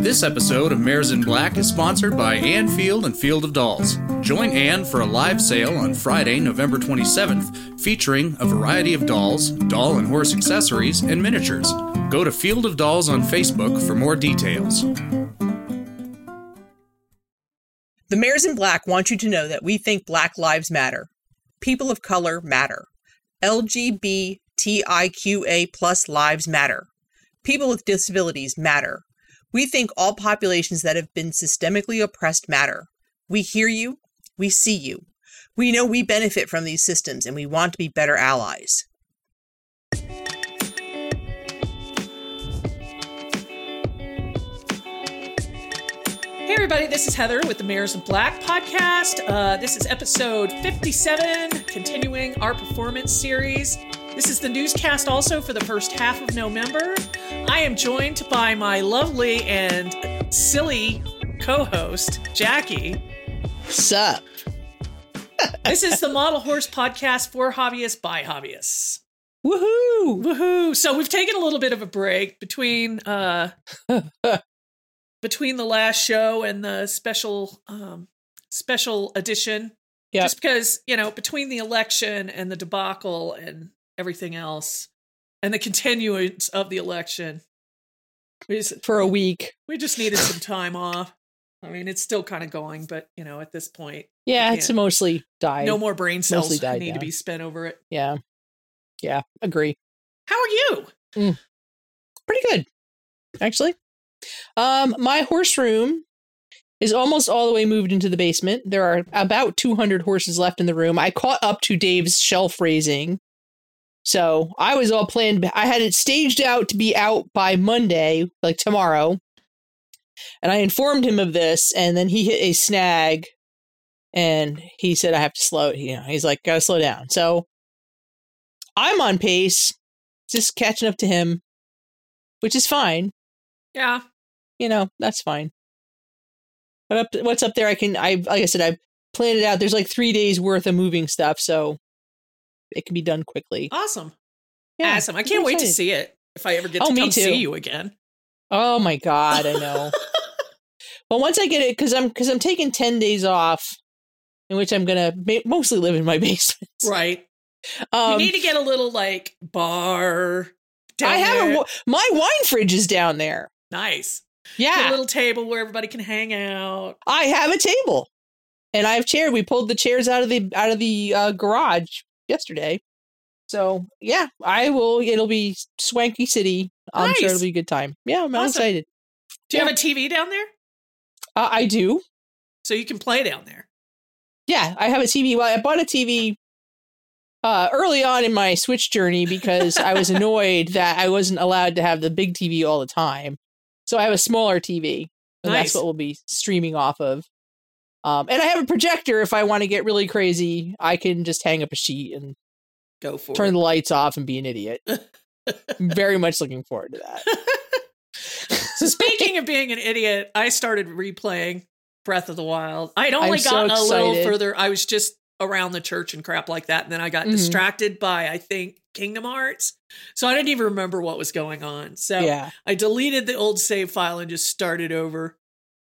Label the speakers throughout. Speaker 1: This episode of Mares in Black is sponsored by Ann Field and Field of Dolls. Join Ann for a live sale on Friday, November 27th, featuring a variety of dolls, doll and horse accessories, and miniatures. Go to Field of Dolls on Facebook for more details.
Speaker 2: The Mayors in Black want you to know that we think Black Lives Matter. People of color matter. LGBTIQA plus lives matter. People with disabilities matter. We think all populations that have been systemically oppressed matter. We hear you. We see you. We know we benefit from these systems and we want to be better allies.
Speaker 3: Hey, everybody, this is Heather with the Mayors of Black podcast. Uh, this is episode 57, continuing our performance series. This is the newscast also for the first half of November. I am joined by my lovely and silly co host, Jackie.
Speaker 2: Sup?
Speaker 3: This is the Model Horse podcast for hobbyists by hobbyists.
Speaker 2: Woohoo!
Speaker 3: Woohoo! So we've taken a little bit of a break between uh between the last show and the special um special edition.
Speaker 2: Yep.
Speaker 3: Just because, you know, between the election and the debacle and everything else and the continuance of the election. We just
Speaker 2: For a week.
Speaker 3: we just needed some time off. I mean, it's still kind of going, but you know, at this point,
Speaker 4: Yeah,
Speaker 3: Yeah.
Speaker 4: it's mostly died.
Speaker 3: no more brain
Speaker 4: Mostly
Speaker 3: cells
Speaker 4: died
Speaker 3: need to
Speaker 4: down.
Speaker 3: be spent over it.
Speaker 4: Yeah. Yeah, agree.
Speaker 3: How are you?
Speaker 4: Pretty good. Actually. Um my horse room is almost all the way moved into the basement. There are about 200 horses left in the room. I caught up to Dave's shelf raising. So, I was all planned I had it staged out to be out by Monday, like tomorrow. And I informed him of this and then he hit a snag and he said I have to slow it, you know. He's like got to slow down. So, I'm on pace, just catching up to him, which is fine.
Speaker 3: Yeah.
Speaker 4: You know, that's fine. But up, what's up there? I can, I like I said, I've planned it out. There's like three days worth of moving stuff, so it can be done quickly.
Speaker 3: Awesome.
Speaker 4: Yeah.
Speaker 3: Awesome. I can't
Speaker 4: I'm
Speaker 3: wait to
Speaker 4: excited.
Speaker 3: see it if I ever get
Speaker 4: Oh,
Speaker 3: to
Speaker 4: me
Speaker 3: come
Speaker 4: too.
Speaker 3: see you again.
Speaker 4: Oh my god, I know. but once I get it, because I'm because I'm taking ten days off, in which I'm gonna ma- mostly live in my basement.
Speaker 3: Right.
Speaker 4: Um,
Speaker 3: you need to get a little like bar. Down
Speaker 4: I have
Speaker 3: there.
Speaker 4: a wa- my wine fridge is down there.
Speaker 3: nice. A
Speaker 4: Yeah,
Speaker 3: little table where everybody can hang out.
Speaker 4: I have a table, and I have chair. We pulled the chairs out of the out of the uh, garage yesterday. So yeah, I will. It'll be swanky city. I'm sure
Speaker 3: Nice.
Speaker 4: it'll be a good time. Yeah, I'm
Speaker 3: Awesome.
Speaker 4: excited.
Speaker 3: Do you have a TV down there
Speaker 4: Uh, I do.
Speaker 3: so you can play down there?
Speaker 4: Yeah, I have a TV. Well, I bought a TV uh, early on in my Switch journey because I was annoyed that I wasn't allowed to have the big TV all the time. So I have a smaller TV, and
Speaker 3: Nice.
Speaker 4: that's what we'll be streaming off of. Um, and I have a projector. If I want to get really crazy, I can just hang up a sheet and
Speaker 3: Go for
Speaker 4: turn
Speaker 3: it.
Speaker 4: the lights off and be an idiot. I'm very much looking forward to that.
Speaker 3: So speaking of being an idiot, I started replaying Breath of the Wild. I'd only
Speaker 4: I'm so
Speaker 3: gotten a little
Speaker 4: excited.
Speaker 3: further. I was just around the church and crap like that, and then I got
Speaker 4: Mhm.
Speaker 3: distracted by I think Kingdom Hearts, so I didn't even remember what was going on. So
Speaker 4: Yeah,
Speaker 3: I deleted the old save file and just started over.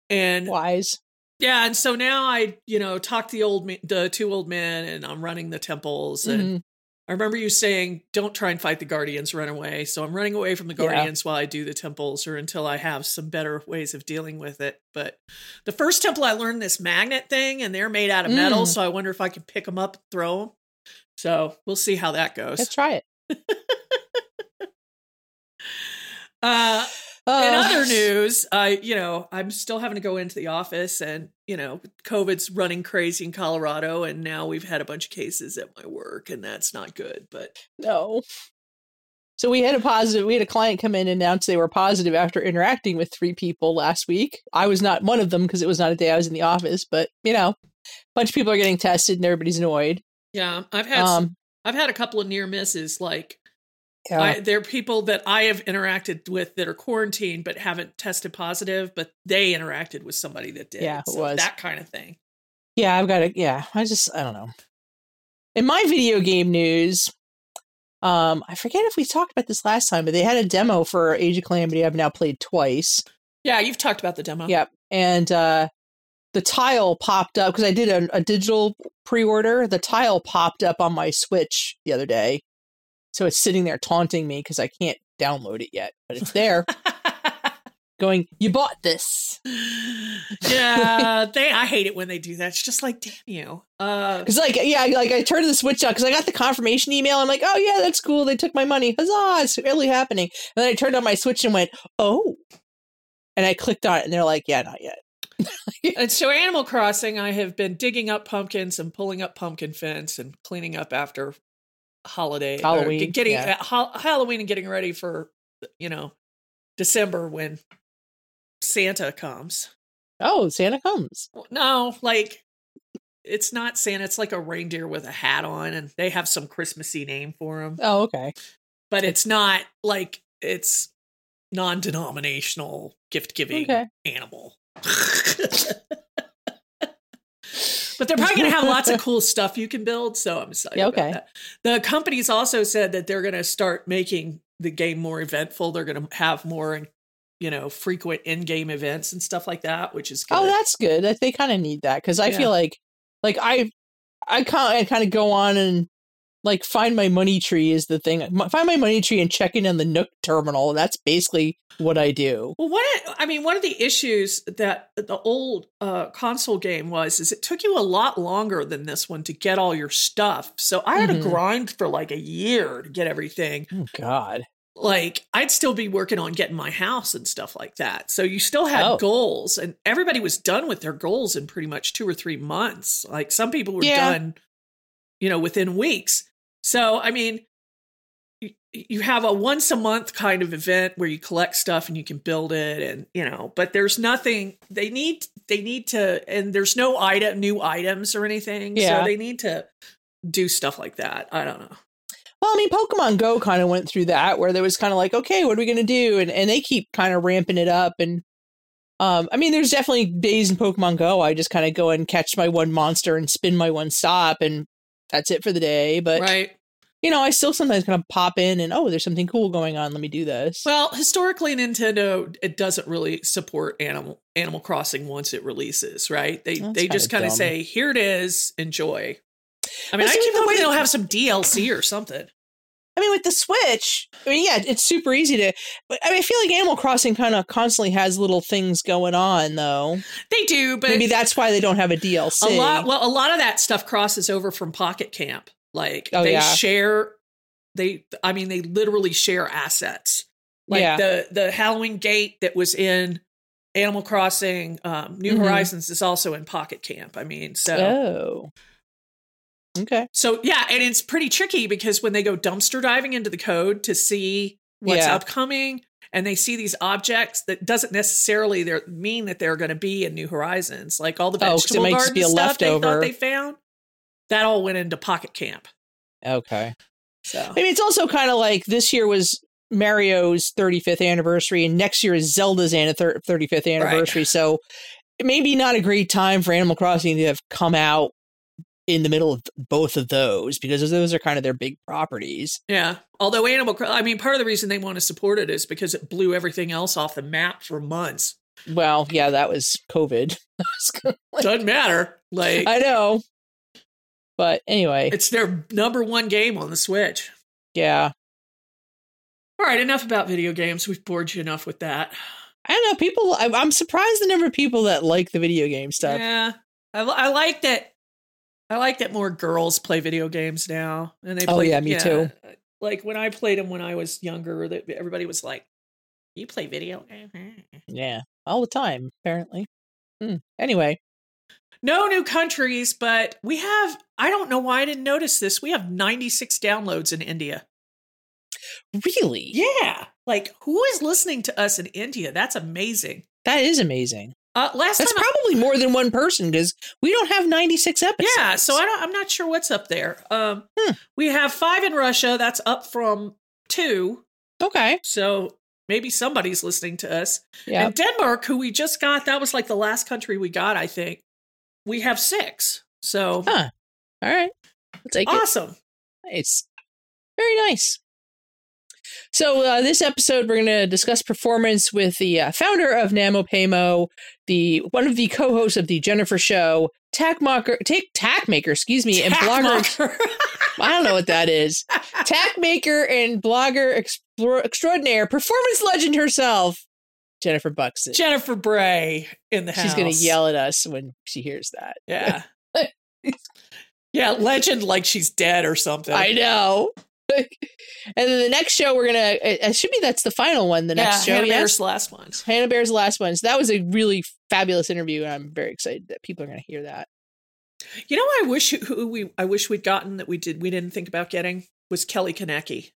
Speaker 3: And
Speaker 4: wise.
Speaker 3: yeah, and so now I, you know, talk the old, ma- the two old men, and I'm running the temples. And
Speaker 4: Mhm.
Speaker 3: I remember you saying, "Don't try and fight the guardians, run away." So I'm running away from the
Speaker 4: Yeah.
Speaker 3: guardians while I do the temples, or until I have some better ways of dealing with it. But the first temple, I learned this magnet thing, and they're made out of metal,
Speaker 4: Mm.
Speaker 3: so I wonder if I can pick them up, and throw them. So we'll see how that goes.
Speaker 4: Let's try it.
Speaker 3: Uh, In
Speaker 4: Uh,
Speaker 3: other news, I you know I'm still having to go into the office, and you know COVID's running crazy in Colorado, and now we've had a bunch of cases at my work, and that's not good. But
Speaker 4: No. So we had a positive. We had a client come in and announce they were positive after interacting with three people last week. I was not one of them because it was not a day I was in the office. But you know, a bunch of people are getting tested and everybody's annoyed.
Speaker 3: yeah, I've had some,
Speaker 4: Um,
Speaker 3: I've had a couple of near misses. Like
Speaker 4: yeah.
Speaker 3: I, there are people that I have interacted with that are quarantined but haven't tested positive, but they interacted with somebody that did.
Speaker 4: Yeah, it
Speaker 3: So
Speaker 4: was.
Speaker 3: that kind of thing.
Speaker 4: Yeah, I've got to. Yeah, I just I don't know. In my video game news, um, I forget if we talked about this last time, but they had a demo for Age of Calamity. I've now played twice.
Speaker 3: Yeah, you've talked about the demo.
Speaker 4: Yep. And uh, the tile popped up because I did a, a digital pre order. The tile popped up on my Switch the other day. So it's sitting there taunting me because I can't download it yet, but it's there going, You bought this.
Speaker 3: yeah, they. I hate it when they do that. It's just like, damn you. Uh,
Speaker 4: Because, like, yeah, like I turned the Switch on because I got the confirmation email. I'm like, Oh, yeah, that's cool. They took my money. Huzzah. It's really happening. And then I turned on my Switch and went, Oh. And I clicked on it and they're like, Yeah, not yet.
Speaker 3: and so, Animal Crossing, I have been digging up pumpkins and pulling up pumpkin fence and cleaning up after holiday or
Speaker 4: Halloween,
Speaker 3: get- getting
Speaker 4: yeah.
Speaker 3: uh, Hal- Halloween and getting ready for you know December when Santa comes.
Speaker 4: Oh, Santa comes.
Speaker 3: Well, No, like it's not Santa. It's like a reindeer with a hat on, and they have some Christmassy name for him.
Speaker 4: Oh, okay.
Speaker 3: but it's not like it's non-denominational gift-giving
Speaker 4: Okay.
Speaker 3: animal. but they're probably going to have lots of cool stuff you can build, so I'm excited.
Speaker 4: Yeah,
Speaker 3: okay.
Speaker 4: okay.
Speaker 3: The companies also said that they're going to start making the game more eventful. They're going to have more, you know, frequent in-game events and stuff like that, which is good.
Speaker 4: Oh, that's good. That they kind of need that because I
Speaker 3: Yeah.
Speaker 4: feel like, like I, I kind I kind of go on and like find my money tree is the thing. M- Find my money tree and check in on the Nook terminal. That's basically what I do.
Speaker 3: Well, one I mean, one of the issues that the old uh, console game was is it took you a lot longer than this one to get all your stuff. So I had
Speaker 4: Mhm.
Speaker 3: to grind for like a year to get everything.
Speaker 4: Oh God.
Speaker 3: Like I'd still be working on getting my house and stuff like that. So you still had
Speaker 4: Oh.
Speaker 3: goals, and everybody was done with their goals in pretty much two or three months. Like some people were
Speaker 4: Yeah.
Speaker 3: done, you know, within weeks. So I mean, you- you have a once a month kind of event where you collect stuff and you can build it and you know but there's nothing they need they need to and there's no item new items or anything so
Speaker 4: Yeah.
Speaker 3: they need to do stuff like that i don't know
Speaker 4: Well, I mean, Pokemon Go kind of went through that where there was kind of like, okay, what are we gonna do? And and they keep kind of ramping it up. And um, I mean, there's definitely days in Pokemon Go I just kind of go and catch my one monster and spin my one stop and. That's it for the day, but
Speaker 3: right
Speaker 4: you know, I still sometimes kind of pop in and oh, there's something cool going on. Let me do this.
Speaker 3: well historically nintendo it doesn't really support animal animal crossing once it releases right they
Speaker 4: That's
Speaker 3: they just kind
Speaker 4: kinda
Speaker 3: of
Speaker 4: dumb.
Speaker 3: say here it is enjoy i mean i
Speaker 4: But see,
Speaker 3: keep
Speaker 4: the
Speaker 3: hoping
Speaker 4: way-
Speaker 3: they'll have some dlc or something
Speaker 4: I mean, with the Switch, I mean, yeah, it's super easy to. But I mean, I feel like Animal Crossing kind of constantly has little things going on, though.
Speaker 3: they do but
Speaker 4: Maybe that's why they don't have a DLC.
Speaker 3: a lot well a lot of that stuff crosses over from pocket camp like
Speaker 4: Oh,
Speaker 3: they
Speaker 4: yeah.
Speaker 3: share they i mean they literally share assets like
Speaker 4: Yeah.
Speaker 3: the the halloween gate that was in animal crossing um, new
Speaker 4: Mhm.
Speaker 3: horizons is also in pocket camp i mean so
Speaker 4: Oh. Okay.
Speaker 3: so yeah and it's pretty tricky because when they go dumpster diving into the code to see what's
Speaker 4: Yeah.
Speaker 3: upcoming and they see these objects that doesn't necessarily they're- mean that they're going to be in new horizons like all the
Speaker 4: Oh, 'cause it
Speaker 3: vegetable
Speaker 4: might just
Speaker 3: garden
Speaker 4: be a
Speaker 3: stuff they thought
Speaker 4: leftover.
Speaker 3: they found that all went into pocket camp
Speaker 4: Okay.
Speaker 3: so
Speaker 4: I mean, it's also kind of like this year was Mario's 35th anniversary, and next year is Zelda's an- thir- 35th anniversary. So maybe not a great time for Animal Crossing to have come out in the middle of both of those because those are kind of their big properties.
Speaker 3: yeah although animal Cro- i mean part of the reason they want to support it is because it blew everything else off the map for months
Speaker 4: Well, yeah, that was COVID.
Speaker 3: doesn't matter like
Speaker 4: I know. But anyway,
Speaker 3: it's their number one game on the switch
Speaker 4: yeah.
Speaker 3: all right enough about video games we've bored you enough with that
Speaker 4: I don't know. People, I, I'm surprised the number of people that like the video game stuff.
Speaker 3: Yeah, I, li- I like that. I like that more girls play video games now, and they.
Speaker 4: Oh,
Speaker 3: play-
Speaker 4: yeah, me too.
Speaker 3: Like when I played them when I was younger, that everybody was like, "You play video games?"
Speaker 4: Yeah. All the time, apparently. Hmm. Anyway,
Speaker 3: No new countries, but we have. I don't know why I didn't notice this. We have 96 downloads in India.
Speaker 4: really?
Speaker 3: Yeah, like who is listening to us in India? That's amazing.
Speaker 4: That is amazing.
Speaker 3: Uh, last
Speaker 4: That's
Speaker 3: time, I-
Speaker 4: probably more than one person because we don't have 96 episodes.
Speaker 3: yeah. So I don't. I'm not sure what's up there. Um,
Speaker 4: Hmm.
Speaker 3: we have five in Russia. That's up from two.
Speaker 4: Okay.
Speaker 3: So maybe somebody's listening to us.
Speaker 4: Yeah.
Speaker 3: And Denmark, who we just got, that was like the last country we got, I think. We have six. So
Speaker 4: Huh. All right. I'll take it.
Speaker 3: awesome.
Speaker 4: Nice. Very nice. So, uh, this episode, we're going to discuss performance with the uh, founder of NamoPaymo, the one of the co-hosts of the Jennifer Show, tack mocker, take tack maker, excuse me, and blogger.
Speaker 3: Tack mocker.
Speaker 4: I don't know what that is. tack maker and blogger explore, extraordinaire, performance legend herself, Jennifer Buxton.
Speaker 3: Jennifer Bray in the house.
Speaker 4: She's going to yell at us when she hears that.
Speaker 3: Yeah. yeah, legend like she's dead or something.
Speaker 4: I know. and then the next show we're gonna. It it should be that's the final one. The next
Speaker 3: yeah,
Speaker 4: show,
Speaker 3: Hannah
Speaker 4: yes?
Speaker 3: Bear's last one.
Speaker 4: Hannah Bear's last one. So that was a really fabulous interview, and I'm very excited that people are going to hear that.
Speaker 3: You know, what I wish who we I wish we'd gotten that we did we didn't think about getting was Kelly Kaneki.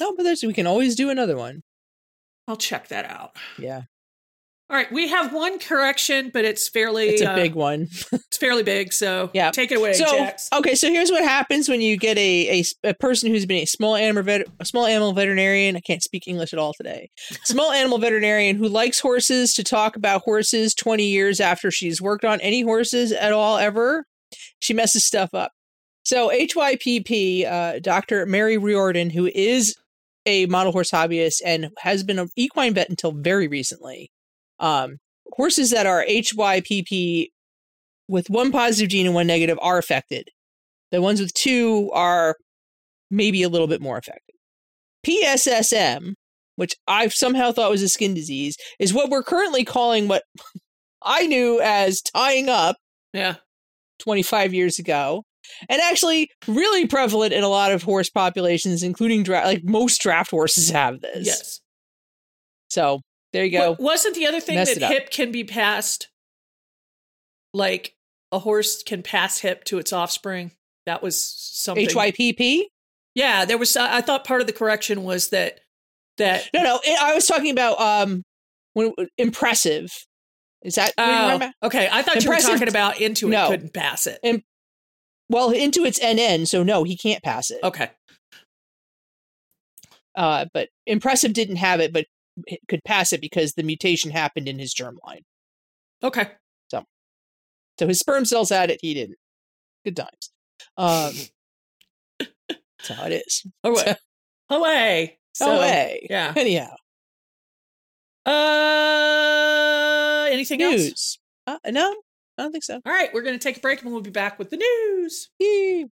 Speaker 4: Oh, but there's, we can always do another one.
Speaker 3: I'll check that out.
Speaker 4: Yeah,
Speaker 3: All right, we have one correction, but it's fairly
Speaker 4: it's a
Speaker 3: uh,
Speaker 4: big one.
Speaker 3: it's fairly big. So
Speaker 4: Yeah.
Speaker 3: take it away,
Speaker 4: so uh,
Speaker 3: Jax.
Speaker 4: okay, so here's what happens when you get a, a s- a person who's been a small animal vet, a small animal veterinarian. I can't speak English at all today. Small animal veterinarian who likes horses to talk about horses 20 years after she's worked on any horses at all ever. She messes stuff up. So HYPP, uh, Dr. Mary Riordan, who is a model horse hobbyist and has been an equine vet until very recently. Um, horses that are HYPP with one positive gene and one negative are affected. The ones with two are maybe a little bit more affected. PSSM, which I somehow thought was a skin disease, is what we're currently calling what I knew as tying up
Speaker 3: yeah.
Speaker 4: 25 years ago, and actually really prevalent in a lot of horse populations, including draft. Like most draft horses have this.
Speaker 3: Yes.
Speaker 4: So there you go.
Speaker 3: Wa- wasn't the other thing
Speaker 4: Messed
Speaker 3: that
Speaker 4: it up.
Speaker 3: hip can be passed like a horse can pass hip to its offspring? That was something.
Speaker 4: HYPP?
Speaker 3: Yeah, there was. I I thought part of the correction was that that
Speaker 4: No, no. It, I was talking about um, when, impressive. Is that what do you
Speaker 3: Oh,
Speaker 4: remember?
Speaker 3: okay. I thought
Speaker 4: Impressive-
Speaker 3: you were talking about into it
Speaker 4: No.
Speaker 3: couldn't pass it.
Speaker 4: Well, into its NN, so no, he can't pass it.
Speaker 3: Okay.
Speaker 4: Uh, but impressive didn't have it, but it could pass it because the mutation happened in his germline.
Speaker 3: Okay.
Speaker 4: So his sperm cells had it, he didn't. Good times. Um, that's how it is.
Speaker 3: Away. Away. Oh, So,
Speaker 4: Away.
Speaker 3: Yeah.
Speaker 4: Anyhow,
Speaker 3: Uh anything else?
Speaker 4: news. Uh, no, I don't think so.
Speaker 3: All right, we're going to take a break and we'll be back with the news.
Speaker 4: Yee.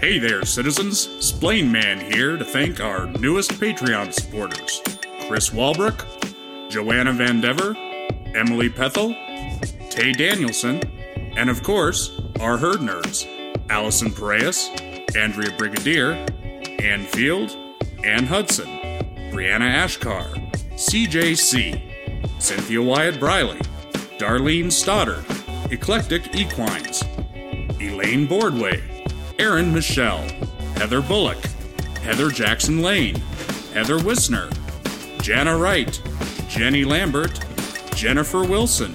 Speaker 1: Hey there, citizens. Splain Man here to thank our newest Patreon supporters Chris Walbrook, Joanna Van Dever, Emily Pethel, Tay Danielson, and of course, our herd nerds Allison Piraeus, Andrea Brigadier, Ann Field, Ann Hudson, Brianna Ashkar, CJC, Cynthia Wyatt Briley, Darlene Stoddard, Eclectic Equines. Elaine Boardway, Erin Michelle, Heather Bullock, Heather Jackson Lane, Heather Wisner, Jana Wright, Jenny Lambert, Jennifer Wilson,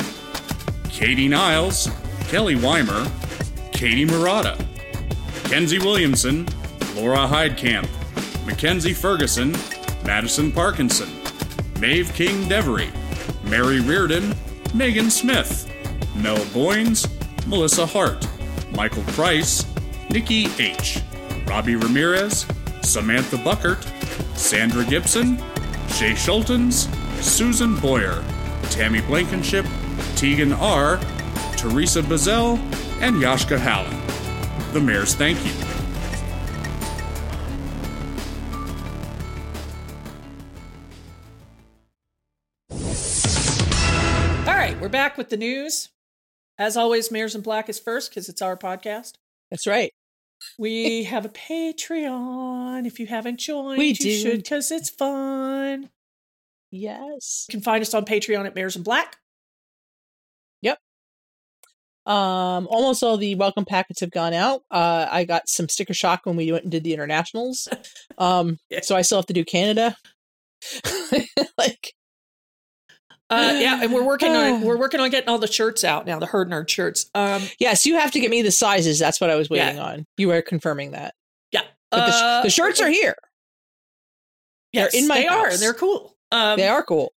Speaker 1: Katie Niles, Kelly Weimer, Katie Murata, Kenzie Williamson, Laura Heidkamp, Mackenzie Ferguson, Madison Parkinson, Maeve King Devery, Mary Reardon, Megan Smith, Mel Boynes, Melissa Hart, Michael Price, Nikki H., Robbie Ramirez, Samantha Buckert, Sandra Gibson, Shay Schultens, Susan Boyer, Tammy Blankenship, Tegan R., Teresa Bazell, and Yashka Hallen. The Mayor's Thank You.
Speaker 3: All right, we're back with the news. As always, Mayors in Black is first because it's our podcast.
Speaker 4: That's right.
Speaker 3: We have a Patreon. If you haven't joined,
Speaker 4: We
Speaker 3: you
Speaker 4: do.
Speaker 3: should because it's fun. You
Speaker 4: Yes.
Speaker 3: can find us on Patreon at Mayors in Black.
Speaker 4: Um, almost all the welcome packets have gone out. Uh, I got some sticker shock when we went and did the internationals. Um,
Speaker 3: Yeah.
Speaker 4: so I still have to do Canada. like,
Speaker 3: Uh, yeah, and we're working
Speaker 4: Ah.
Speaker 3: on we're working on getting all the shirts out now, the herd nerd shirts. Um,
Speaker 4: yes, you have to get me the sizes. That's what I was waiting
Speaker 3: Yeah.
Speaker 4: on. You were confirming that.
Speaker 3: yeah,
Speaker 4: But the, sh-
Speaker 3: Uh,
Speaker 4: the shirts are here.
Speaker 3: yes,
Speaker 4: in my
Speaker 3: they are
Speaker 4: house.
Speaker 3: and they're cool. Um,
Speaker 4: they are cool.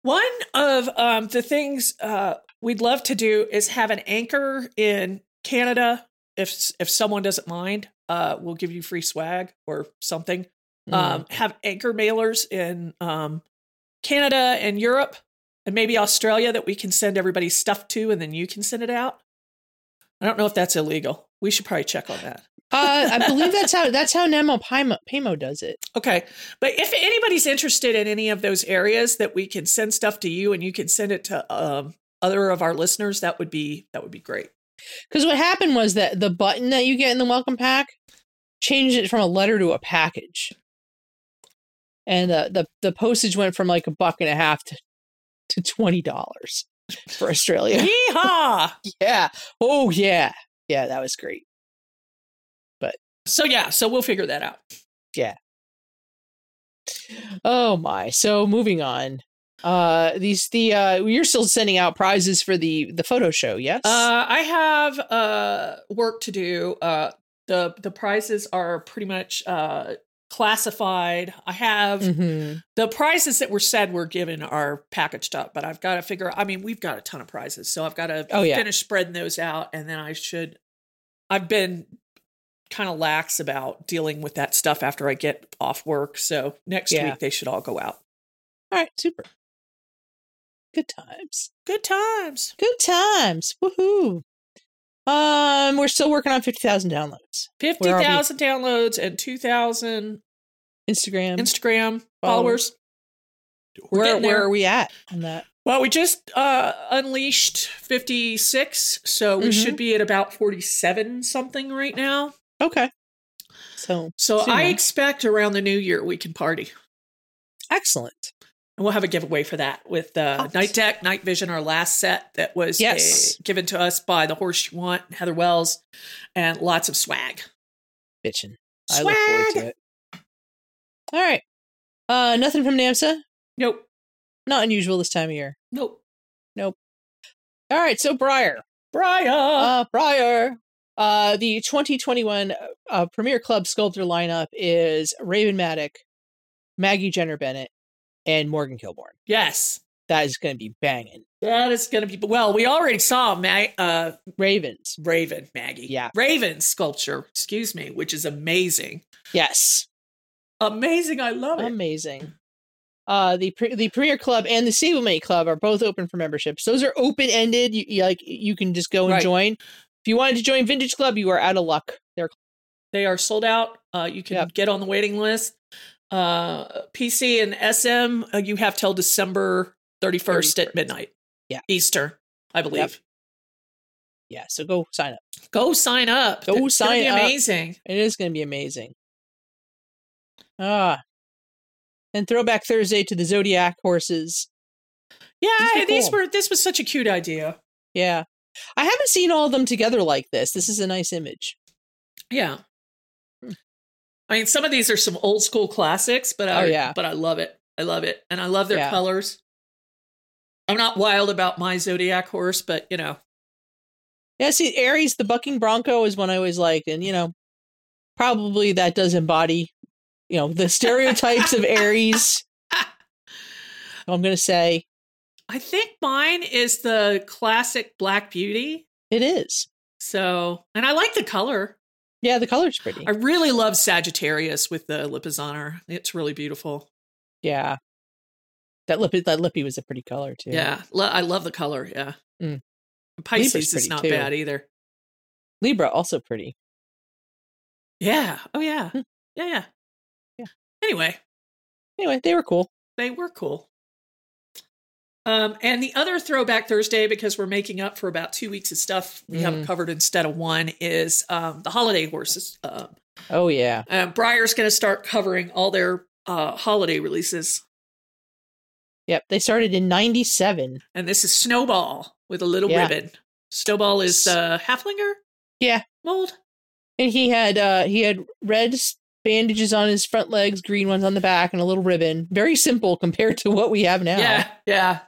Speaker 3: One of um, the things uh, we'd love to do is have an anchor in Canada if if someone doesn't mind, uh, we'll give you free swag or something.
Speaker 4: Mm-hmm.
Speaker 3: Um, have anchor mailers in um, Canada and Europe and maybe Australia that we can send everybody's stuff to, and then you can send it out. I don't know if that's illegal. We should probably check on that.
Speaker 4: uh, I believe that's how that's how Nemo Pimo, Pimo does it.
Speaker 3: Okay. But if anybody's interested in any of those areas that we can send stuff to you and you can send it to um, other of our listeners, that would be that would be great.
Speaker 4: Because what happened was that the button that you get in the welcome pack changed it from a letter to a package, and uh, the the postage went from like a buck and a half to, to twenty dollars for Australia.
Speaker 3: Yeehaw!
Speaker 4: yeah. Oh yeah. Yeah, that was great.
Speaker 3: so yeah, so we'll figure that out.
Speaker 4: Oh my. So moving on. Uh these the uh you're still sending out prizes for the the photo show, yes?
Speaker 3: Uh, I have uh, work to do. Uh, the the prizes are pretty much uh, classified. I have
Speaker 4: Mhm.
Speaker 3: the prizes that were said were given are packaged up, but I've got to figure. I mean, we've got a ton of prizes, so I've got to
Speaker 4: Oh, yeah.
Speaker 3: finish spreading those out, and then I should. I've been kind of lax about dealing with that stuff after I get off work, so next
Speaker 4: Yeah.
Speaker 3: week they should all go out.
Speaker 4: All right, super. Good times.
Speaker 3: Good times.
Speaker 4: Good times. Woohoo. Um we're still working on 50,000 downloads.
Speaker 3: Fifty
Speaker 4: Where are we?
Speaker 3: thousand downloads and two thousand
Speaker 4: Instagram.
Speaker 3: Instagram
Speaker 4: Um, followers.
Speaker 3: followers. we're
Speaker 4: where
Speaker 3: getting there.
Speaker 4: where are we at on that?
Speaker 3: Well, we just uh, unleashed 56, so we
Speaker 4: Mhm.
Speaker 3: should be at about 47 something right now.
Speaker 4: Okay. So
Speaker 3: So
Speaker 4: Soon
Speaker 3: I
Speaker 4: enough.
Speaker 3: expect around the new year we can party.
Speaker 4: excellent.
Speaker 3: And we'll have a giveaway for that with uh,
Speaker 4: Hot.
Speaker 3: Night Deck, Night Vision, our last set that was uh,
Speaker 4: Yes.
Speaker 3: given to us by The Horse You Want, Heather Wells, and lots of swag.
Speaker 4: Bitchin'. I look forward
Speaker 3: Swag!
Speaker 4: to it. All right. Uh nothing from NAMSA.
Speaker 3: Nope.
Speaker 4: Not unusual this time of year.
Speaker 3: Nope.
Speaker 4: All right, so Briar.
Speaker 3: Brian.
Speaker 4: uh, prior. Uh, the 2021 uh, Premier Club sculptor lineup is Raven Maddock, Maggie Jenner Bennett, and Morgan Kilborn.
Speaker 3: yes.
Speaker 4: That is going to be banging.
Speaker 3: That is going to be. Well, we already saw Ma- uh,
Speaker 4: Ravens.
Speaker 3: Raven, Maggie.
Speaker 4: Yeah.
Speaker 3: Raven sculpture, excuse me, which is amazing.
Speaker 4: Yes.
Speaker 3: Amazing. I love it.
Speaker 4: Amazing. Uh, the pre- the Premier Club and the Sablemate Club are both open for memberships. Those are open ended. You, you, like you can just go and
Speaker 3: Right.
Speaker 4: join. If you wanted to join Vintage Club, you are out of luck. They're
Speaker 3: They are sold out. Uh, you can
Speaker 4: Yep.
Speaker 3: get on the waiting list. Uh, PC and SM, uh, you have till December 31st, at midnight.
Speaker 4: Yeah.
Speaker 3: Eastern, I believe.
Speaker 4: yeah. So go sign up.
Speaker 3: Go sign up.
Speaker 4: Go
Speaker 3: It's gonna
Speaker 4: sign
Speaker 3: be
Speaker 4: up.
Speaker 3: Amazing.
Speaker 4: It is going to be amazing. Ah. And throwback Thursday to the Zodiac horses.
Speaker 3: Yeah,
Speaker 4: These
Speaker 3: these,
Speaker 4: were cool.
Speaker 3: were this was such a cute idea.
Speaker 4: Yeah. I haven't seen all of them together like this. This is a nice image.
Speaker 3: Yeah. I mean, some of these are some old school classics, but I,
Speaker 4: Hmm. Oh, yeah.
Speaker 3: but I love it. I love it, and I love their
Speaker 4: Yeah.
Speaker 3: colors. I'm not wild about my zodiac horse, but you know,
Speaker 4: Yeah, see, Aries, the bucking bronco is one I always liked. And, you know, probably that does embody, you know, the stereotypes of Aries. I'm going to say
Speaker 3: I think mine is the classic Black Beauty.
Speaker 4: it is.
Speaker 3: So, and I like the color.
Speaker 4: Yeah, the color's pretty.
Speaker 3: I really love Sagittarius with the Lipizzaner. It's really beautiful.
Speaker 4: Yeah. That lippy, that lippy was a pretty color, too.
Speaker 3: Yeah. Lo- I love the color. Yeah.
Speaker 4: Mm.
Speaker 3: Pisces
Speaker 4: Libra's
Speaker 3: is
Speaker 4: pretty,
Speaker 3: not
Speaker 4: too.
Speaker 3: bad either.
Speaker 4: Libra, also pretty.
Speaker 3: Yeah. Oh, yeah. Yeah. Yeah.
Speaker 4: Hmm. Yeah.
Speaker 3: Anyway,
Speaker 4: Anyway, they were cool.
Speaker 3: they were cool. Um, and the other throwback Thursday, because we're making up for about two weeks of stuff we
Speaker 4: Mm.
Speaker 3: haven't covered instead of one, is um, the holiday horses. Um,
Speaker 4: Oh, yeah.
Speaker 3: Uh, Briar's going to start covering all their uh, holiday releases,
Speaker 4: Yep, they started in '97.
Speaker 3: and this is Snowball with a little
Speaker 4: Yeah.
Speaker 3: ribbon. Snowball is uh, halflinger.
Speaker 4: Yeah.
Speaker 3: mold.
Speaker 4: and he had uh he had red s- bandages on his front legs, green ones on the back, and a little ribbon. Very simple compared to what we have now.
Speaker 3: Yeah, yeah,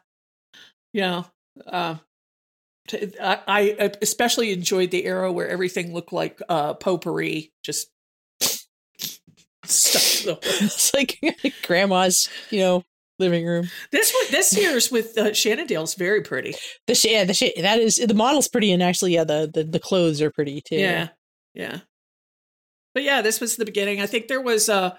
Speaker 3: yeah. Um, t- I, I especially enjoyed the era where everything looked like uh, potpourri, just stuff.
Speaker 4: it's like grandma's, you know, living room.
Speaker 3: This one, this year's with uh, Shannondale's very pretty.
Speaker 4: The sh- yeah, the sh- that is the model's pretty, and actually, yeah, the the, the clothes are pretty too.
Speaker 3: Yeah, Yeah. But yeah, this was the beginning. I think there was uh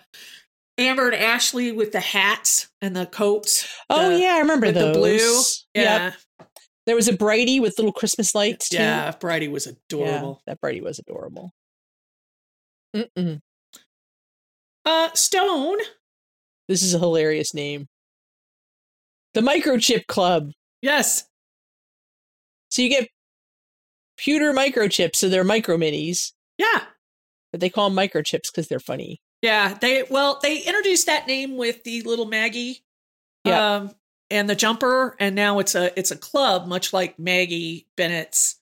Speaker 3: Amber and Ashley with the hats and the coats.
Speaker 4: Oh
Speaker 3: The-
Speaker 4: yeah, I remember
Speaker 3: with the
Speaker 4: those.
Speaker 3: blue.
Speaker 4: Yep.
Speaker 3: Yeah.
Speaker 4: There was a Brighty with little Christmas lights too.
Speaker 3: Yeah. Bridie was
Speaker 4: Yeah,
Speaker 3: adorable.
Speaker 4: that Brighty was adorable. Mm-mm.
Speaker 3: Uh Stone.
Speaker 4: This is a hilarious name. The microchip club.
Speaker 3: Yes.
Speaker 4: So you get pewter microchips, so they're micro minis,
Speaker 3: Yeah.
Speaker 4: but they call them microchips because they're funny.
Speaker 3: Yeah. They well, they introduced that name with the little Maggie.
Speaker 4: Yeah.
Speaker 3: Um and the jumper, and now it's a it's a club, much like Maggie Bennett's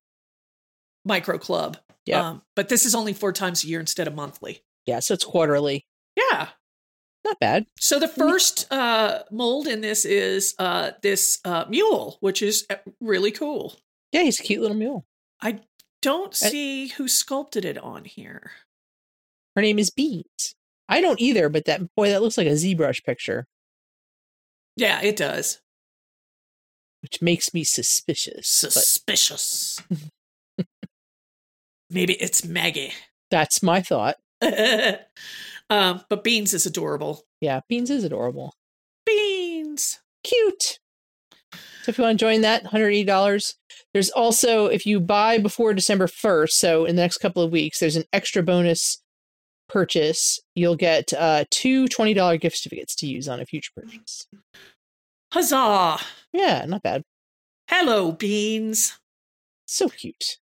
Speaker 3: micro club.
Speaker 4: Yeah.
Speaker 3: Um, but this is only four times a year instead of monthly.
Speaker 4: Yeah, so it's quarterly.
Speaker 3: Yeah.
Speaker 4: Not bad.
Speaker 3: So the first uh, mold in this is uh, this uh, mule, which is uh, really cool.
Speaker 4: Yeah, he's a cute little mule.
Speaker 3: Don't
Speaker 4: Uh
Speaker 3: see who sculpted it on here.
Speaker 4: Her name is Beans. I don't either, but that boy, that looks like a ZBrush picture,
Speaker 3: Yeah, it does.
Speaker 4: which makes me suspicious. but
Speaker 3: Suspicious. Maybe it's Maggie.
Speaker 4: that's my thought.
Speaker 3: um, but Beans is adorable.
Speaker 4: Yeah, Beans is adorable.
Speaker 3: Beans.
Speaker 4: Cute. So if you want to join that, $180. There's also, if you buy before December 1st, so in the next couple of weeks, there's an extra bonus purchase. You'll get uh, two $20 gift certificates to use on a future purchase.
Speaker 3: Huzzah.
Speaker 4: Yeah, not bad.
Speaker 3: Hello, Beans.
Speaker 4: So cute.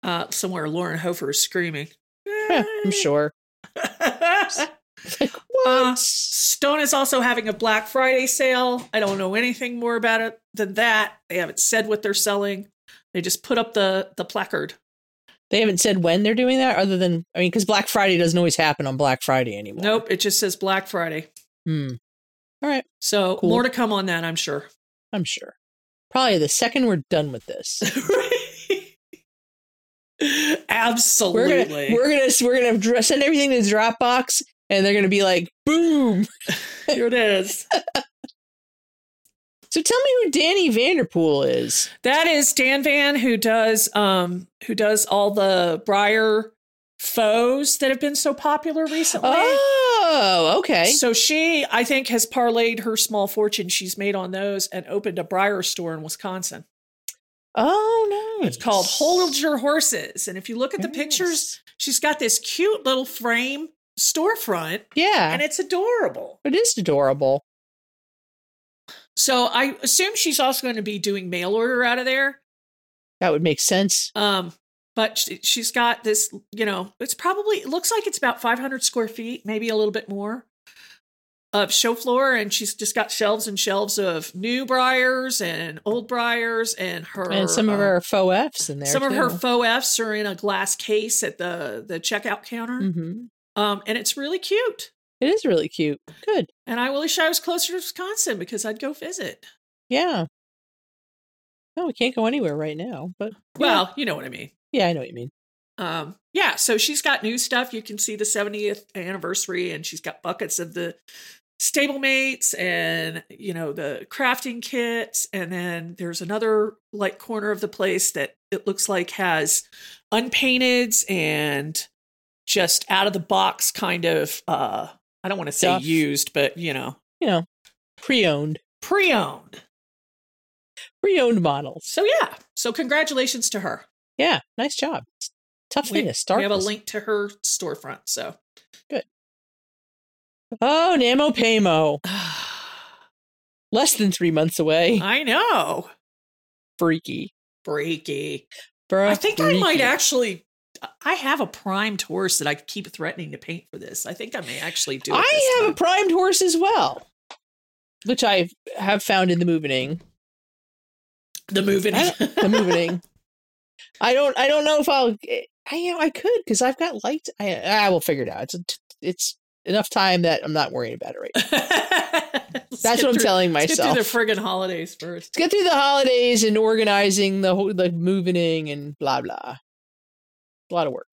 Speaker 3: Uh, somewhere Lauren Hofer is screaming.
Speaker 4: Yeah, I'm sure. Like, what?
Speaker 3: Uh, Stone is also having a Black Friday sale. I don't know anything more about it than that. They haven't said what they're selling. They just put up the the placard.
Speaker 4: They haven't said when they're doing that, other than I mean, because Black Friday doesn't always happen on Black Friday anymore.
Speaker 3: Nope, it just says Black Friday.
Speaker 4: Hmm. All right,
Speaker 3: So
Speaker 4: Cool.
Speaker 3: more to come on that, I'm sure.
Speaker 4: I'm sure. Probably the second we're done with this, we're
Speaker 3: Absolutely.
Speaker 4: gonna we're gonna we're gonna dr- send everything to Dropbox, and they're gonna be like, boom.
Speaker 3: Here it is.
Speaker 4: So tell me who Danny Vanderpool is.
Speaker 3: That is Dan Van who does um who does all the Briar foes that have been so popular recently.
Speaker 4: Oh, okay.
Speaker 3: So she, I think, has parlayed her small fortune she's made on those and opened a briar store in Wisconsin.
Speaker 4: Oh, no,
Speaker 3: It's called Hold Your Horses. And if you look at the pictures, she's got this cute little frame storefront
Speaker 4: Yeah,
Speaker 3: and it's adorable.
Speaker 4: it is adorable.
Speaker 3: So I assume she's also going to be doing mail order out of there.
Speaker 4: That would make sense.
Speaker 3: Um, but she, she's got this, you know, it's probably, it looks like it's about 500 square feet, maybe a little bit more of show floor. And she's just got shelves and shelves of new briars and old briars and her.
Speaker 4: and some of
Speaker 3: uh,
Speaker 4: her faux F's in there.
Speaker 3: Some of her
Speaker 4: too.
Speaker 3: faux F's are in a glass case at the, the checkout counter.
Speaker 4: Mhm.
Speaker 3: Um, and it's really cute.
Speaker 4: It is really cute. Good.
Speaker 3: And I wish I was closer to Wisconsin because I'd go visit.
Speaker 4: Yeah. No, we can't go anywhere right now, but
Speaker 3: Well, you know what I mean.
Speaker 4: yeah, I know what you mean.
Speaker 3: Um, yeah, so she's got new stuff. You can see the 70th anniversary, and she's got buckets of the stablemates and you know the crafting kits. And then there's another like corner of the place that it looks like has unpainteds and just out of the box kind of uh I don't want to say
Speaker 4: Stuff.
Speaker 3: used, but you know,
Speaker 4: You know, pre-owned,
Speaker 3: pre-owned.
Speaker 4: pre-owned models.
Speaker 3: So yeah. So congratulations to her.
Speaker 4: Yeah, nice job. It's a tough
Speaker 3: We,
Speaker 4: thing to start.
Speaker 3: we have a
Speaker 4: this.
Speaker 3: link to her storefront. So
Speaker 4: Oh, Namo Paymo, less than three months away.
Speaker 3: I know.
Speaker 4: freaky,
Speaker 3: Breaky.
Speaker 4: bro.
Speaker 3: I think I might actually. I have a primed horse that I keep threatening to paint for this. I think I may actually do. It
Speaker 4: I have
Speaker 3: Time.
Speaker 4: a primed horse as well, which I have found in the moving.
Speaker 3: The moving.
Speaker 4: I don't- The moving. I don't. I don't know if I'll. eh, I you know, I could because I've got lights. I I will figure it out. It's a t- it's enough time that I'm not worrying about it right. now. That's what I'm telling
Speaker 3: Let's
Speaker 4: myself.
Speaker 3: Get through the friggin' holidays first.
Speaker 4: Let's get through the holidays and organizing the whole like moving and blah blah. A lot of work.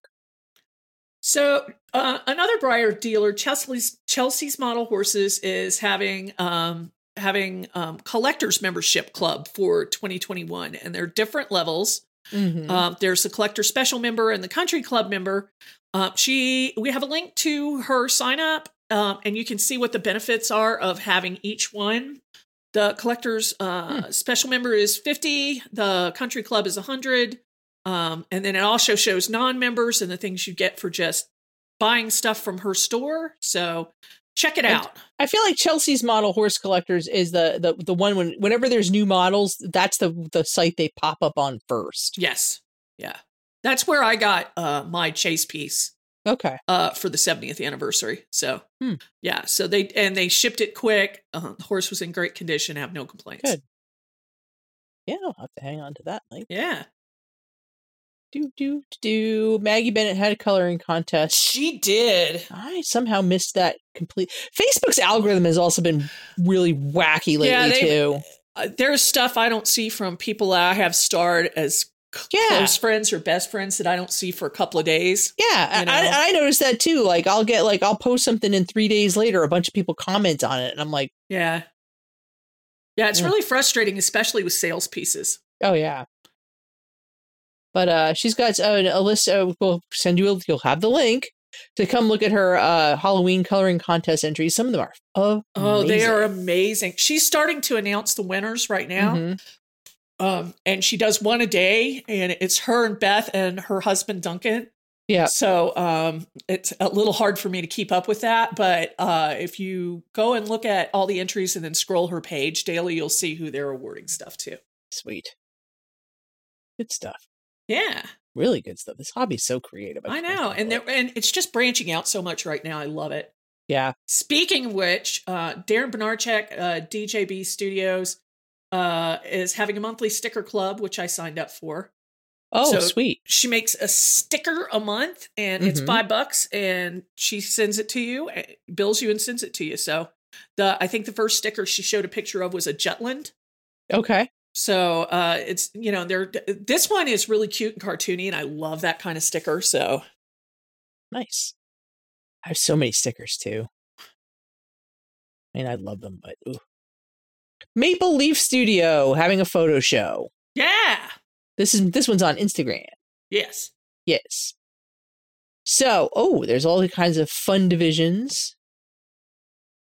Speaker 3: So uh, another Briar dealer, Chelsea's Chelsea's Model Horses, is having um, having um, collectors membership club for 2021, and they're different levels.
Speaker 4: Mhm.
Speaker 3: Um, there's the collector special member and the country club member. Uh, she, we have a link to her sign up, um, and you can see what the benefits are of having each one. The collector's uh, special member is 50. The country club is 100. Um, and then it also shows non-members and the things you get for just buying stuff from her store. So check it
Speaker 4: And-
Speaker 3: out.
Speaker 4: I feel like Chelsea's model horse collectors is the the the one when whenever there's new models, that's the the site they pop up on first.
Speaker 3: Yes, yeah, that's where I got uh, my chase piece.
Speaker 4: Okay.
Speaker 3: uh, for the 70th anniversary. So
Speaker 4: Hmm.
Speaker 3: yeah, so they and they shipped it quick. Uh, the horse was in great condition. I have no complaints.
Speaker 4: Good. Yeah, I'll have to hang on to that. Like
Speaker 3: Yeah,
Speaker 4: do do do. Maggie Bennett had a coloring contest.
Speaker 3: she did.
Speaker 4: I somehow missed that complete. Facebook's algorithm has also been really wacky lately
Speaker 3: Yeah, they-
Speaker 4: too.
Speaker 3: Uh, there's stuff I don't see from people that I have starred as c-
Speaker 4: Yeah.
Speaker 3: close friends or best friends that I don't see for a couple of days.
Speaker 4: Yeah,
Speaker 3: you
Speaker 4: I,
Speaker 3: know?
Speaker 4: I, I noticed that too. Like I'll get like I'll post something and three days later, a bunch of people comment on it, and I'm like,
Speaker 3: Yeah, yeah, it's
Speaker 4: Yeah.
Speaker 3: really frustrating, especially with sales pieces.
Speaker 4: oh yeah. But uh, she's got uh, a list. Uh, we'll send you. A, you'll have the link to come look at her uh, Halloween coloring contest entries. Some of them are oh,
Speaker 3: Oh, they are amazing. She's starting to announce the winners right now.
Speaker 4: Mm-hmm.
Speaker 3: Um, and she does one a day, and it's her and Beth and her husband Duncan.
Speaker 4: Yeah.
Speaker 3: So um, it's a little hard for me to keep up with that, but uh, if you go and look at all the entries and then scroll her page daily, you'll see who they're awarding stuff to.
Speaker 4: sweet, good stuff.
Speaker 3: Yeah,
Speaker 4: Really good stuff. This hobby's so creative.
Speaker 3: I
Speaker 4: can't
Speaker 3: know,
Speaker 4: believe
Speaker 3: and
Speaker 4: it.
Speaker 3: they're, and it's just branching out so much right now. I love it.
Speaker 4: yeah,
Speaker 3: Speaking of which, uh, Darren Bernarchek, uh, DJB Studios, uh, is having a monthly sticker club, which I signed up for.
Speaker 4: oh
Speaker 3: So-
Speaker 4: sweet,
Speaker 3: she makes a sticker a month and it's
Speaker 4: Mhm.
Speaker 3: five bucks and she sends it to you eh, bills you and sends it to you so the i think the first sticker she showed a picture of was a jutland
Speaker 4: okay,
Speaker 3: so uh it's you know they're this one is really cute and cartoony and i love that kind of sticker so
Speaker 4: nice. I have so many stickers too. I mean, I love them, but ooh. Maple Leaf Studio having a photo show.
Speaker 3: yeah
Speaker 4: This is this one's on Instagram.
Speaker 3: yes
Speaker 4: Yes. So, oh, there's all kinds of fun divisions.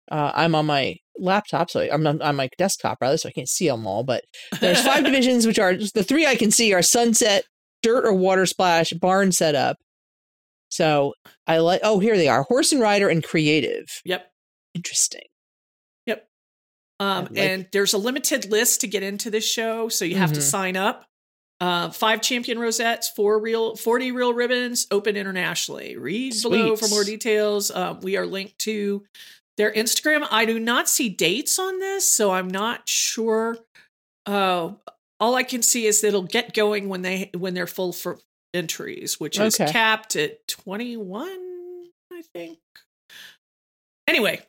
Speaker 4: Uh, I'm on my laptop, so I'm on, on my desktop rather, so I can't see them all. But there's five divisions, which are the three I can see are sunset, dirt or water splash, barn setup. So I like. Oh, here they are: horse and rider and creative.
Speaker 3: yep
Speaker 4: Interesting. I
Speaker 3: um
Speaker 4: like-
Speaker 3: and there's a limited list to get into this show so you have to
Speaker 4: Mhm.
Speaker 3: sign up uh, five champion rosettes, four real, 40 real ribbons, open internationally. Read below for
Speaker 4: Sweet.
Speaker 3: more details. Um, we are linked to their Instagram. I do not see dates on this, so I'm not sure. Uh, all I can see is that it'll get going when they when they're full for entries, which is
Speaker 4: Okay.
Speaker 3: capped at 21, I think. Anyway,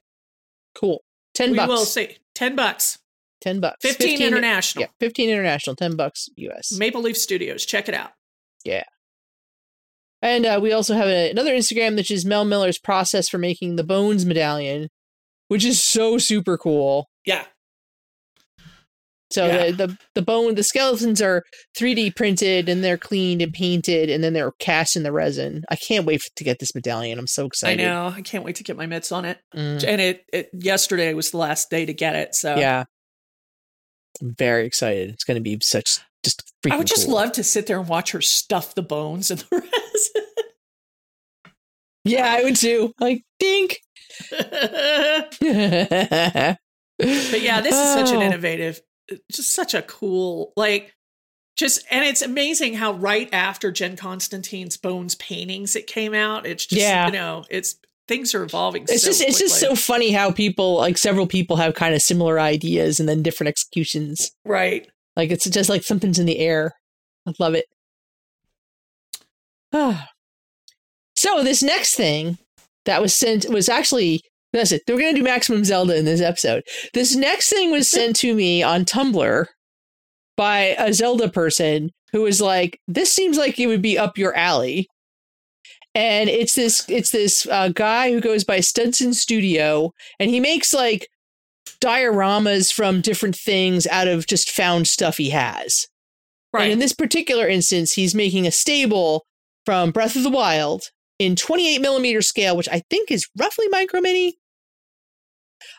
Speaker 4: Cool. Ten
Speaker 3: we
Speaker 4: bucks.
Speaker 3: will see. 10 bucks,
Speaker 4: Ten bucks.
Speaker 3: 15, international.
Speaker 4: Yeah, fifteen international. Ten bucks U.S.
Speaker 3: Maple Leaf Studios. Check it out.
Speaker 4: And uh, we also have a, another Instagram, which is Mel Miller's process for making the Bones medallion, which is so super cool.
Speaker 3: Yeah.
Speaker 4: So
Speaker 3: Yeah.
Speaker 4: the, the the bone, the skeletons are 3D printed and they're cleaned and painted, and then they're cast in the resin. I can't wait to get this medallion. I'm so excited.
Speaker 3: I know. I can't wait to get my mitts on it.
Speaker 4: Mm,
Speaker 3: And it, it yesterday was the last day to get it. So
Speaker 4: yeah, I'm very excited. It's going to be such just. Freaking
Speaker 3: I would just
Speaker 4: cool.
Speaker 3: love to sit there and watch her stuff the bones and the
Speaker 4: Yeah, I would too. Like dink.
Speaker 3: rest.
Speaker 4: but
Speaker 3: but yeah, this is
Speaker 4: Oh.
Speaker 3: such an innovative, just such a cool, like just and it's amazing how right after Jen Constantine's bones paintings it came out. It's just
Speaker 4: Yeah.
Speaker 3: you know, it's things are evolving.
Speaker 4: it's
Speaker 3: so
Speaker 4: just it's just so
Speaker 3: quickly.
Speaker 4: funny how people like several people have kind of similar ideas and then different executions
Speaker 3: right.
Speaker 4: like it's just like something's in the air i love it Ah. so this next thing that was sent was actually that's it we're gonna do maximum zelda in this episode this next thing was sent to me on tumblr by a zelda person who was like this seems like it would be up your alley and it's this it's this uh, guy who goes by Studson Studio, and he makes like dioramas from different things out of just found stuff he has. And in this particular instance, he's making a stable from Breath of the Wild in 28 millimeter scale, which I think is roughly micro mini.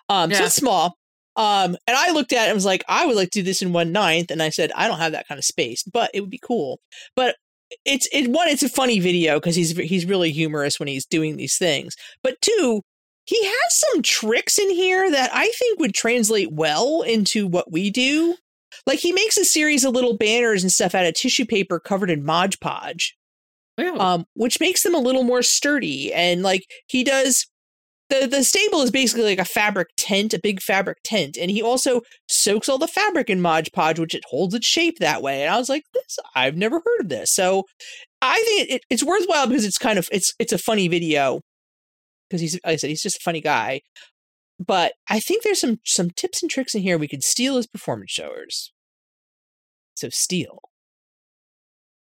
Speaker 4: Um, so
Speaker 3: Yeah.
Speaker 4: it's small. Um, and I looked at it and was like, I would like to do this in one ninth. And I said, I don't have that kind of space, but it would be cool. But it's it one, it's a funny video because he's he's really humorous when he's doing these things. But two, he has some tricks in here that I think would translate well into what we do. Like he makes a series of little banners and stuff out of tissue paper covered in Mod Podge
Speaker 3: Ew.
Speaker 4: um, which makes them a little more sturdy. And like he does, the the stable is basically like a fabric tent, a big fabric tent, and he also soaks all the fabric in Mod Podge, which it holds its shape that way. And I was like, this I've never heard of this. So I think it, it's worthwhile because it's kind of it's it's a funny video because he's like I said he's just a funny guy. But I think there's some some tips and tricks in here we could steal as performance showers. So steal,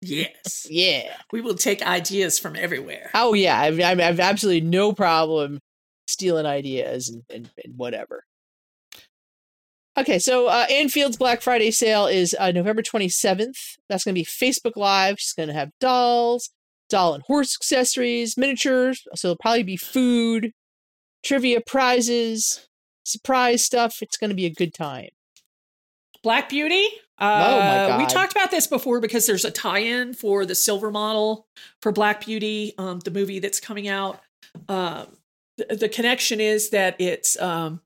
Speaker 3: yes.
Speaker 4: yeah.
Speaker 3: We will take ideas from everywhere.
Speaker 4: Oh yeah, I mean, I have absolutely no problem stealing ideas and, and, and whatever. Okay, so uh, Anfield's Black Friday sale is uh, November 27th. That's going to be Facebook Live. She's going to have dolls, doll and horse accessories, miniatures. So it'll probably be food, trivia prizes, surprise stuff. It's going to be a good time.
Speaker 3: Black Beauty.
Speaker 4: my
Speaker 3: Uh, We
Speaker 4: God.
Speaker 3: talked about this before because there's a tie-in for the silver model for Black Beauty, um, the movie that's coming out. Um, the, the connection is that it's um,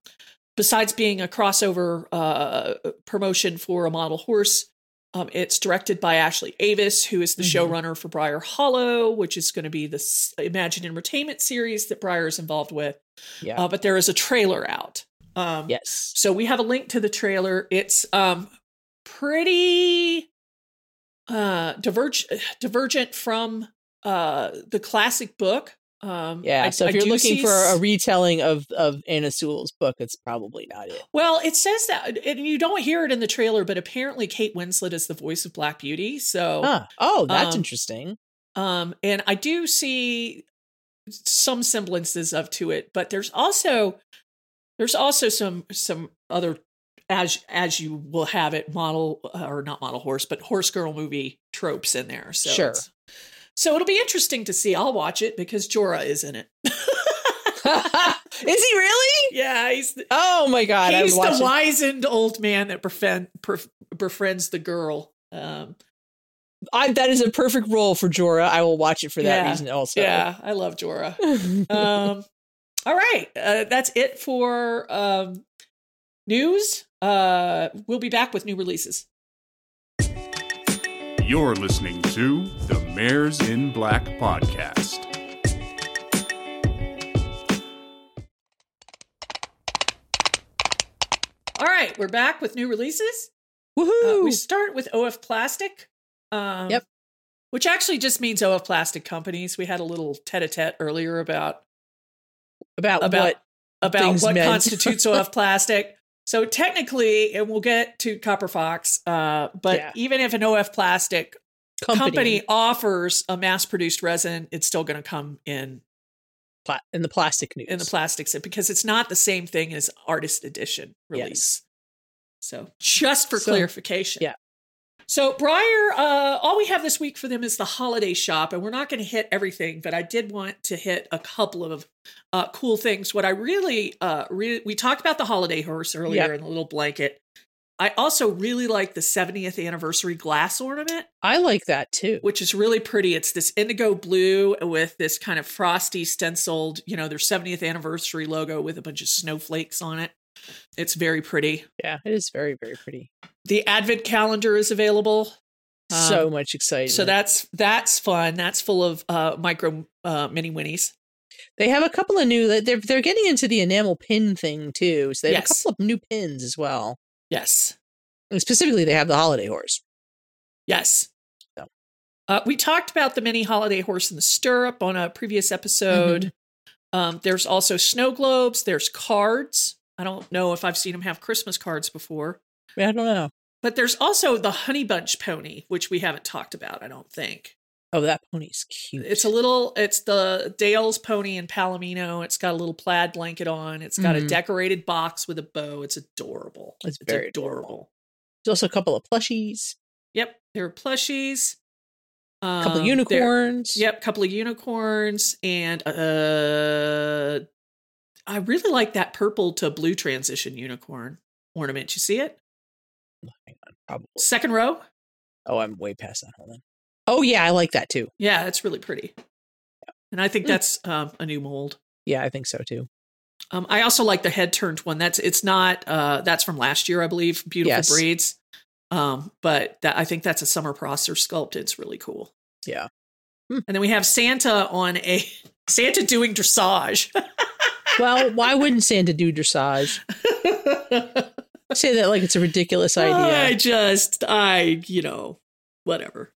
Speaker 3: besides being a crossover uh, promotion for a model horse, um, it's directed by Ashley Avis, who is the
Speaker 4: Mhm.
Speaker 3: showrunner for Briar Hollow, which is going to be the s- Imagine Entertainment series that Briar is involved with.
Speaker 4: Yeah.
Speaker 3: Uh, but there is a trailer out. Um,
Speaker 4: yes.
Speaker 3: so we have a link to the trailer. It's um pretty uh diverge divergent from uh the classic book. Um
Speaker 4: Yeah.
Speaker 3: I-
Speaker 4: so if
Speaker 3: I
Speaker 4: you're
Speaker 3: do
Speaker 4: looking
Speaker 3: see
Speaker 4: for a
Speaker 3: s-
Speaker 4: retelling of of Anna Sewell's book, it's probably not it.
Speaker 3: well, it says that and you don't hear it in the trailer, but apparently Kate Winslet is the voice of Black Beauty. So
Speaker 4: Huh. Oh, that's
Speaker 3: Um,
Speaker 4: interesting.
Speaker 3: Um, and I do see some semblances of to it, but there's also there's also some some other as as you will have it model uh, or not model horse but horse girl movie tropes in there. So
Speaker 4: Sure.
Speaker 3: it's- So it'll be interesting to see. I'll watch it because Jorah is in it.
Speaker 4: is he really?
Speaker 3: yeah, he's the,
Speaker 4: Oh my god! I
Speaker 3: he's
Speaker 4: was
Speaker 3: the
Speaker 4: watching.
Speaker 3: wizened old man that befriend, bef- befriends the girl. Um,
Speaker 4: I, that is a perfect role for Jorah. I will watch it for that
Speaker 3: Yeah.
Speaker 4: reason also. Uh,
Speaker 3: yeah, I love Jorah. um, all right, uh, that's it for um, news. Uh, we'll be back with new releases.
Speaker 5: You're listening to the Mares in Black podcast.
Speaker 3: All right, we're back with new releases. Uh,
Speaker 4: Woohoo!
Speaker 3: we start with OF Plastic. Um,
Speaker 4: Yep.
Speaker 3: Which actually just means OF Plastic Companies. We had a little tete-a-tete earlier about
Speaker 4: about,
Speaker 3: about
Speaker 4: what?
Speaker 3: about
Speaker 4: things
Speaker 3: what
Speaker 4: meant.
Speaker 3: constitutes OF plastic. So technically, and we'll get to Copper Fox, uh, but
Speaker 4: Yeah.
Speaker 3: even if an OF plastic
Speaker 4: Company,
Speaker 3: company offers a mass produced resin, it's still going to come in
Speaker 4: pla- in the plastic news.
Speaker 3: in the plastics because it's not the same thing as artist edition release. So just for
Speaker 4: So-
Speaker 3: clarification.
Speaker 4: yeah.
Speaker 3: So Briar, uh, all we have this week for them is the holiday shop, and we're not going to hit everything, but I did want to hit a couple of uh, cool things. What I really, uh, re- we talked about the holiday horse earlier
Speaker 4: Yeah.
Speaker 3: in the little blanket. I also really like the 70th anniversary glass ornament
Speaker 4: I like that too.
Speaker 3: which is really pretty. It's this indigo blue with this kind of frosty stenciled, you know, their 70th anniversary logo with a bunch of snowflakes on it. It's very pretty.
Speaker 4: Yeah, it is very very pretty.
Speaker 3: The advent calendar is available. Um,
Speaker 4: so much exciting.
Speaker 3: so that's that's fun. That's full of uh micro uh mini winnies.
Speaker 4: they have a couple of new. They're they're getting into the enamel pin thing too. So they have
Speaker 3: Yes.
Speaker 4: a couple of new pins as well.
Speaker 3: Yes.
Speaker 4: And specifically, they have the holiday horse.
Speaker 3: Yes.
Speaker 4: So.
Speaker 3: Uh, we talked about the mini holiday horse in the stirrup on a previous episode. Um, there's also snow globes. There's cards. I don't know if I've seen them have Christmas cards before.
Speaker 4: I don't know.
Speaker 3: But there's also the Honey Bunch pony, which we haven't talked about, I don't think.
Speaker 4: Oh, that pony's cute.
Speaker 3: It's a little, it's the Dale's pony in Palomino. It's got a little plaid blanket on. It's got a
Speaker 4: Mhm.
Speaker 3: decorated box with a bow. It's adorable.
Speaker 4: It's very
Speaker 3: adorable.
Speaker 4: There's also a couple of plushies.
Speaker 3: Yep, there were plushies. Um,
Speaker 4: A couple
Speaker 3: there-
Speaker 4: unicorns.
Speaker 3: Yep, couple of unicorns and uh I really like that purple to blue transition unicorn ornament. You see it?
Speaker 4: Hang on, Oh probably.
Speaker 3: Second row?
Speaker 4: Oh, I'm way past that. Hold on. Oh yeah, I like that too.
Speaker 3: Yeah, that's really pretty. And I think
Speaker 4: Mm.
Speaker 3: that's um, a new mold.
Speaker 4: Yeah, I think so too.
Speaker 3: Um, I also like the head turned one. That's it's not uh that's from last year, I believe. Beautiful
Speaker 4: Yes.
Speaker 3: breeds. Um, but that I think that's a summer prosser sculpt. It's really cool.
Speaker 4: Yeah. Hmm.
Speaker 3: And then we have Santa on a Santa doing dressage.
Speaker 4: Well, why wouldn't Santa do dressage? Say that like it's a ridiculous
Speaker 3: I
Speaker 4: idea.
Speaker 3: just, I, you know, whatever.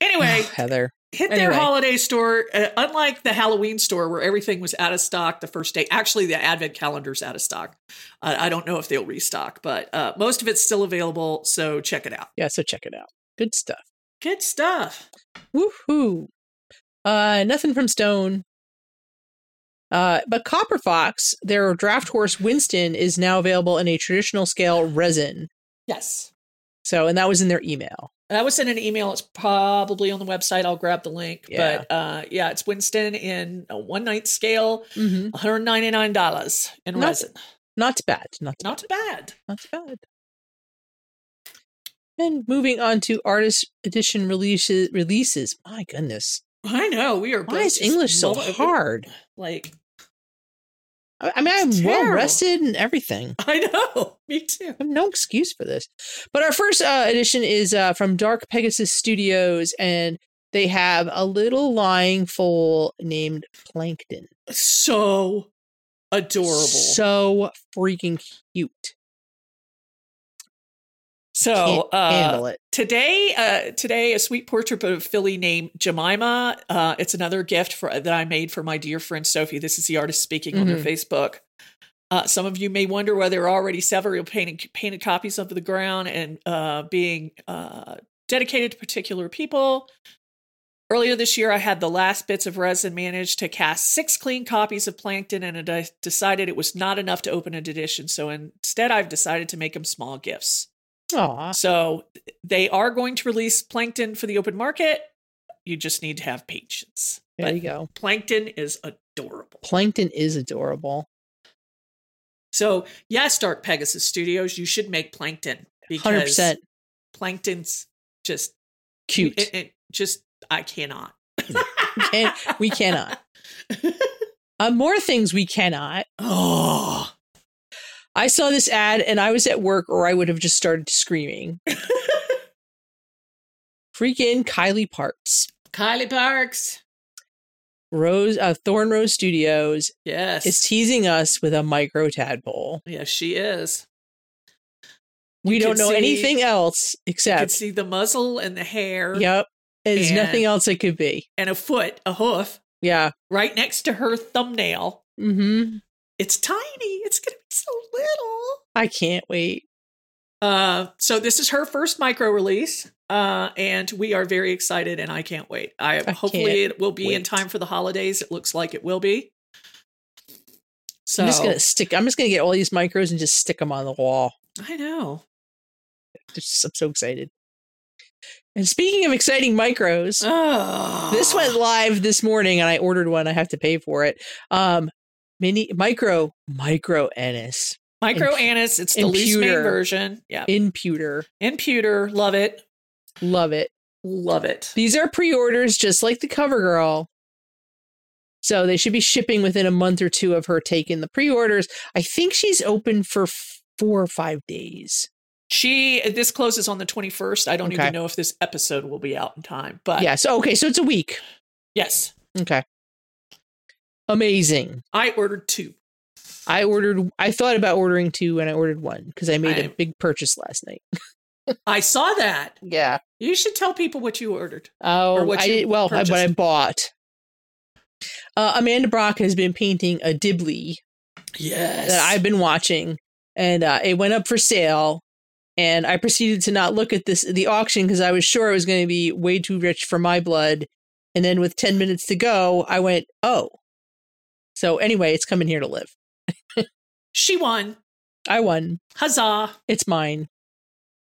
Speaker 3: Anyway,
Speaker 4: Ah, Heather.
Speaker 3: hit their
Speaker 4: Anyway.
Speaker 3: holiday store. Uh, unlike the Halloween store where everything was out of stock the first day, actually, the advent calendar's out of stock. Uh, I don't know if they'll restock, but uh, most of it's still available. So check it out.
Speaker 4: Yeah, so check it out. Good stuff.
Speaker 3: Good stuff.
Speaker 4: Woohoo. Uh nothing from Stone. Uh but Copper Fox, their draft horse Winston is now available in a traditional scale resin.
Speaker 3: Yes.
Speaker 4: So and that was in their email.
Speaker 3: That was in an email. It's probably on the website. I'll grab the link.
Speaker 4: Yeah.
Speaker 3: But uh, yeah, it's Winston in a one night scale,
Speaker 4: Mm-hmm.
Speaker 3: $199 in
Speaker 4: Not-
Speaker 3: resin.
Speaker 4: Not bad. Not bad.
Speaker 3: Not bad.
Speaker 4: Not bad. And moving on to artist edition releases releases. My goodness.
Speaker 3: I know we are.
Speaker 4: Why
Speaker 3: both
Speaker 4: is
Speaker 3: just
Speaker 4: English so
Speaker 3: mull-
Speaker 4: hard?
Speaker 3: Like
Speaker 4: I I mean, I'm
Speaker 3: It's
Speaker 4: well
Speaker 3: terrible.
Speaker 4: rested and everything.
Speaker 3: I know, me too.
Speaker 4: I have no excuse for this. But our first uh, edition is uh, from Dark Pegasus Studios, and they have a little lying foal named Plankton.
Speaker 3: So adorable. So,
Speaker 4: So freaking cute. Can't
Speaker 3: uh,
Speaker 4: handle it.
Speaker 3: today, uh, today, a sweet portrait of a filly named Jemima. Uh, it's another gift for, that I made for my dear friend Sophie. This is the artist speaking on her Facebook. Uh, some of you may wonder whether there are already several painted, painted copies of the ground and uh, being uh, dedicated to particular people. Earlier this year, I had the last bits of resin managed to cast six clean copies of Plankton, and I decided it was not enough to open an edition. So instead, I've decided to make them small gifts.
Speaker 4: Aw.
Speaker 3: So they are going to release Plankton for the open market. You just need to have patience.
Speaker 4: There you
Speaker 3: But
Speaker 4: go.
Speaker 3: Plankton is adorable.
Speaker 4: Plankton is adorable.
Speaker 3: So yes, Dark Pegasus Studios, you should make Plankton
Speaker 4: Hundred
Speaker 3: because
Speaker 4: percent
Speaker 3: Plankton's just
Speaker 4: cute.
Speaker 3: It, it just I cannot.
Speaker 4: and we cannot. Uh, more things we cannot.
Speaker 3: Oh,
Speaker 4: I saw this ad and I was at work or I would have just started screaming. Freaking Kylie Parts.
Speaker 3: Kylie Parks.
Speaker 4: Rose uh, Thorn Rose Studios
Speaker 3: Yes.
Speaker 4: is teasing us with a micro tadpole.
Speaker 3: yes, she is.
Speaker 4: We
Speaker 3: You
Speaker 4: don't
Speaker 3: can
Speaker 4: know
Speaker 3: see-
Speaker 4: anything else
Speaker 3: You can
Speaker 4: except
Speaker 3: see the muzzle and the hair
Speaker 4: yep. There's
Speaker 3: And-
Speaker 4: nothing else it could be.
Speaker 3: and a foot, a hoof,
Speaker 4: Yeah.
Speaker 3: right next to her thumbnail.
Speaker 4: Mm-hmm.
Speaker 3: It's tiny. It's gonna be so little.
Speaker 4: I can't wait.
Speaker 3: Uh, so this is her first micro release, uh, and we are very excited, and I can't wait. I,
Speaker 4: I can't
Speaker 3: hopefully it will be in
Speaker 4: wait.
Speaker 3: time for the holidays. It looks like it will be. So
Speaker 4: I'm just gonna stick. I'm just gonna get all these micros and just stick them on the wall.
Speaker 3: I know.
Speaker 4: Just, I'm so excited. And speaking of exciting micros,
Speaker 3: Oh.
Speaker 4: this went live this morning and I ordered one. I have to pay for it. Um mini micro micro Ennis
Speaker 3: micro
Speaker 4: imp-
Speaker 3: anise. It's the
Speaker 4: in
Speaker 3: loose main
Speaker 4: pewter.
Speaker 3: version. Yeah,
Speaker 4: in pewter.
Speaker 3: in pewter. Love it.
Speaker 4: Love it.
Speaker 3: Love it.
Speaker 4: These are pre-orders just like the cover girl. So they should be shipping within a month or two of her taking the pre-orders. I think she's open for f- four or five days.
Speaker 3: She this closes on the twenty first. I don't
Speaker 4: Okay.
Speaker 3: even know if this episode will be out in time, but
Speaker 4: Yes. Okay, so it's a week.
Speaker 3: yes,
Speaker 4: Okay. Amazing.
Speaker 3: I ordered two.
Speaker 4: I ordered I thought about ordering two and I ordered one because I made a
Speaker 3: I'm-
Speaker 4: big purchase last night.
Speaker 3: I saw that.
Speaker 4: Yeah.
Speaker 3: You should tell people what you ordered.
Speaker 4: Oh,
Speaker 3: what
Speaker 4: I
Speaker 3: you
Speaker 4: did, well, I- what I
Speaker 3: purchased.
Speaker 4: bought. Uh, Amanda Brock has been painting a Dibley
Speaker 3: Yes.
Speaker 4: that I've been watching, and uh, it went up for sale. And I proceeded to not look at this the auction because I was sure it was going to be way too rich for my blood. And then with ten minutes to go, I went, "Oh." So anyway, it's coming here to live.
Speaker 3: She won.
Speaker 4: I won.
Speaker 3: Huzzah.
Speaker 4: It's mine.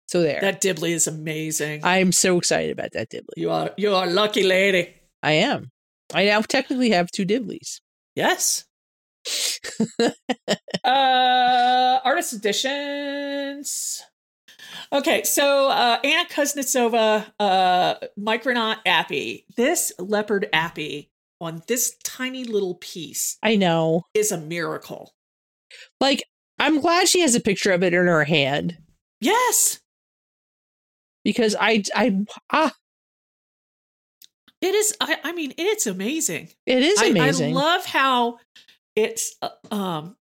Speaker 4: So there.
Speaker 3: That Dibley is amazing.
Speaker 4: I'm so excited about that Dibley.
Speaker 3: you are you are a lucky lady.
Speaker 4: I am. I now technically have two Dibleys.
Speaker 3: Yes. uh artist editions. Okay, so uh Anna Kuznetsova, uh Micronaut Appy. This leopard appy on this tiny little piece
Speaker 4: I know.
Speaker 3: is a miracle.
Speaker 4: Like, I'm glad she has a picture of it in her hand
Speaker 3: Yes.
Speaker 4: because I, I, ah,
Speaker 3: It is I, I mean it's amazing.
Speaker 4: it is
Speaker 3: I-
Speaker 4: amazing.
Speaker 3: I, love how it's uh, um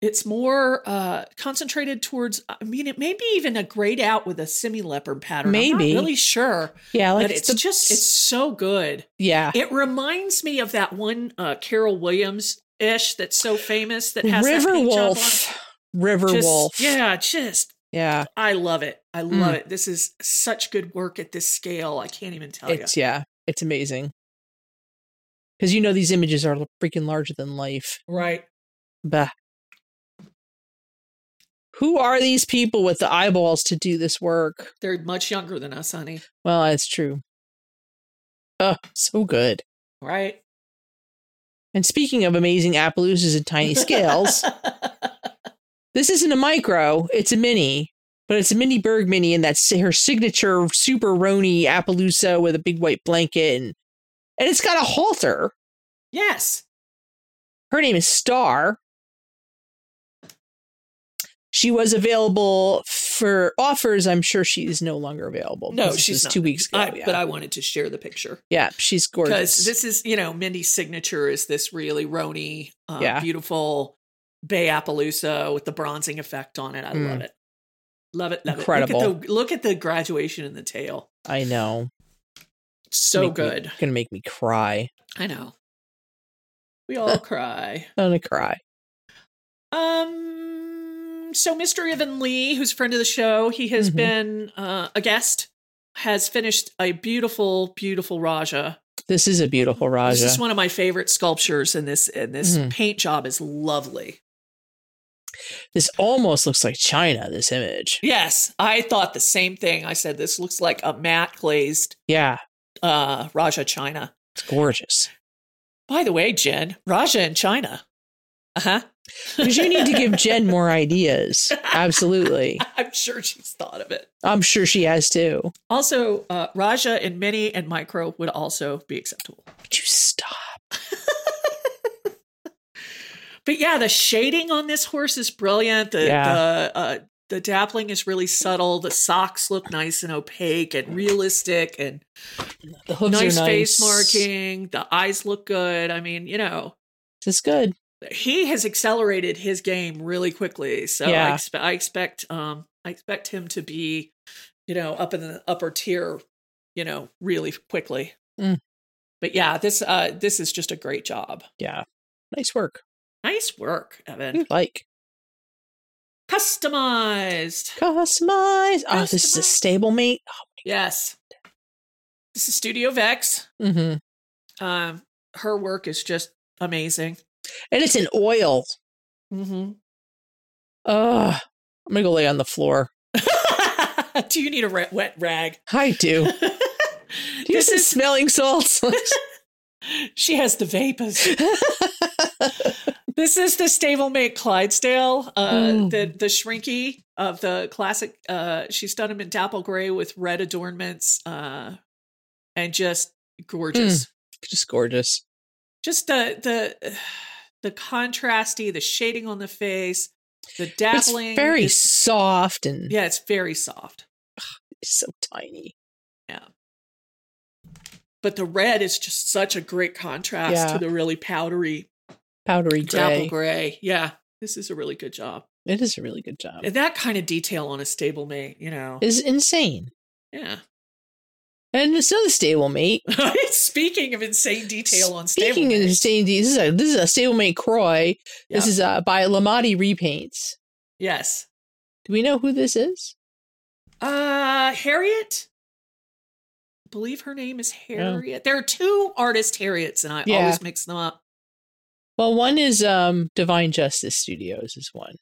Speaker 3: it's more uh concentrated towards uh, I mean it may be even a grayed out with a semi leopard pattern. I'm
Speaker 4: Maybe.
Speaker 3: not really sure.
Speaker 4: yeah, like
Speaker 3: but it's
Speaker 4: the-
Speaker 3: just it's so good.
Speaker 4: yeah,
Speaker 3: It reminds me of that one uh Carol Williams ish that's so famous that has that
Speaker 4: River
Speaker 3: paint job
Speaker 4: Wolf, River
Speaker 3: on. Just-
Speaker 4: Wolf. Mm.
Speaker 3: Yeah, just
Speaker 4: yeah,
Speaker 3: I love it. I love it. This is such good work at this scale. I can't even tell you.
Speaker 4: it's yeah, it's amazing. Because you know these images are freaking larger than life.
Speaker 3: Right.
Speaker 4: Bah. Who are these people with the eyeballs to do this work?
Speaker 3: They're much younger than us, honey.
Speaker 4: Well, that's true. Oh, so good.
Speaker 3: Right?
Speaker 4: And speaking of amazing Appaloosas in tiny scales, this isn't a micro, it's a mini, but it's a mini Berg mini, and that's her signature super rony Appaloosa with a big white blanket. And, and it's got a halter.
Speaker 3: yes.
Speaker 4: Her name is Star. She was available for offers. I'm sure she is no longer available.
Speaker 3: No,
Speaker 4: because Oh, this
Speaker 3: she's
Speaker 4: was
Speaker 3: not.
Speaker 4: two weeks ago.
Speaker 3: I,
Speaker 4: yeah.
Speaker 3: But I wanted to share the picture
Speaker 4: yeah, she's
Speaker 3: because
Speaker 4: gorgeous.
Speaker 3: this is, you know, Mindy's signature is this really rony, uh,
Speaker 4: Yeah.
Speaker 3: beautiful Bay Appaloosa with the bronzing effect on it. I
Speaker 4: Mm.
Speaker 3: love it. Love it. Love It.
Speaker 4: Incredible.
Speaker 3: Look at, the, look at the graduation in the tail.
Speaker 4: I know.
Speaker 3: So
Speaker 4: Make me-
Speaker 3: good.
Speaker 4: gonna make me cry.
Speaker 3: I know. We all cry.
Speaker 4: I'm gonna cry.
Speaker 3: Um. So, Mr. Evan Lee, who's a friend of the show, he has
Speaker 4: Mhm.
Speaker 3: been uh, a guest, has finished a beautiful, beautiful Raja.
Speaker 4: This is a beautiful Raja.
Speaker 3: This is one of my favorite sculptures, and this and this
Speaker 4: Mhm.
Speaker 3: paint job is lovely.
Speaker 4: This almost looks like China, this image.
Speaker 3: Yes, I thought the same thing. I said this looks like a matte glazed
Speaker 4: Yeah,
Speaker 3: uh, Raja China.
Speaker 4: it's gorgeous.
Speaker 3: By the way, Jen, Raja in China. Uh huh.
Speaker 4: Because you need to give Jen more ideas. Absolutely.
Speaker 3: I'm sure she's thought of it.
Speaker 4: I'm sure she has too.
Speaker 3: Also, uh, Raja in mini and micro would also be acceptable.
Speaker 4: Would you stop?
Speaker 3: But yeah, the shading on this horse is brilliant. The
Speaker 4: Yeah.
Speaker 3: the uh, the dappling is really subtle. The socks look nice and opaque and realistic, and
Speaker 4: The hooves
Speaker 3: nice,
Speaker 4: are nice.
Speaker 3: face marking. The eyes look good. I mean, you know,
Speaker 4: This is good.
Speaker 3: he has accelerated his game really quickly. So I,
Speaker 4: Yeah.
Speaker 3: expe- I expect um I expect him to be, you know, up in the upper tier, you know, really quickly.
Speaker 4: Mm.
Speaker 3: But yeah, this uh this is just a great job.
Speaker 4: Yeah. Nice work.
Speaker 3: Nice work, Evan.
Speaker 4: You like.
Speaker 3: Customized.
Speaker 4: Customize. Oh, this is a
Speaker 3: Customize.
Speaker 4: stable mate.
Speaker 3: Yes. This is Studio Vex.
Speaker 4: Mm-hmm.
Speaker 3: Um, her work is just amazing.
Speaker 4: And it's an oil.
Speaker 3: Mm-hmm.
Speaker 4: Ugh. I'm going to go lay on the floor.
Speaker 3: Do you need a ra- wet rag?
Speaker 4: I do. Do you
Speaker 3: this
Speaker 4: some
Speaker 3: is
Speaker 4: smelling salts?
Speaker 3: she has the vapors. this is the stablemate Clydesdale, uh,
Speaker 4: Mm.
Speaker 3: the the shrinky of the classic. Uh, she's done him in dapple gray with red adornments, uh, and just gorgeous.
Speaker 4: Hmm. Just gorgeous.
Speaker 3: just the the the contrasty, the shading on the face, the
Speaker 4: It's
Speaker 3: dabbling.
Speaker 4: very
Speaker 3: is-
Speaker 4: soft and
Speaker 3: yeah, it's very soft.
Speaker 4: so tiny.
Speaker 3: But the red is just such a great contrast
Speaker 4: Yeah.
Speaker 3: to the really powdery
Speaker 4: Powdery
Speaker 3: dapple
Speaker 4: gray.
Speaker 3: gray. Yeah, this is a really good job.
Speaker 4: It is a really good job.
Speaker 3: And that kind of detail on a stablemate, you know.
Speaker 4: Is insane.
Speaker 3: yeah.
Speaker 4: And it's another stable mate.
Speaker 3: Speaking of insane detail on
Speaker 4: Speaking of
Speaker 3: stablemates.
Speaker 4: insane, this is a this is a stablemate Croy. This
Speaker 3: Yeah.
Speaker 4: is uh, by Lamati Repaints.
Speaker 3: yes.
Speaker 4: Do we know who this is?
Speaker 3: Uh Harriet. I believe her name is Harriet. There are two artist Harriets, and I
Speaker 4: Yeah.
Speaker 3: always mix them up.
Speaker 4: Well, one is um Divine Justice Studios is one.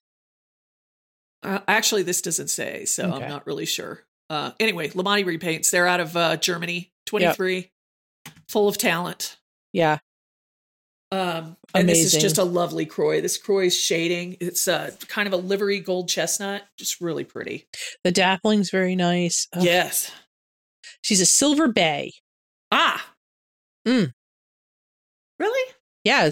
Speaker 3: Uh, actually, this doesn't say, so
Speaker 4: Okay.
Speaker 3: I'm not really sure. Uh, anyway, Lamani repaints. They're out of uh, Germany, 23, full of talent.
Speaker 4: Yeah.
Speaker 3: Um, and this
Speaker 4: Amazing.
Speaker 3: is just a lovely Croy. This Croy's shading. It's uh, kind of a livery gold chestnut, just really pretty.
Speaker 4: The dappling's very nice. Ugh.
Speaker 3: Yes.
Speaker 4: She's a silver bay.
Speaker 3: Ah.
Speaker 4: Mm.
Speaker 3: Really?
Speaker 4: Yeah.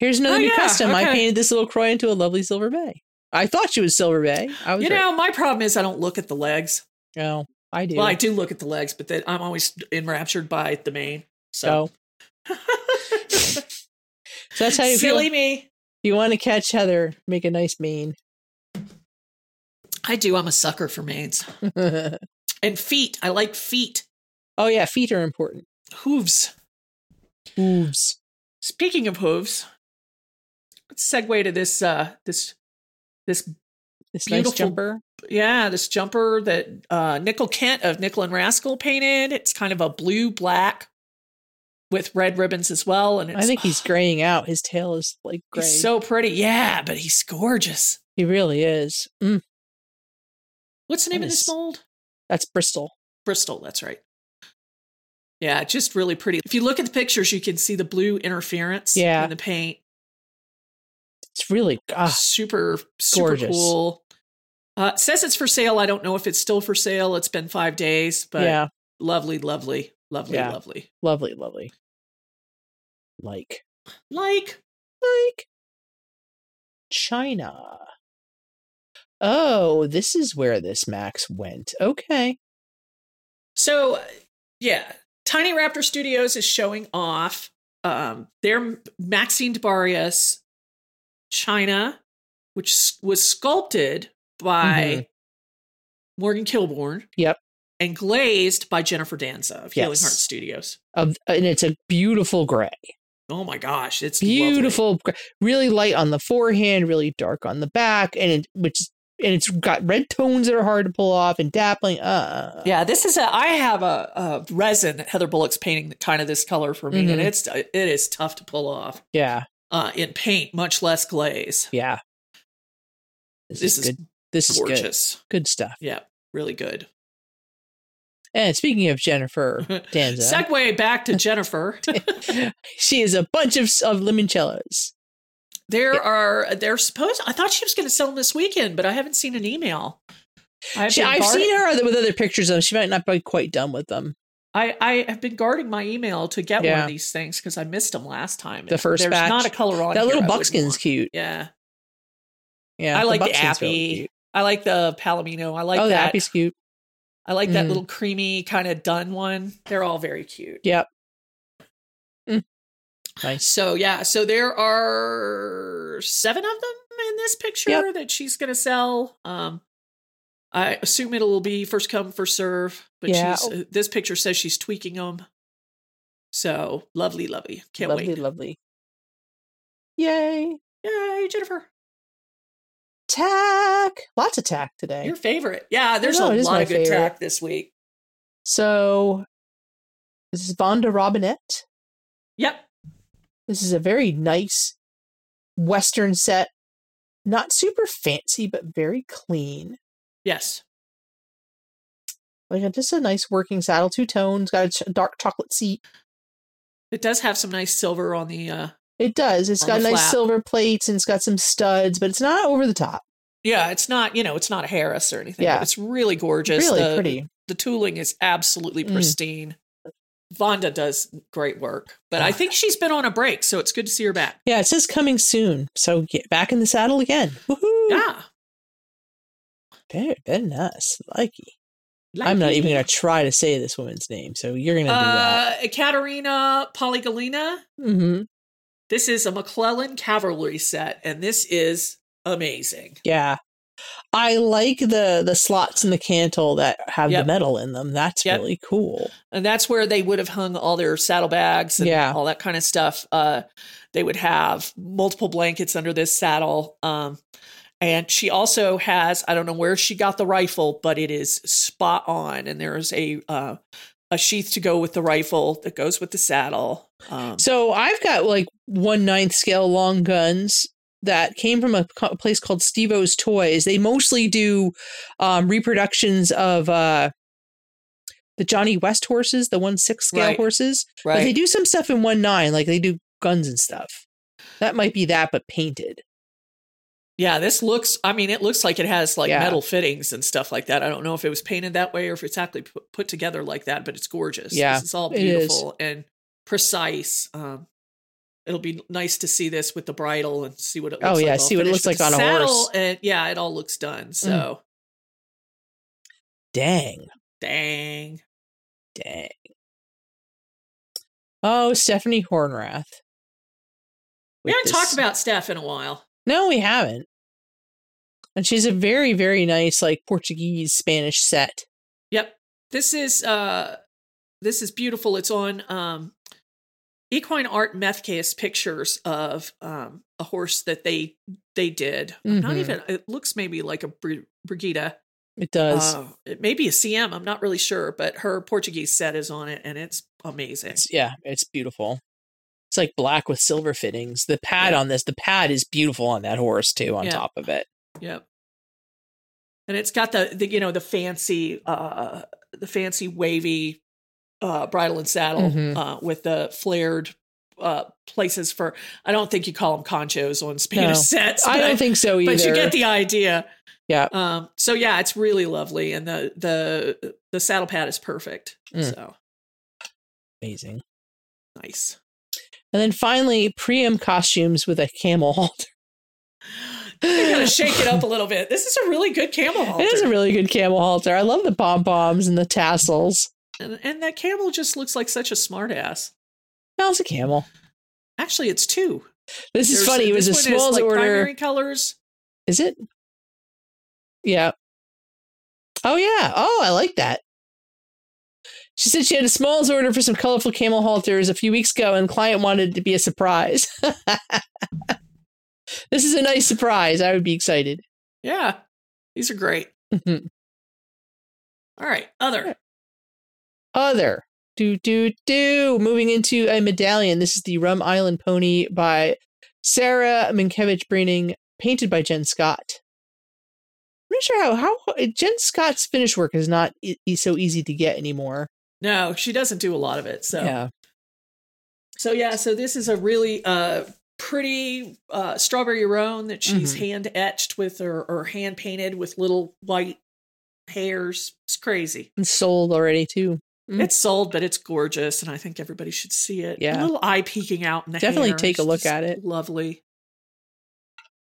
Speaker 4: Here's another
Speaker 3: Oh,
Speaker 4: new
Speaker 3: yeah,
Speaker 4: custom. I
Speaker 3: okay.
Speaker 4: painted this little croy into a lovely silver bay. I thought she was silver bay. I was
Speaker 3: You
Speaker 4: right.
Speaker 3: know, my problem is I don't look at the legs.
Speaker 4: No, Oh, I do.
Speaker 3: Well, I do look at the legs, but then I'm always enraptured by the mane. So,
Speaker 4: so. so that's how you feel.
Speaker 3: silly
Speaker 4: If
Speaker 3: me.
Speaker 4: you want to catch Heather, make a nice mane.
Speaker 3: I do. I'm a sucker for manes
Speaker 4: oh
Speaker 3: and feet. I like feet,
Speaker 4: yeah, feet are important.
Speaker 3: hooves.
Speaker 4: Hooves.
Speaker 3: Speaking of hooves, let's segue to this. Uh, this, this,
Speaker 4: This
Speaker 3: Beautiful
Speaker 4: nice jumper.
Speaker 3: yeah, this jumper that uh, Nickel Kent of Nickel and Rascal painted. It's kind of a blue black with red ribbons as well, and it's,
Speaker 4: I think he's graying out. His tail is like gray.
Speaker 3: he's so pretty. Yeah, but he's gorgeous.
Speaker 4: he really is. Mm,
Speaker 3: What's the name
Speaker 4: That
Speaker 3: of this
Speaker 4: is-
Speaker 3: mold?
Speaker 4: that's Bristol.
Speaker 3: Bristol. That's right. Yeah, just really pretty. If you look at the pictures, you can see the blue interference
Speaker 4: Yeah.
Speaker 3: in the paint.
Speaker 4: It's really ah,
Speaker 3: super super
Speaker 4: gorgeous.
Speaker 3: cool. Uh, it says it's for sale. I don't know if it's still for sale. It's been five days, but
Speaker 4: yeah,
Speaker 3: lovely, lovely, lovely,
Speaker 4: Yeah.
Speaker 3: lovely.
Speaker 4: lovely, lovely. Like
Speaker 3: Like
Speaker 4: like China. Oh, this is where this Max went. Okay.
Speaker 3: so, uh, yeah. Tiny Raptor Studios is showing off um, their Maxine Debarius China, which s- was sculpted by Morgan Kilborn.
Speaker 4: Mm-hmm. Yep.
Speaker 3: And glazed by Jennifer Danza of Healing
Speaker 4: Yes.
Speaker 3: Heart Studios.
Speaker 4: Of, and it's a beautiful gray.
Speaker 3: Oh my gosh, it's lovely.
Speaker 4: beautiful gra- really light on the forehand really dark on the back and it which and it's got red tones that are hard to pull off and dappling uh
Speaker 3: Yeah, this is a. I have a, a resin that Heather Bullock's painting kind of this color for me, and
Speaker 4: Mhm.
Speaker 3: it's it is tough to pull off
Speaker 4: yeah
Speaker 3: uh, in paint, much less glaze.
Speaker 4: yeah this,
Speaker 3: This
Speaker 4: is,
Speaker 3: is
Speaker 4: good this is good
Speaker 3: Gorgeous,
Speaker 4: good stuff
Speaker 3: yeah, really good.
Speaker 4: and speaking of jennifer danza
Speaker 3: Segue back to Jennifer.
Speaker 4: she is a bunch of s- of limoncellos
Speaker 3: there are they're supposed. I thought she was going to sell them this weekend, but I haven't seen an email. I've,
Speaker 4: She-
Speaker 3: been
Speaker 4: i've
Speaker 3: guard-
Speaker 4: seen her other, with other pictures of them she might not be quite done with them
Speaker 3: I, I have been guarding my email to get one
Speaker 4: Yeah.
Speaker 3: of these things because I missed them last time.
Speaker 4: The first
Speaker 3: There's
Speaker 4: batch.
Speaker 3: not a color on
Speaker 4: that
Speaker 3: here
Speaker 4: little
Speaker 3: I wouldn't
Speaker 4: buckskin's
Speaker 3: want.
Speaker 4: cute
Speaker 3: Yeah,
Speaker 4: yeah
Speaker 3: I like the
Speaker 4: buckskin's really
Speaker 3: appy.
Speaker 4: cute.
Speaker 3: I like the Palomino. I like
Speaker 4: oh the
Speaker 3: that.
Speaker 4: appy's cute
Speaker 3: I like that
Speaker 4: Mm.
Speaker 3: little creamy kind of done one. They're all very cute.
Speaker 4: yep Mm. nice
Speaker 3: So yeah, so there are seven of them in this picture
Speaker 4: Yep.
Speaker 3: that she's gonna sell. Um, I assume it'll be first come first serve, but
Speaker 4: Yeah. oh.
Speaker 3: she's, uh, this picture says she's tweaking them. So lovely, lovely. Can't
Speaker 4: lovely
Speaker 3: wait.
Speaker 4: lovely yay
Speaker 3: Yay, Jennifer,
Speaker 4: tack. Lots of tack today.
Speaker 3: your favorite. Yeah, there's
Speaker 4: know,
Speaker 3: a
Speaker 4: it is
Speaker 3: lot
Speaker 4: my
Speaker 3: of good
Speaker 4: favorite.
Speaker 3: tack this week.
Speaker 4: so this is Vonda Robinette.
Speaker 3: Yep.
Speaker 4: This is a very nice Western set. Not super fancy, but very clean.
Speaker 3: Yes.
Speaker 4: Like a, just a nice working saddle, two tones, got a ch- dark chocolate seat.
Speaker 3: It does have some nice silver on the uh
Speaker 4: It does. It's
Speaker 3: On
Speaker 4: got
Speaker 3: the
Speaker 4: nice
Speaker 3: flap.
Speaker 4: silver plates and it's got some studs, but it's not over the top.
Speaker 3: yeah, it's not, you know, it's not a Harris or anything.
Speaker 4: Yeah.
Speaker 3: but It's really gorgeous.
Speaker 4: really
Speaker 3: The-
Speaker 4: pretty.
Speaker 3: the tooling is absolutely
Speaker 4: Mm.
Speaker 3: pristine. Vonda does great work, but
Speaker 4: Ah.
Speaker 3: I think she's been on a break, so it's good to see her back.
Speaker 4: Yeah, it says coming soon. So get back in the saddle again. Woohoo!
Speaker 3: Yeah.
Speaker 4: Very, very nice. Likey. I'm not even going to try to say this woman's name, so you're going to do that.
Speaker 3: Uh, Katerina Polygalina.
Speaker 4: hmm
Speaker 3: This is a McClellan cavalry set, and this is amazing.
Speaker 4: Yeah, I like the the slots in the cantle that have
Speaker 3: Yep.
Speaker 4: the metal in them. That's
Speaker 3: Yep.
Speaker 4: really cool.
Speaker 3: And that's where they would have hung all their saddlebags and
Speaker 4: Yeah.
Speaker 3: all that kind of stuff. Uh, they would have multiple blankets under this saddle. Um, and she also has, I don't know where she got the rifle, but it is spot on. And there is a, uh, a sheath to go with the rifle that goes with the saddle. Um,
Speaker 4: So I've got like one ninth scale long guns that came from a co- place called Stevo's Toys. They mostly do um, reproductions of uh, the Johnny West horses, the one six scale
Speaker 2: Right.
Speaker 4: horses. But they do some stuff in one nine, like they do guns and stuff. That might be that, but painted.
Speaker 3: Yeah, this looks. I mean, it looks like it has like
Speaker 4: Yeah.
Speaker 3: metal fittings and stuff like that. I don't know if it was painted that way or if it's actually pu- put together like that, but it's gorgeous.
Speaker 4: Yeah,
Speaker 3: it's all
Speaker 4: it is.
Speaker 3: beautiful and precise. Um, it'll be nice to see this with the bridle and see what it.
Speaker 4: Oh,
Speaker 3: looks
Speaker 4: yeah,
Speaker 3: like all
Speaker 4: see what it
Speaker 3: finished.
Speaker 4: looks
Speaker 3: But
Speaker 4: like
Speaker 3: the
Speaker 4: on a
Speaker 3: saddle
Speaker 4: horse. Mm.
Speaker 3: And yeah, it all looks done. So
Speaker 4: Dang,
Speaker 3: dang,
Speaker 4: dang. Oh, Stephanie Hornrath.
Speaker 3: we
Speaker 4: With
Speaker 3: haven't
Speaker 4: this-
Speaker 3: talked about Steph in a while.
Speaker 4: No, we haven't. And she's a very, very nice, like Portuguese Spanish set.
Speaker 3: Yep. This is uh this is beautiful. It's on um Equine Art Methcast pictures of um a horse that they they did. Not
Speaker 4: Mhm.
Speaker 3: even it looks maybe like a Br- Brigida.
Speaker 4: It does.
Speaker 3: Uh, it may be a CM, I'm not really sure, but her Portuguese set is on it and it's amazing.
Speaker 4: It's- yeah, it's beautiful. It's like black with silver fittings. The pad
Speaker 3: Yeah.
Speaker 4: on this, the pad is beautiful on that horse too. On
Speaker 3: Yeah.
Speaker 4: top of it,
Speaker 3: Yep. And it's got the, the you know the fancy uh the fancy wavy uh bridle and saddle
Speaker 4: Mhm.
Speaker 3: uh with the flared uh places for I don't think you call them conchos on Spanish
Speaker 4: No.
Speaker 3: sets.
Speaker 4: I
Speaker 3: but-
Speaker 4: don't think so either.
Speaker 3: but you get the idea.
Speaker 4: yeah.
Speaker 3: Um so yeah, it's really lovely and the the the saddle pad is perfect.
Speaker 4: Mm.
Speaker 3: So
Speaker 4: Amazing.
Speaker 3: nice.
Speaker 4: And then finally, Priam costumes with a camel halter.
Speaker 3: I gotta shake it up a little bit. This is a really good camel halter.
Speaker 4: It is a really good camel halter. I love the pom poms and the tassels.
Speaker 3: and, and that camel just looks like such a smartass.
Speaker 4: No, it's a camel.
Speaker 3: Actually, it's two.
Speaker 4: This is
Speaker 3: There's-
Speaker 4: funny. It was a
Speaker 3: this one is,
Speaker 4: smalls
Speaker 3: like,
Speaker 4: order.
Speaker 3: Primary colors.
Speaker 4: Is it? Yeah. Oh yeah. Oh, I like that. She said she had a smalls order for some colorful camel halters a few weeks ago, and client wanted it to be a surprise. this is a nice surprise. I would be excited.
Speaker 3: Yeah, these are great.
Speaker 4: Mhm.
Speaker 3: All right, other.
Speaker 4: Other do do do. Moving into a medallion. This is the Rum Island Pony by Sarah Minkiewicz Breening, painted by Jen Scott. I'm not sure how how Jen Scott's finish work is not e- e- so easy to get anymore.
Speaker 3: No, she doesn't do a lot of it. So
Speaker 4: Yeah.
Speaker 3: so yeah. So this is a really uh pretty uh strawberry roan that she's
Speaker 4: Mhm.
Speaker 3: hand etched with or, or hand painted with little white hairs. It's crazy.
Speaker 4: And sold already too. Mm.
Speaker 3: It's sold, but it's gorgeous, and I think everybody should see it. a
Speaker 4: Yeah.
Speaker 3: little eye peeking out. In the
Speaker 4: Definitely
Speaker 3: hair.
Speaker 4: take a
Speaker 3: It's
Speaker 4: look
Speaker 3: just
Speaker 4: at it.
Speaker 3: Lovely.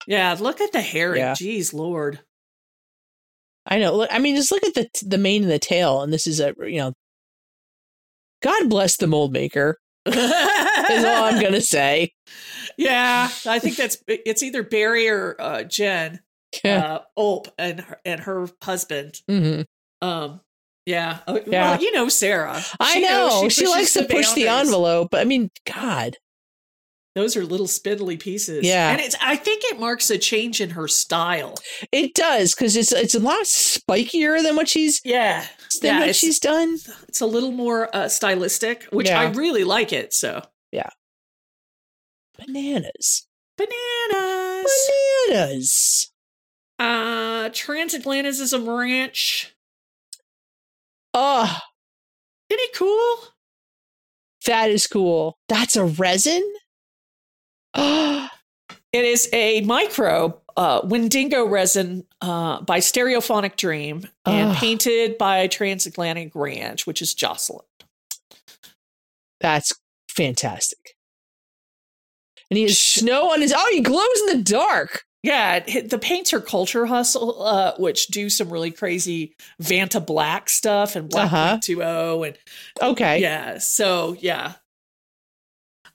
Speaker 3: Yeah, look at the hair.
Speaker 4: Yeah.
Speaker 3: Geez, Lord.
Speaker 4: I know. Look, I mean, just look at the the mane and the tail, and this is a you know. God bless the mold maker. Is all I'm gonna say.
Speaker 3: Yeah, I think that's it's either Barry or uh, Jen, uh, Olp and her, and her husband.
Speaker 4: hmm
Speaker 3: Um, yeah, Oh,
Speaker 4: Yeah.
Speaker 3: Well, you know Sarah.
Speaker 4: I
Speaker 3: She knows
Speaker 4: know she,
Speaker 3: pushes
Speaker 4: likes to
Speaker 3: the
Speaker 4: push the
Speaker 3: boundaries.
Speaker 4: envelope, but I mean, God,
Speaker 3: Those are little spindly pieces.
Speaker 4: Yeah.
Speaker 3: and it's I think it marks a change in her style.
Speaker 4: it does because it's it's a lot spikier than what she's
Speaker 3: Yeah,
Speaker 4: than
Speaker 3: yeah,
Speaker 4: what
Speaker 3: it's,
Speaker 4: she's done.
Speaker 3: it's a little more uh, stylistic, which
Speaker 4: Yeah.
Speaker 3: I really like it. So
Speaker 4: Bananas,
Speaker 3: bananas.
Speaker 4: bananas.
Speaker 3: Uh, transatlanticism ranch.
Speaker 4: Oh,
Speaker 3: Isn't it cool?
Speaker 4: that is cool. That's a resin. Oh,
Speaker 3: It is a micro uh, Wendigo resin uh, by Stereophonic Dream and
Speaker 4: Ugh.
Speaker 3: painted by Transatlantic Ranch, which is Jocelyn.
Speaker 4: That's fantastic. And he has
Speaker 3: Sh-
Speaker 4: snow on his. Oh, he glows in the dark.
Speaker 3: Yeah, it- the paints are Culture Hustle, uh, which do some really crazy Vanta Black stuff and Black
Speaker 4: Uh-huh.
Speaker 3: 2.0. And
Speaker 4: Okay,
Speaker 3: yeah, so yeah.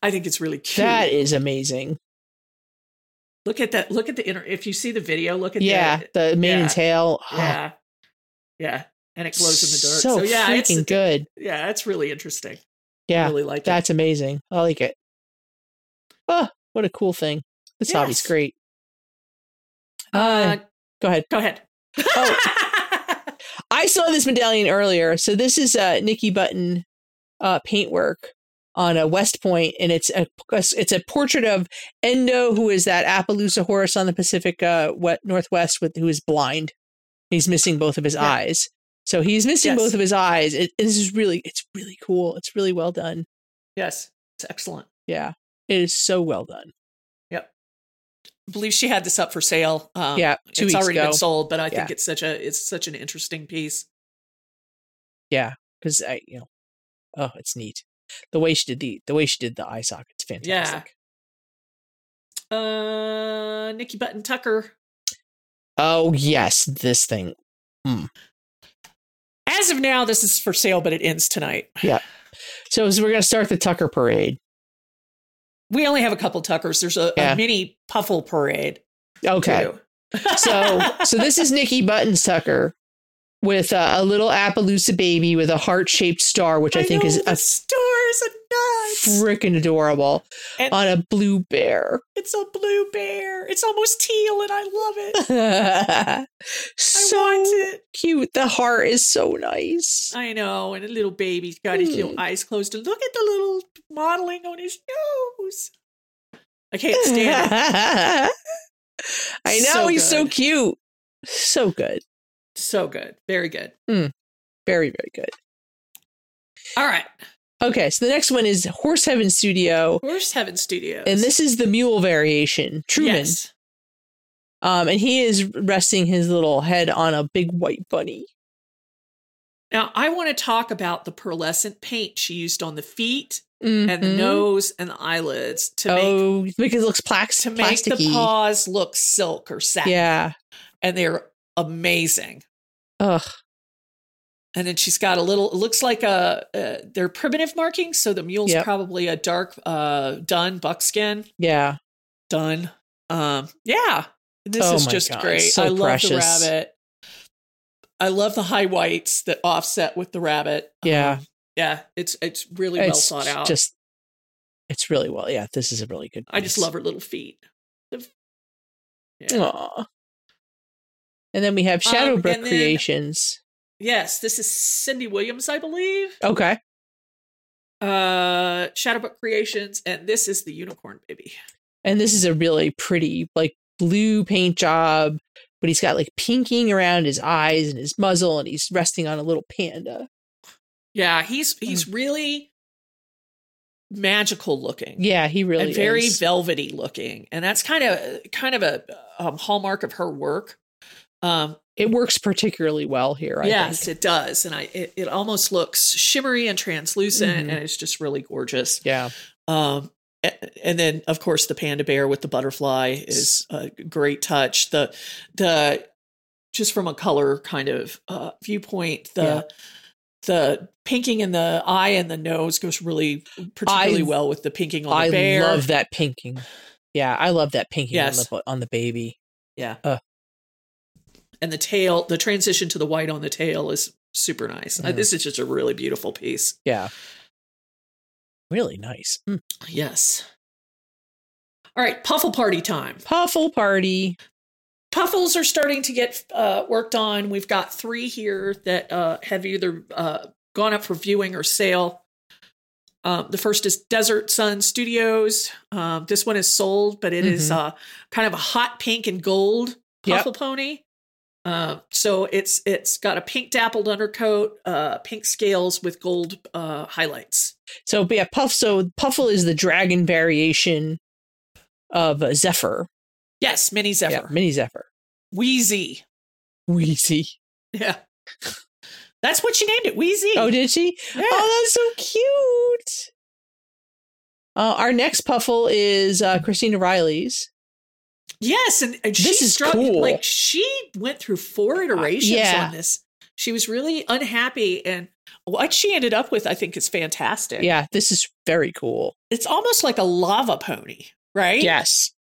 Speaker 3: I think it's really cute.
Speaker 4: that is amazing.
Speaker 3: look at that. Look at the inner. If you see the video, look at
Speaker 4: Yeah,
Speaker 3: the,
Speaker 4: the mane
Speaker 3: yeah.
Speaker 4: and tail. Oh,
Speaker 3: yeah. Yeah. And it glows in the dark. So,
Speaker 4: So,
Speaker 3: yeah,
Speaker 4: freaking
Speaker 3: it's,
Speaker 4: good.
Speaker 3: yeah, it's really interesting. I
Speaker 4: Yeah,
Speaker 3: really like it.
Speaker 4: that's amazing. I like it. Oh, what a cool thing. This
Speaker 3: Yes.
Speaker 4: hobby's great.
Speaker 3: Uh,
Speaker 4: Uh, go ahead. Oh,
Speaker 3: Go ahead. Oh.
Speaker 4: I saw this medallion earlier. So this is uh, Nikki Button uh, paintwork on a West Point, and it's a it's a portrait of Endo, who is that Appaloosa horse on the Pacific uh, wet, Northwest, with who is blind. He's missing both of his
Speaker 3: Yeah.
Speaker 4: eyes, so he's missing
Speaker 3: Yes.
Speaker 4: both of his eyes. It, this is really it's really cool. It's really well done.
Speaker 3: Yes, it's excellent.
Speaker 4: Yeah, it is so well done.
Speaker 3: I believe she had this up for sale. Um,
Speaker 4: Yeah, two
Speaker 3: it's
Speaker 4: weeks
Speaker 3: already
Speaker 4: ago.
Speaker 3: been sold, but I
Speaker 4: Yeah.
Speaker 3: think it's such a it's such an interesting piece.
Speaker 4: Yeah, because I you know, oh, it's neat. The way she did the the way she did the eye sockets, fantastic.
Speaker 3: Uh, Nikki Button Tucker.
Speaker 4: Oh yes, this thing.
Speaker 3: As of now, this is for sale, but it ends tonight.
Speaker 4: So, so we're gonna start the Tucker Parade.
Speaker 3: We only have a couple Tuckers. There's a,
Speaker 4: Yeah.
Speaker 3: a mini Puffle parade.
Speaker 4: Okay.
Speaker 3: too.
Speaker 4: So so this is Nikki Buttons Tucker with uh, a little Appaloosa baby with a heart shaped star, which I, think
Speaker 3: know,
Speaker 4: is
Speaker 3: the
Speaker 4: a
Speaker 3: stars are nuts.
Speaker 4: freaking adorable
Speaker 3: And-
Speaker 4: on a blue bear.
Speaker 3: It's a blue bear. It's almost teal, and I love it. I
Speaker 4: so
Speaker 3: want it.
Speaker 4: cute. The heart is so nice.
Speaker 3: I know. And a little baby's got his little
Speaker 4: Mm.
Speaker 3: eyes closed. And look at the little modeling on his nose. I can't stand it.
Speaker 4: I know
Speaker 3: So
Speaker 4: he's so
Speaker 3: good.
Speaker 4: cute. So good.
Speaker 3: So good. Very good.
Speaker 4: Very, very good.
Speaker 3: All right.
Speaker 4: Okay, so the next one is Horse Heaven Studio.
Speaker 3: Where's Heaven Studios?
Speaker 4: And this is the mule variation, Truman.
Speaker 3: Yes.
Speaker 4: Um, and he is resting his little head on a big white bunny.
Speaker 3: Now, I want to talk about the pearlescent paint she used on the feet and the
Speaker 4: Mhm.
Speaker 3: nose and the eyelids to make
Speaker 4: oh, because it looks plax-
Speaker 3: to make the
Speaker 4: plasticky.
Speaker 3: paws look silk or satin.
Speaker 4: Yeah.
Speaker 3: And they're amazing.
Speaker 4: Ugh.
Speaker 3: And then she's got a little. It looks like a. Uh, they're primitive markings, so the mule's
Speaker 4: Yep.
Speaker 3: probably a dark uh dun buckskin
Speaker 4: Yeah.
Speaker 3: Oh, dun. Um, yeah, this
Speaker 4: Oh
Speaker 3: is
Speaker 4: my
Speaker 3: just
Speaker 4: God,
Speaker 3: great.
Speaker 4: so
Speaker 3: I love the
Speaker 4: precious.
Speaker 3: rabbit. I love the high whites that offset with the rabbit.
Speaker 4: Yeah.
Speaker 3: Um, yeah, it's it's really
Speaker 4: it's
Speaker 3: well thought out.
Speaker 4: just it's really well. Yeah, this is a really good.
Speaker 3: I just
Speaker 4: piece.
Speaker 3: love her little feet. The- Yeah.
Speaker 4: Aw. And then we have
Speaker 3: Um,
Speaker 4: Shadowbrook
Speaker 3: and then-
Speaker 4: Creations.
Speaker 3: Yes, this is Cindy Williams, I believe.
Speaker 4: Okay.
Speaker 3: Uh, Shadowbook Creations, and this is the unicorn baby.
Speaker 4: And this is a really pretty, like blue paint job, but he's got like pinking around his eyes and his muzzle, and he's resting on a little panda.
Speaker 3: Yeah, he's
Speaker 4: Hmm.
Speaker 3: he's really magical looking.
Speaker 4: Yeah, he really
Speaker 3: and very
Speaker 4: is.
Speaker 3: velvety looking, and that's kind of kind of a um, hallmark of her work. Um,
Speaker 4: it works particularly well here. I
Speaker 3: yes,
Speaker 4: think.
Speaker 3: it does, and I it, it almost looks shimmery and translucent,
Speaker 4: Mhm.
Speaker 3: and it's just really gorgeous.
Speaker 4: Yeah.
Speaker 3: Um, a- and then of course the panda bear with the butterfly is a great touch. The the just from a color kind of uh, viewpoint, the
Speaker 4: Yeah.
Speaker 3: the pinking in the eye and the nose goes really particularly well with the pinking on the
Speaker 4: I
Speaker 3: bear.
Speaker 4: love that pinking. Yeah, I love that pinking on
Speaker 3: Yes.
Speaker 4: the bu- on the baby.
Speaker 3: Yeah.
Speaker 4: Uh.
Speaker 3: and the tail, the transition to the white on the tail is super nice. Uh,
Speaker 4: Mhm.
Speaker 3: This is just a really beautiful piece.
Speaker 4: Yeah. Really nice. Mm.
Speaker 3: Yes. All right, puffle party time.
Speaker 4: Puffle party.
Speaker 3: Puffles are starting to get uh, worked on. We've got three here that uh, have either uh, gone up for viewing or sale. Um, the first is Desert Sun Studios. Um, this one is sold, but it is uh, kind of a hot pink and gold
Speaker 4: Mm-hmm. Yep.
Speaker 3: puffle pony. Uh, so it's it's got a pink dappled undercoat, uh, pink scales with gold uh, highlights.
Speaker 4: So but yeah, Puff so Puffle is the dragon variation of uh, Zephyr.
Speaker 3: Yes, mini
Speaker 4: Yeah,
Speaker 3: zephyr,
Speaker 4: mini Zephyr.
Speaker 3: Wheezy.
Speaker 4: Wheezy.
Speaker 3: Yeah, that's what she named it, Wheezy.
Speaker 4: Oh, did she?
Speaker 3: Yeah.
Speaker 4: Oh, that's so cute. Uh, our next puffle is uh, Christina Riley's.
Speaker 3: Yes, and, and
Speaker 4: This
Speaker 3: she
Speaker 4: is
Speaker 3: struck
Speaker 4: cool. Uh,
Speaker 3: like she went through four iterations
Speaker 4: yeah.
Speaker 3: on this. She was really unhappy, and what she ended up with, I think, is fantastic.
Speaker 4: Yeah, this is very cool.
Speaker 3: it's almost like a lava pony, right?
Speaker 4: Yes.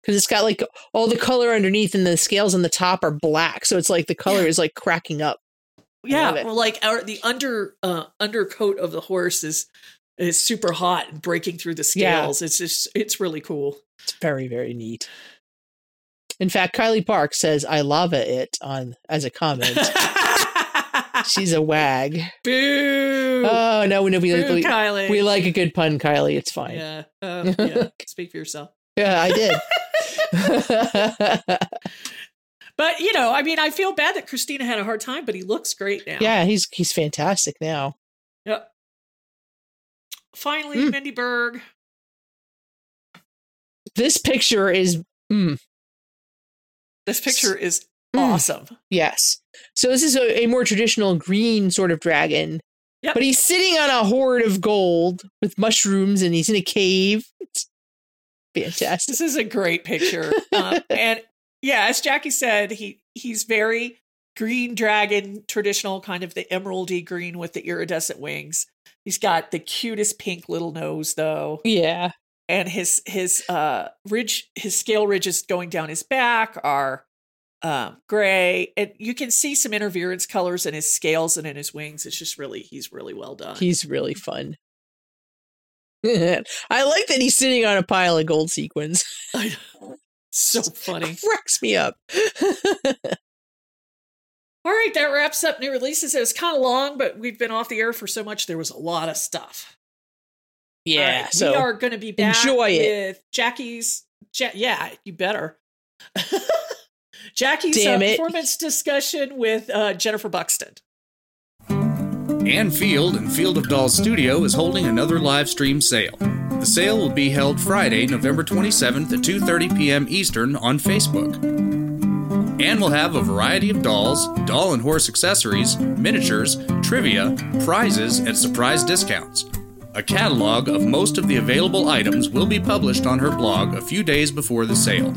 Speaker 4: Because it's got like all the color underneath and the scales on the top are black. So it's like the color is like cracking up.
Speaker 3: yeah.
Speaker 4: love it.
Speaker 3: Well, like our, the under uh, undercoat of the horse is is super hot and breaking through the
Speaker 4: Yeah.
Speaker 3: scales. It's just it's really cool.
Speaker 4: It's very, very neat. In fact, Kylie Park says, I lava it on as a comment. She's a wag.
Speaker 3: Boo.
Speaker 4: Oh no, no, we,
Speaker 3: Boo,
Speaker 4: we,
Speaker 3: Kylie.
Speaker 4: we like a good pun, Kylie. It's fine. Yeah,
Speaker 3: Yeah. Uh, yeah. Speak for yourself.
Speaker 4: I did.
Speaker 3: But you know, I mean, I feel bad that Christina had a hard time, but he looks great now.
Speaker 4: yeah, he's he's fantastic now.
Speaker 3: Yep. Finally,
Speaker 4: Mm.
Speaker 3: Mindy Berg.
Speaker 4: This picture is mm,
Speaker 3: This picture is
Speaker 4: Mm.
Speaker 3: awesome.
Speaker 4: yes. So this is a, a more traditional green sort of dragon.
Speaker 3: Yep.
Speaker 4: But he's sitting on a hoard of gold with mushrooms and he's in a cave. It's fantastic.
Speaker 3: This is a great picture. Um, and yeah, as Jackie said, he he's very green dragon traditional kind of the emeraldy green with the iridescent wings. He's got the cutest pink little nose though.
Speaker 4: Yeah.
Speaker 3: and his his uh ridge his scale ridges going down his back are um gray and you can see some interference colors in his scales and in his wings it's just really he's really well done
Speaker 4: He's really fun. I like that he's sitting on a pile of gold sequins.
Speaker 3: so funny
Speaker 4: Cracks me up.
Speaker 3: all right that wraps up new releases it was kind of long but we've been off the air for so much there was a lot of stuff All
Speaker 4: yeah.
Speaker 3: right,
Speaker 4: so
Speaker 3: we are going to be back
Speaker 4: enjoy it.
Speaker 3: with Jackie's. Ja- yeah, you better. Jackie's uh,
Speaker 4: Damn it.
Speaker 3: performance discussion with uh, Jennifer Buxton.
Speaker 1: Ann Field and Field of Dolls Studio is holding another live stream sale. The sale will be held Friday, November 27th at 2:30 p.m. Eastern on Facebook. Ann will have a variety of dolls, doll and horse accessories, miniatures, trivia, prizes, and surprise discounts. A catalog of most of the available items will be published on her blog a few days before the sale.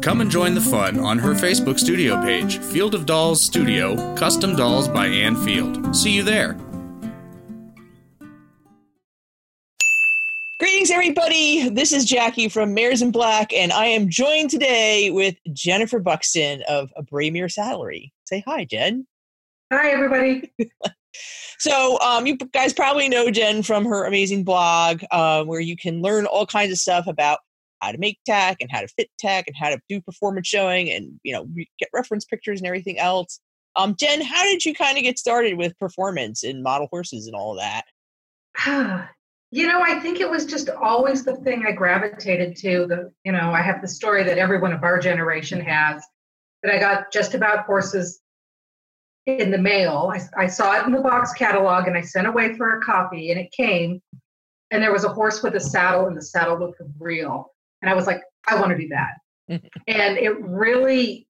Speaker 1: Come and join the fun on her Facebook studio page, Field of Dolls Studio, Custom Dolls by Ann Field. See you there.
Speaker 4: Greetings, everybody. This is Jackie from Mares in Black, and I am joined today with Jennifer Buxton of A Braemere Salary. Say hi, Jen.
Speaker 6: Hi, everybody.
Speaker 4: So, um, you guys probably know Jen from her amazing blog, um, where you can learn all kinds of stuff about how to make tack and how to fit tack and how to do performance showing and you know re- get reference pictures and everything else. Um, Jen, how did you kind of get started with performance and model horses and all that?
Speaker 6: you know, I think it was just always the thing I gravitated to. The you know, I have the story that everyone of our generation has that I got just about horses in the mail. I, I saw it in the box catalog and I sent away for a copy and it came and there was a horse with a saddle and the saddle looked real. And I was like, I want to do that. and it really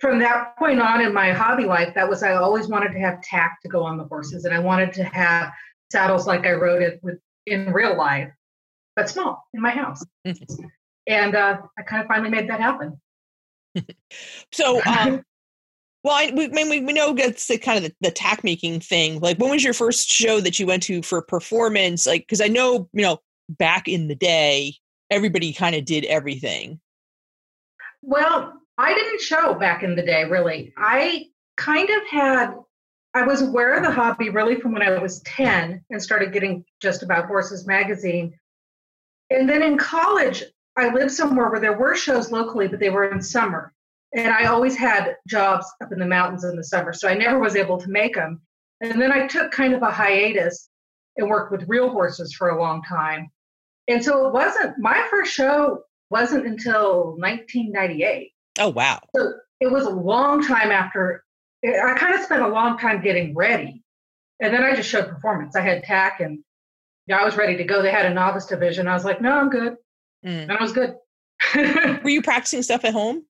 Speaker 6: from that point on in my hobby life, that was I always wanted to have tack to go on the horses and I wanted to have saddles like I rode it with in real life, but small in my house. and uh, I kind of finally made that happen.
Speaker 4: So, um, well, I, we, I mean, we, we know that's the kind of the, the tack making thing. Like, when was your first show that you went to for performance? Like, because I know, you know, back in the day, everybody kind of did everything.
Speaker 6: Well, I didn't show back in the day, really. I kind of had, I was aware of the hobby really from when I was 10 and started getting just about horses magazine. And then in college, I lived somewhere where there were shows locally, but they were in summer. And I always had jobs up in the mountains in the summer, so I never was able to make them. And then I took kind of a hiatus and worked with real horses for a long time. And so it wasn't, my first show wasn't until 1998.
Speaker 4: Oh, wow.
Speaker 6: So it was a long time after. I kind of spent a long time getting ready, and then I just showed performance. I had tack, and yeah, I was ready to go. They had a novice division. I was like, no, I'm good,
Speaker 4: Mm.
Speaker 6: and I was good.
Speaker 4: Were you practicing stuff at home?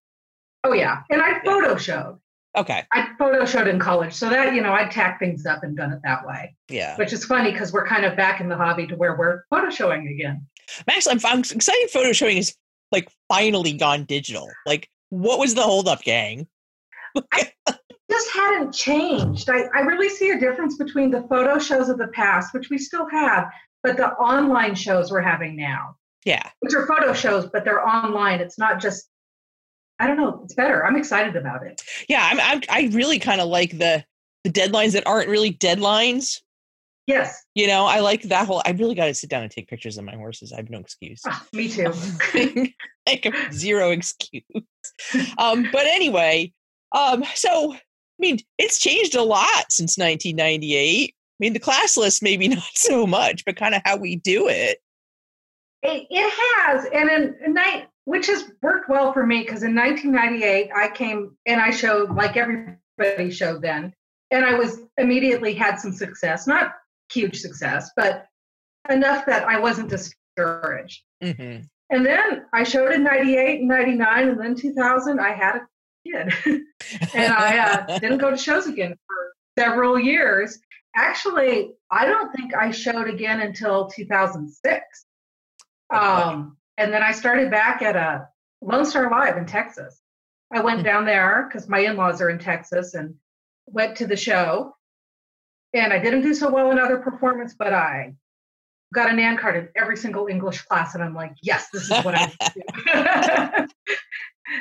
Speaker 6: oh yeah, and I photo showed.
Speaker 4: Okay.
Speaker 6: I photo showed in college, so that you know I'd tack things up and done it that way,
Speaker 4: Yeah.
Speaker 6: which is funny because we're kind of back in the hobby to where we're photo showing again.
Speaker 4: I'm actually, I'm, I'm excited photo showing is like finally gone digital. Like, what was the holdup, gang?
Speaker 6: just hadn't changed. I, I really see a difference between the photo shows of the past, which we still have, but the online shows we're having now,
Speaker 4: Yeah.
Speaker 6: which are photo shows, but they're online. It's not just, I don't know, it's better. I'm excited about it.
Speaker 4: Yeah. I'm, I'm, I really kind of like the, the deadlines that aren't really deadlines.
Speaker 6: Yes,
Speaker 4: You know, I like that whole. I really got to sit down and take pictures of my horses. I have no excuse.
Speaker 6: Ah, me too.
Speaker 4: like zero excuse. Um, but anyway, um, so mean, it's changed a lot since 1998. I mean, the class list maybe not so much, but kind of how we do it.
Speaker 6: It, it has, and in, in night, which has worked well for me because in 1998 I came and I showed like everybody showed then, and I was immediately had some success, not huge success, but enough that I wasn't discouraged.
Speaker 4: Mm-hmm.
Speaker 6: And then I showed in 98 and 99, and then 2000, I had a kid. and I uh, didn't go to shows again for several years. Actually, I don't think I showed again until 2006. Um, and then I started back at a Lone Star Live in Texas. I went down there because my in laws are in Texas and went to the show. And I didn't do so well in other performance, but I got a NAN card in every single English class, and I'm like, yes, this is what I do. that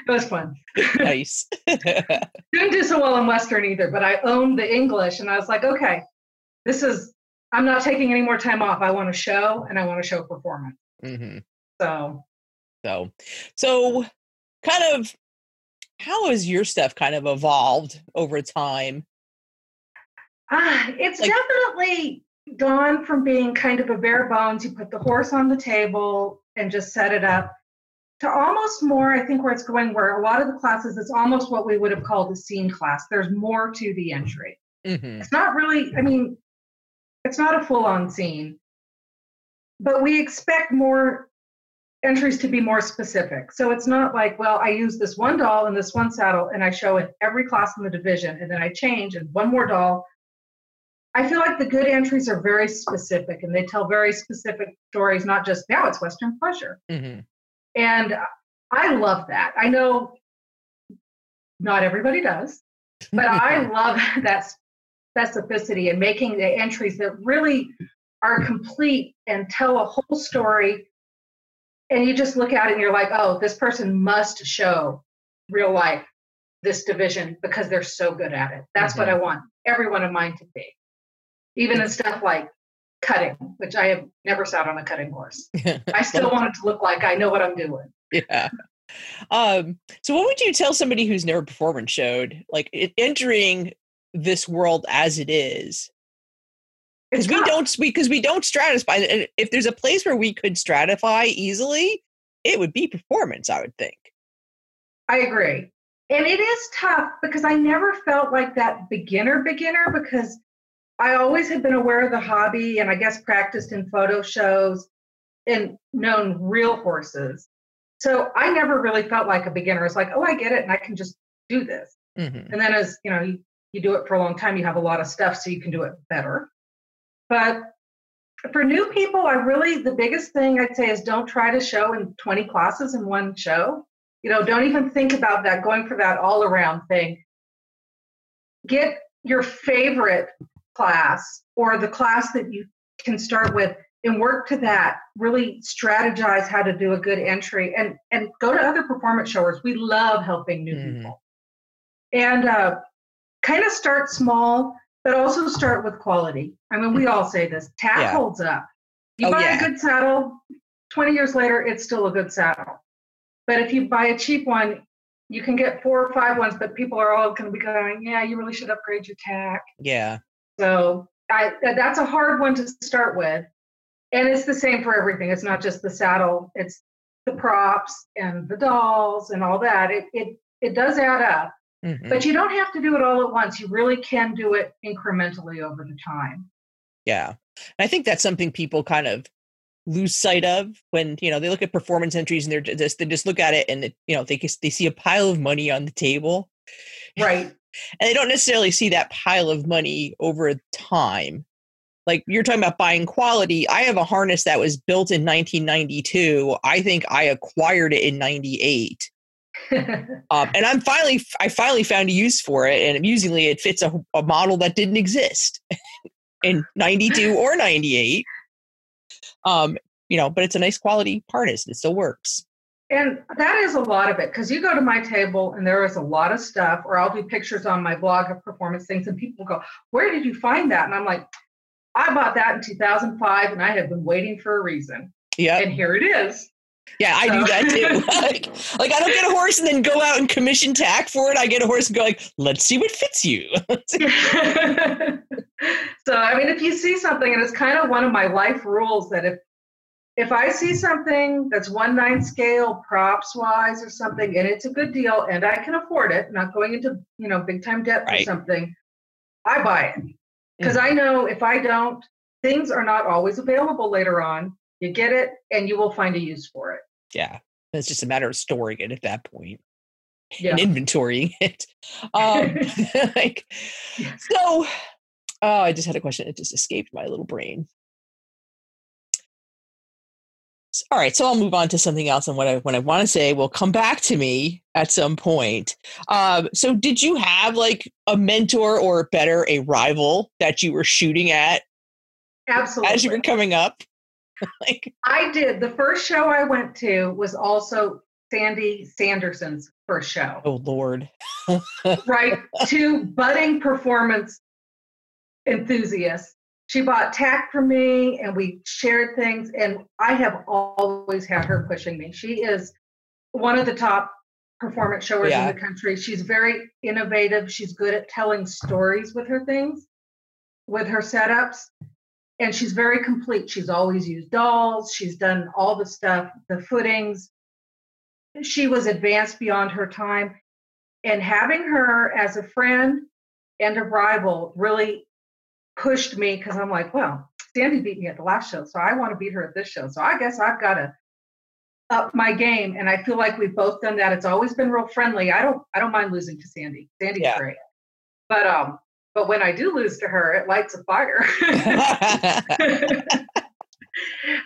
Speaker 6: was fun.
Speaker 4: nice.
Speaker 6: Didn't do so well in Western either, but I owned the English, and I was like, okay, this is. I'm not taking any more time off. I want to show, and I want to show performance.
Speaker 4: mm-hmm.
Speaker 6: So
Speaker 4: So, so kind of how has your stuff kind of evolved over time?
Speaker 6: ah, it's
Speaker 4: Like-
Speaker 6: definitely gone from being kind of a bare bones. You put the horse on the table and just set it up. To almost more, I think where it's going, where a lot of the classes, it's almost what we would have called a scene class. There's more to the entry.
Speaker 4: Mm-hmm.
Speaker 6: it's not really i mean it's not a full-on scene but we expect more entries to be more specific so it's not like well i use this one doll and this one saddle and i show in every class in the division and then i change and one more doll i feel like the good entries are very specific and they tell very specific stories not just now it's western pleasure
Speaker 4: Mm-hmm.
Speaker 6: and I love that. I know not everybody does, but I love that specificity and making the entries that really are complete and tell a whole story. And you just look at it and you're like, oh, this person must show real life this division because they're so good at it. That's what I
Speaker 4: Mm-hmm.
Speaker 6: want every one of mine to be. Even in stuff like cutting, which I have never sat on a cutting horse. I still want it to look like I know what I'm doing.
Speaker 4: yeah. Um, so what would you tell somebody who's never performance showed, like it, entering this world as it is? Because
Speaker 6: It's
Speaker 4: we
Speaker 6: not-
Speaker 4: don't because we don't stratify. And If there's a place where we could stratify easily, it would be performance. I would think.
Speaker 6: I agree. And it is tough because I never felt like that beginner beginner because I always had been aware of the hobby and I guess practiced in photo shows and known real horses. So I never really felt like a beginner. It's like, oh, I get it and I can just do this.
Speaker 4: Mm-hmm.
Speaker 6: And then as you know, you, you do it for a long time, you have a lot of stuff, so you can do it better. But for new people, I really the biggest thing I'd say is don't try to show in 20 classes in one show. You know, don't even think about that going for that all around thing. Get your favorite class or the class that you can start with and work to that really strategize how to do a good entry and and go to other performance showers we love helping new
Speaker 4: Mhm.
Speaker 6: people and uh, kind of start small but also start with quality i mean we all say this tack
Speaker 4: Yeah.
Speaker 6: holds up you
Speaker 4: Oh,
Speaker 6: buy
Speaker 4: yeah.
Speaker 6: a good saddle 20 years later it's still a good saddle but if you buy a cheap one you can get four or five ones but people are all going to be going yeah you really should upgrade your tack
Speaker 4: Yeah.
Speaker 6: so I, that- that's a hard one to start with. And it's the same for everything. It's not just the saddle, it's the props and the dolls and all that. It, it, it does add up,
Speaker 4: Mhm.
Speaker 6: but you don't have to do it all at once. You really can do it incrementally over the time.
Speaker 4: Yeah. I think that's something people kind of lose sight of when, you know, they look at performance entries and they're ju- just, they just look at it and, it, you know, they, can- they see a pile of money on the table
Speaker 6: Right.
Speaker 4: and they don't necessarily see that pile of money over time. Like you're talking about buying quality. I have a harness that was built in 1992. I think I acquired it in 98 um, and I'm finally I finally found a use for it, and amusingly, it fits a, a model that didn't exist in '92 or '98. Um, you know, but it's a nice quality harness. and It still works.
Speaker 6: And that is a lot of it because you go to my table and there is a lot of stuff, or I'll do pictures on my blog of performance things, and people go, Where did you find that? And I'm like, I bought that in 2005 and I have been waiting for a reason.
Speaker 4: Yep.
Speaker 6: And here it is.
Speaker 4: Yeah, I do
Speaker 6: So-
Speaker 4: that too. like, like, I don't get a horse and then go out and commission tack for it. I get a horse and go like, let's see what fits you.
Speaker 6: so I mean, if you see something, and it's kind of one of my life rules that if if I see something that's one nine scale props wise or something, and it's a good deal, and I can afford it, not going into you know big time debt
Speaker 4: Right. Mm.
Speaker 6: for something, I buy it because I know if I don't, things are not always available later on. You get it, and you will find a use for it.
Speaker 4: yeah, it's just a matter of storing it at that point
Speaker 6: Yeah.
Speaker 4: and inventorying it. Um, like, so, oh, I just had a question. It just escaped my little brain. S- All right, so I'll move on to something else, and what I what I want to say will come back to me at some point. Um, so, did you have like a mentor or better, a rival that you were shooting at
Speaker 6: Absolutely.
Speaker 4: as you were coming up? like,
Speaker 6: I did. The first show I went to was also Sandy Sanderson's first show.
Speaker 4: oh Lord,
Speaker 6: right? Two budding performance enthusiasts. She bought tack for me and we shared things. And I have always had her pushing me. She is one of the top performance showers
Speaker 4: Yeah.
Speaker 6: in the country. She's very innovative. She's good at telling stories with her things, with her setups. And she's very complete. She's always used dolls. She's done all the stuff, the footings. She was advanced beyond her time and having her as a friend and a rival really pushed me because I'm like, well, Sandy beat me at the last show, so I want to beat her at this show. So I guess I've got to up my game. And I feel like we've both done that. It's always been real friendly. I don't I don't mind losing to Sandy. Sandy's
Speaker 4: Yeah.
Speaker 6: great. But um, but when I do lose to her, it lights a fire. uh,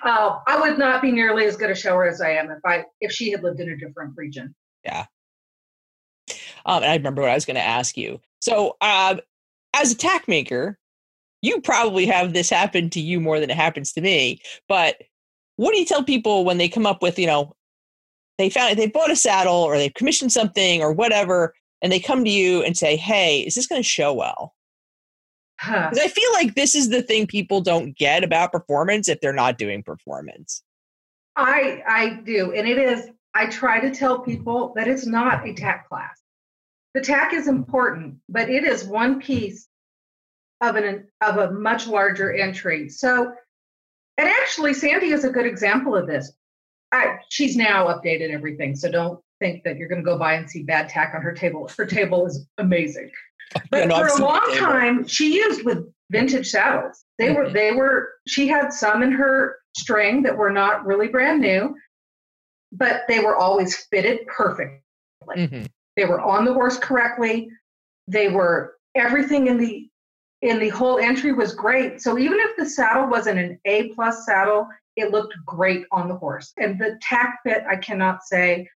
Speaker 6: I would not be nearly as good a shower as I am if I if she had lived in a different region.
Speaker 4: Um, and I remember what I was going to ask you. So, um, as a tack maker, you probably have this happen to you more than it happens to me. But what do you tell people when they come up with, you know, they found they bought a saddle or they commissioned something or whatever, and they come to you and say, "Hey, is this going to show well?"
Speaker 6: Huh.
Speaker 4: Because I feel like this is the thing people don't get about performance if they're not doing performance.
Speaker 6: I I do, and it is. I try to tell people that it's not a TAC class. The TAC is important, but it is one piece of an of a much larger entry. So, and actually, Sandy is a good example of this. I, she's now updated everything, so don't think that you're going to go by and see bad TAC on her table. Her table is amazing
Speaker 4: You
Speaker 6: but
Speaker 4: know, I've
Speaker 6: for a
Speaker 4: seen
Speaker 6: long
Speaker 4: it, but-
Speaker 6: time she used with vintage saddles they were
Speaker 4: Mhm.
Speaker 6: they were she had some in her string that were not really brand new but they were always fitted perfect
Speaker 4: Mhm.
Speaker 6: they were on the horse correctly they were everything in the in the whole entry was great so even if the saddle wasn't an a plus saddle it looked great on the horse and the tack fit i cannot say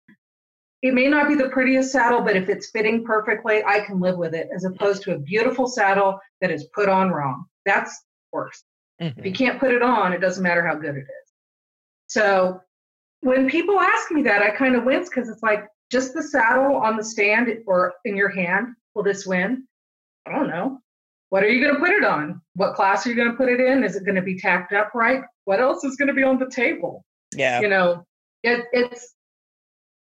Speaker 6: it may not be the prettiest saddle but if it's fitting perfectly i can live with it as opposed to a beautiful saddle that is put on wrong that's worse if
Speaker 4: Mhm.
Speaker 6: you can't put it on, it doesn't matter how good it is. So when people ask me that, I kind of wince because it's like just the saddle on the stand or in your hand, will this win? I don't know. What are you going to put it on? What class are you going to put it in? Is it going to be tacked up right? What else is going to be on the table?
Speaker 4: Yeah.
Speaker 6: You know, it, it's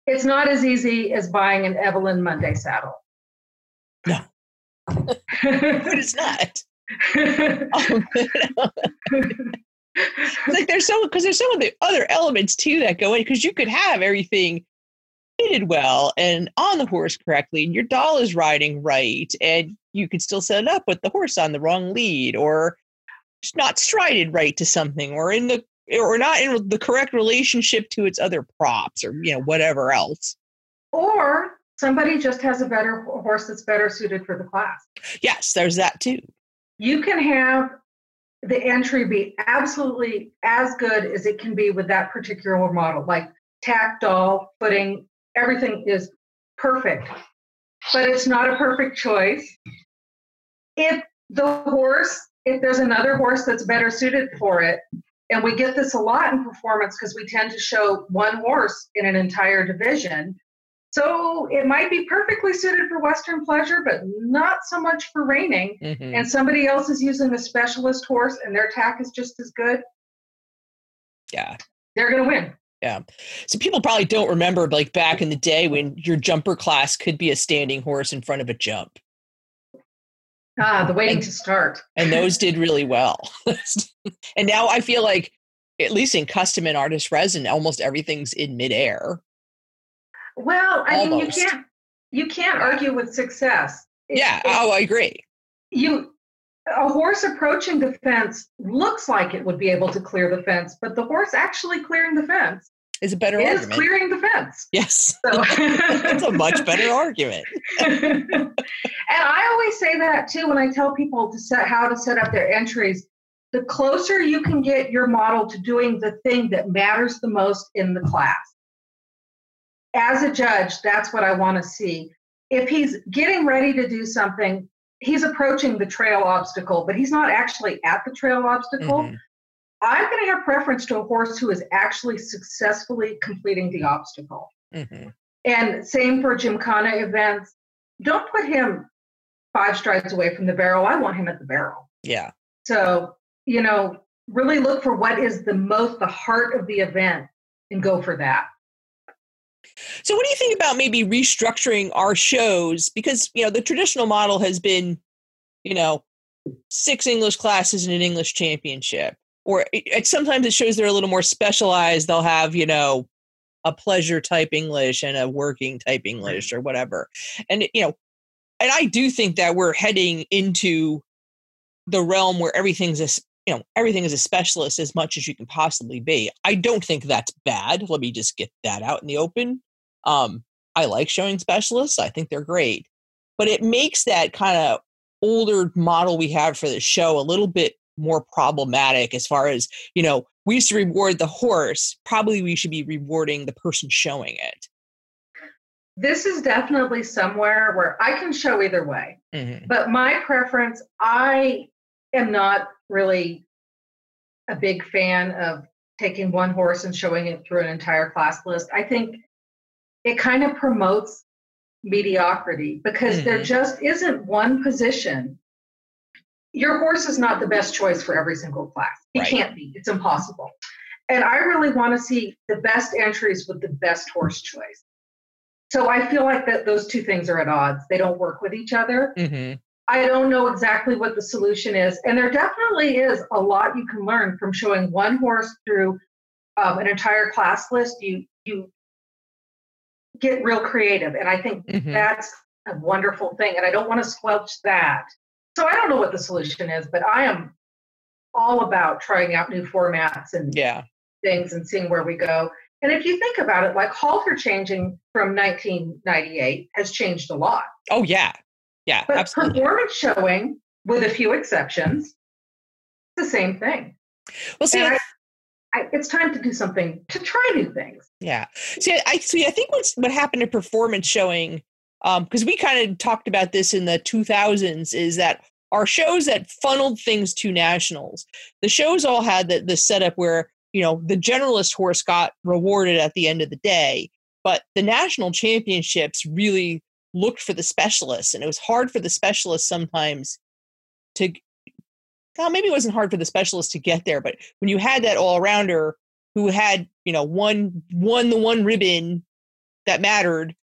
Speaker 6: it's not as easy as buying an Evelyn Monday saddle.
Speaker 4: No. But
Speaker 6: No.
Speaker 4: it's not. It's like there's so because there's some of the other elements too that go in because you could have everything fitted well and on the horse correctly and your doll is riding right and you could still set it up with the horse on the wrong lead or just not strided right to something or in the or not in the correct relationship to its other props or you know whatever else
Speaker 6: Or somebody just has a better ho- horse that's better suited for the class.
Speaker 4: yes there's that too
Speaker 6: You can have the entry be absolutely as good as it can be with that particular model, like tack, doll, footing, everything is perfect. But it's not a perfect choice. If the horse, if there's another horse that's better suited for it, and we get this a lot in performance because we tend to show one horse in an entire division. So it might be perfectly suited for Western pleasure, but not so much for reining
Speaker 4: Mhm.
Speaker 6: and somebody else is using a specialist horse and their tack is just as good,
Speaker 4: yeah
Speaker 6: they're going to win.
Speaker 4: So people probably don't remember like back in the day when your jumper class could be a standing horse in front of a jump.
Speaker 6: Ah, the waiting to start.
Speaker 4: And those did really well. and now I feel like at least in custom and artist resin, almost everything's in midair.
Speaker 6: Well, I mean, you
Speaker 4: Almost.
Speaker 6: can't you can't argue with success. It-
Speaker 4: Yeah.
Speaker 6: it-
Speaker 4: Oh, I agree.
Speaker 6: you a horse approaching the fence looks like it would be able to clear the fence, but the horse actually clearing the fence
Speaker 4: It's a better
Speaker 6: is
Speaker 4: argument.
Speaker 6: clearing the fence.
Speaker 4: Yes.
Speaker 6: So
Speaker 4: That's a much better argument.
Speaker 6: and I always say that too when I tell people to set how to set up their entries. The closer you can get your model to doing the thing that matters the most in the class. As a judge, that's what I want to see. If he's getting ready to do something, he's approaching the trail obstacle, but he's not actually at the trail obstacle.
Speaker 4: Mhm.
Speaker 6: I'm going to have preference to a horse who is actually successfully completing the obstacle.
Speaker 4: Mhm.
Speaker 6: And same for Gymkhana events. Don't put him five strides away from the barrel. I want him at the barrel.
Speaker 4: Yeah.
Speaker 6: So, you know, really look for what is the most, the heart of the event and go for that.
Speaker 4: So, what do you think about maybe restructuring our shows? Because, you know, the traditional model has been, you know, six English classes and an English championship. Or it, it, sometimes it shows they're a little more specialized. They'll have, you know, a pleasure type English and a working type English or whatever. And, eh, you know, and I do think that we're heading into the realm where everything's a, s- you know, everything is a specialist as much as you can possibly be. I don't think that's bad. Let me just get that out in the open. Um, I like showing specialists. I think they're great, but it makes that kind of older model we have for the show a little bit more problematic as far as you know. We used to reward the horse. Probably we should be rewarding the person showing it.
Speaker 6: This is definitely somewhere where I can show either way. But my preference, I am not really a big fan of taking one horse and showing it through an entire class list. I think it kind of promotes mediocrity because there
Speaker 4: Mhm.
Speaker 6: just isn't one position. Your horse is not the best choice for every single class. He
Speaker 4: Right.
Speaker 6: can't be, it's impossible. And I really want to see the best entries with the best horse choice. So I feel like that those two things are at odds. They don't work with each other.
Speaker 4: Mm-hmm.
Speaker 6: I don't know exactly what the solution is. And there definitely is a lot you can learn from showing one horse through um, an entire class list. You you get real creative, and I think
Speaker 4: Mm-hmm.
Speaker 6: that's a wonderful thing. And I don't want to squelch that. So I don't know what the solution is, but I am all about trying out new formats and
Speaker 4: Yeah.
Speaker 6: things and seeing where we go. And if you think about it, like halter changing from 1998 has changed a lot.
Speaker 4: Oh yeah. Yeah.
Speaker 6: But
Speaker 4: absolutely.
Speaker 6: performance showing, with a few exceptions, the same thing.
Speaker 4: Well, see,
Speaker 6: and I, I, it's time to do something to try new things.
Speaker 4: Yeah. See, I see. I think what's what happened to performance showing, because we kind of talked about this in the 2000s, is that our shows that funneled things to nationals, the shows all had the, the setup where you know the generalist horse got rewarded at the end of the day, but the national championships really looked for the specialists, and it was hard for the specialists sometimes to. Well, maybe it wasn't hard for the specialists to get there, but when you had that all rounder who had you know one won the one ribbon that mattered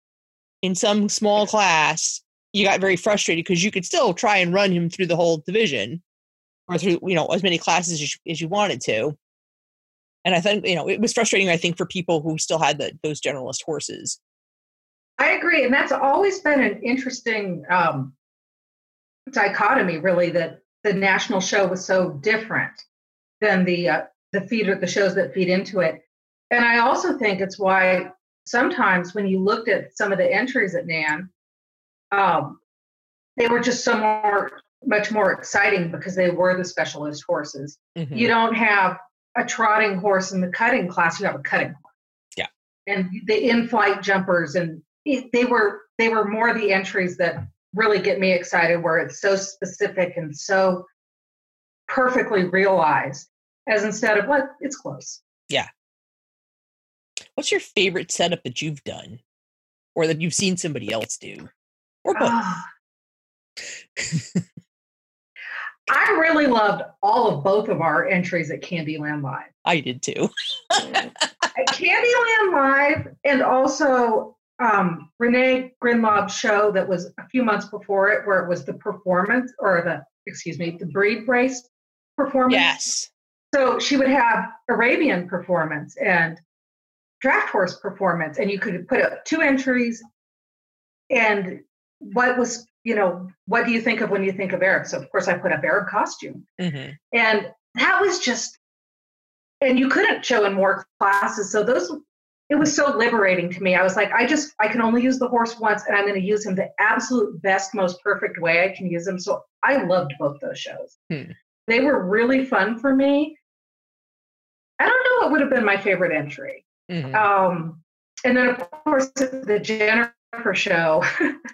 Speaker 4: in some small class you got very frustrated because you could still try and run him through the whole division or through you know as many classes as you, as you wanted to and i think you know it was frustrating i think for people who still had the, those generalist horses
Speaker 6: I agree, and that's always been an interesting um, dichotomy, really. That the national show was so different than the uh, the feeder, the shows that feed into it. And I also think it's why sometimes when you looked at some of the entries at Nan, um, they were just so more much more exciting because they were the specialist horses. you don't have a trotting horse in the cutting class you have a cutting horse
Speaker 4: Yeah.
Speaker 6: and the in-flight jumpers and it- they were they were more the entries that really get me excited where it's so specific and so perfectly realized as instead of well, it's close
Speaker 4: what's your favorite setup that you've done or that you've seen somebody else do or both
Speaker 6: Ah. I really loved all of both of our entries at Candyland Live.
Speaker 4: I did too.
Speaker 6: At Candyland Live and also um, Renee Grinlob's show that was a few months before it, where it was the performance or the, excuse me, the breed race performance.
Speaker 4: Yes.
Speaker 6: So she would have Arabian performance and draft horse performance, and you could put up two entries. And what was, you know, what do you think of when you think of Arab? So, of course, I put up Arab costume.
Speaker 4: Mm-hmm.
Speaker 6: And that was just, and you couldn't show in more classes. So those, it was so liberating to me. I was like, I just, I can only use the horse once and I'm going to use him the absolute best, most perfect way I can use him. So I loved both those shows.
Speaker 4: Hmm.
Speaker 6: They were really fun for me. I don't know what would have been my favorite entry.
Speaker 4: mm-hmm.
Speaker 6: Um, and then, of course, the Jennifer show,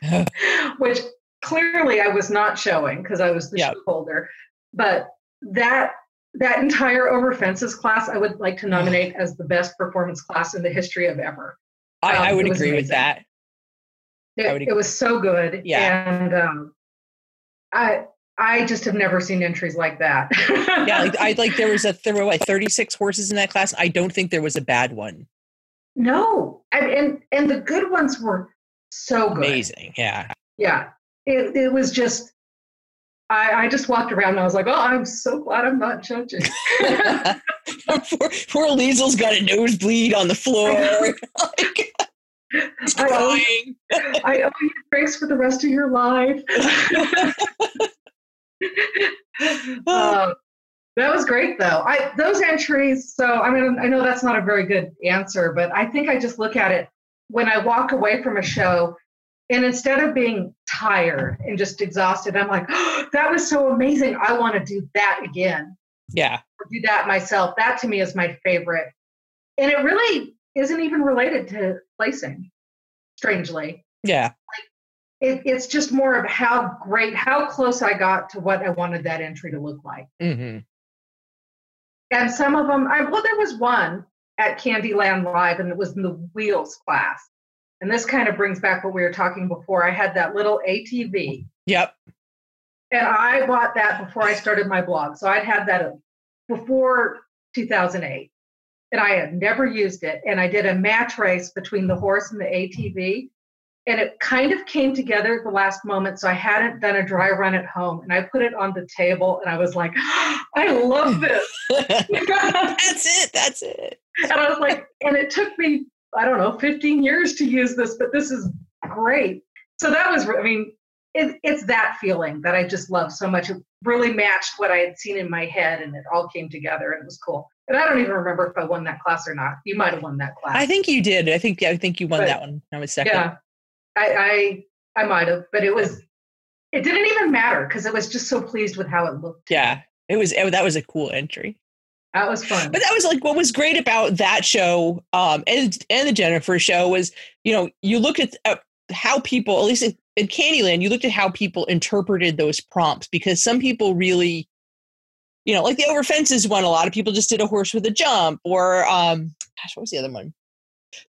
Speaker 6: which clearly I was not showing because I was the
Speaker 4: Yeah.
Speaker 6: shoe holder. But that that entire over fences class, I would like to nominate as the best performance class in the history of ever.
Speaker 4: I, I
Speaker 6: um,
Speaker 4: would
Speaker 6: it was
Speaker 4: agree with
Speaker 6: amazing.
Speaker 4: that. I would
Speaker 6: It, it was so good,
Speaker 4: Yeah.
Speaker 6: And um, I I just have never seen entries like that.
Speaker 4: Yeah, like, I like there was a there were like 36 horses in that class. I don't think there was a bad one.
Speaker 6: no, and, and and the good ones were so good.
Speaker 4: Amazing. Yeah.
Speaker 6: yeah it, it was just I, I just walked around and I was like, oh, I'm so glad I'm not judging.
Speaker 4: poor, poor Liesel's got a nosebleed on the floor. Like, he's
Speaker 6: I owe, you-
Speaker 4: crying.
Speaker 6: I owe you drinks for the rest of your life. Uh, that was great, though. I those entries. So I mean, I know that's not a very good answer, but I think I just look at it when I walk away from a show, and instead of being tired and just exhausted, I'm like, that was so amazing. I want to do that again.
Speaker 4: Yeah.
Speaker 6: or do that myself. That to me is my favorite. And it really isn't even related to placing, strangely.
Speaker 4: Yeah.
Speaker 6: It, it's just more of how great, how close I got to what I wanted that entry to look like.
Speaker 4: Mm-hmm.
Speaker 6: And some of them, I, well, there was one at Candyland Live, and it was in the wheels class. And this kind of brings back what we were talking before. I had that little ATV,
Speaker 4: Yep.
Speaker 6: and I bought that before I started my blog. So I'd had that before 2008, and I had never used it. And I did a match race between the horse and the ATV, and it kind of came together at the last moment. So I hadn't done a dry run at home, and I put it on the table, and I was like, I love this.
Speaker 4: that's
Speaker 6: and
Speaker 4: it. That's it.
Speaker 6: I was like, and it took me, I don't know, 15 years to use this, but this is great. So that was, I mean, it, it's that feeling that I just love so much. It really matched what I had seen in my head, and it all came together, and it was cool. And I don't even remember if I won that class or not. You might have won that class.
Speaker 4: I think you did. I think. Yeah, I think you won
Speaker 6: But-
Speaker 4: that one. I was second.
Speaker 6: yeah, Uh, I, I, I might have, but it was, it didn't even matter because it was just so pleased with how it looked.
Speaker 4: Yeah. It was. It, that was a cool entry.
Speaker 6: that was fun.
Speaker 4: But that was like what was great about that show, um, and and the Jennifer show was, you know, you looked at uh, how people, at least in, in Candyland, you looked at how people interpreted those prompts because some people really, you know, like the over fences one, a lot of people just did a horse with a jump, or um, gosh, what was the other one?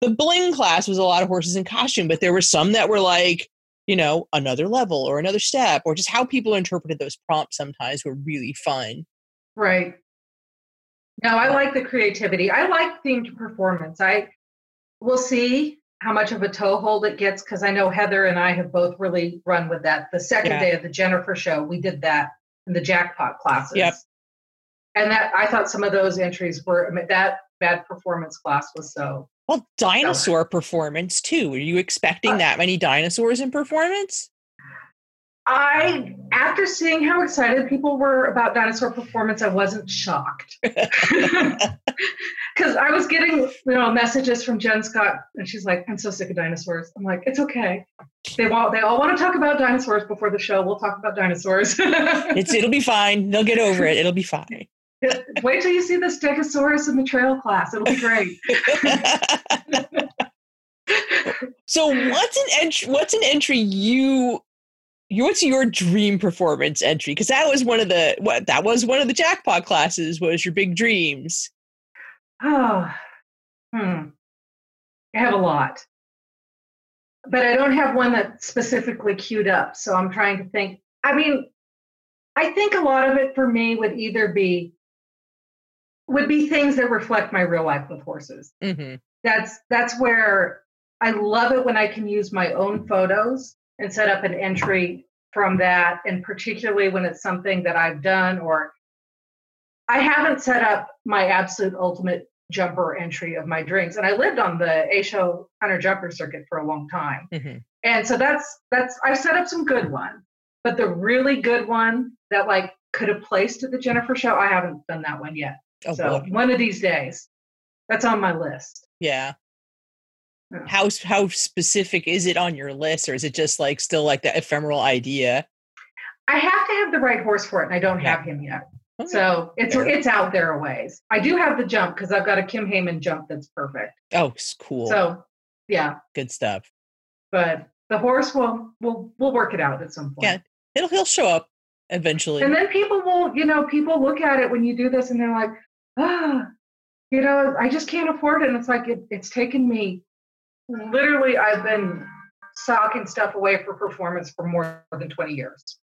Speaker 4: The bling class was a lot of horses in costume, but there were some that were like, you know, another level or another step, or just how people interpreted those prompts sometimes were really fun.
Speaker 6: Right. No, I like the creativity. I like themed performance. I we'll see how much of a toehold it gets because I know Heather and I have both really run with that. The second
Speaker 4: Yeah.
Speaker 6: day of the Jennifer show, we did that in the jackpot classes.
Speaker 4: Yep.
Speaker 6: And that I thought some of those entries were I mean, that bad performance class was so
Speaker 4: Well, dinosaur performance too. Were you expecting that many dinosaurs in performance?
Speaker 6: I after seeing how excited people were about dinosaur performance, I wasn't shocked. Because I was getting, you know, messages from Jen Scott, and she's like, "I'm so sick of dinosaurs." I'm like, "It's okay. They want, they all want to talk about dinosaurs before the show. We'll talk about dinosaurs.
Speaker 4: It's it'll be fine. They'll get over it. It'll be fine.
Speaker 6: Wait till you see the Stegosaurus in the trail class. It'll be great."
Speaker 4: so what's an entry what's an entry you you- what's your dream performance entry because that was one of the what that was one of the jackpot classes was your big dreams
Speaker 6: Oh, hmm. I have a lot. But I don't have one that's specifically queued up. So I'm trying to think. I mean, I think a lot of it for me would either be would be things that reflect my real life with horses.
Speaker 2: Mm-hmm.
Speaker 6: That's that's where I love it when I can use my own photos and set up an entry from that, and particularly when it's something that I've done or I haven't set up my absolute ultimate jumper entry of my drinks. And I lived on the Aisho Hunter Jumper circuit for a long time.
Speaker 2: Mhm.
Speaker 6: And so that's that's I've set up some good ones, but the really good one that like could have placed at the Jennifer show, I haven't done that one yet.
Speaker 2: Oh,
Speaker 6: so
Speaker 2: boy.
Speaker 6: one of these days. That's on my list.
Speaker 2: yeah.
Speaker 6: Yeah.
Speaker 2: How s- how specific is it on your list, or is it just like still like that ephemeral idea?
Speaker 6: I have to have the right horse for it, and I don't
Speaker 2: Yeah. Oh.
Speaker 6: have him yet.
Speaker 2: Okay.
Speaker 6: So it's
Speaker 2: Fair.
Speaker 6: it's out there a ways. I do have the jump because I've got a Kim Heyman jump that's perfect.
Speaker 2: Oh, s- cool.
Speaker 6: So yeah,
Speaker 2: Good stuff.
Speaker 6: but the horse will will will work it out at some point.
Speaker 2: Yeah. He'll he'll show up eventually.
Speaker 6: And then people will, you know, people look at it when you do this and they're like, ah, you know, I just can't afford it. And it's like, it, it's taken me literally, I've been socking stuff away for performance for more than 20 years.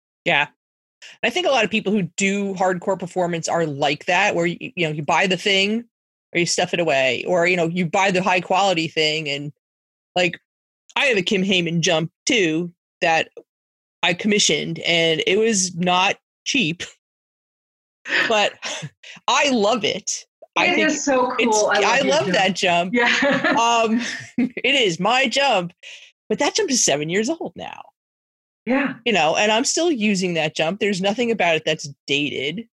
Speaker 2: I think a lot of people who do hardcore performance are like that, where you, you know you buy the thing or you stuff it away, or you know you buy the high quality thing, and like I have a Kim Heyman jump too that I commissioned, and it was not cheap, but I love it. I
Speaker 6: It
Speaker 2: think
Speaker 6: is so cool.
Speaker 2: it's I
Speaker 6: your
Speaker 2: love
Speaker 6: job.
Speaker 2: that jump.
Speaker 6: Yeah.
Speaker 2: Um, it is my jump, but that jump is seven years old now
Speaker 6: yeah.
Speaker 2: you know, and I'm still using that jump. There's nothing about it that's dated.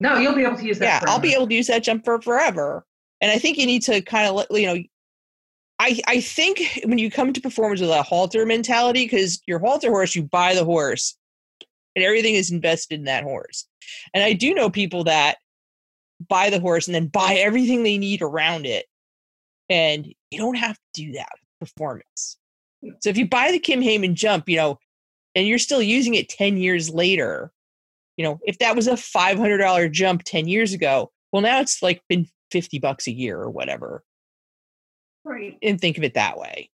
Speaker 6: No, you'll be able to use that.
Speaker 2: Yeah, I'll be
Speaker 6: forever.
Speaker 2: able to use that jump for forever. And I think you need to kind of let you know. I I think when you come to performance with a halter mentality, because your halter horse, you buy the horse, and everything is invested in that horse. And I do know people that buy the horse and then buy everything they need around it, and you don't have to do that with performance. So if you buy the Kim Heyman jump, you know, and you're still using it ten years later, you know, if that was a $500 jump 10 years ago, well, now it's like been 50 bucks a year or whatever.
Speaker 6: Right.
Speaker 2: And think of it that way.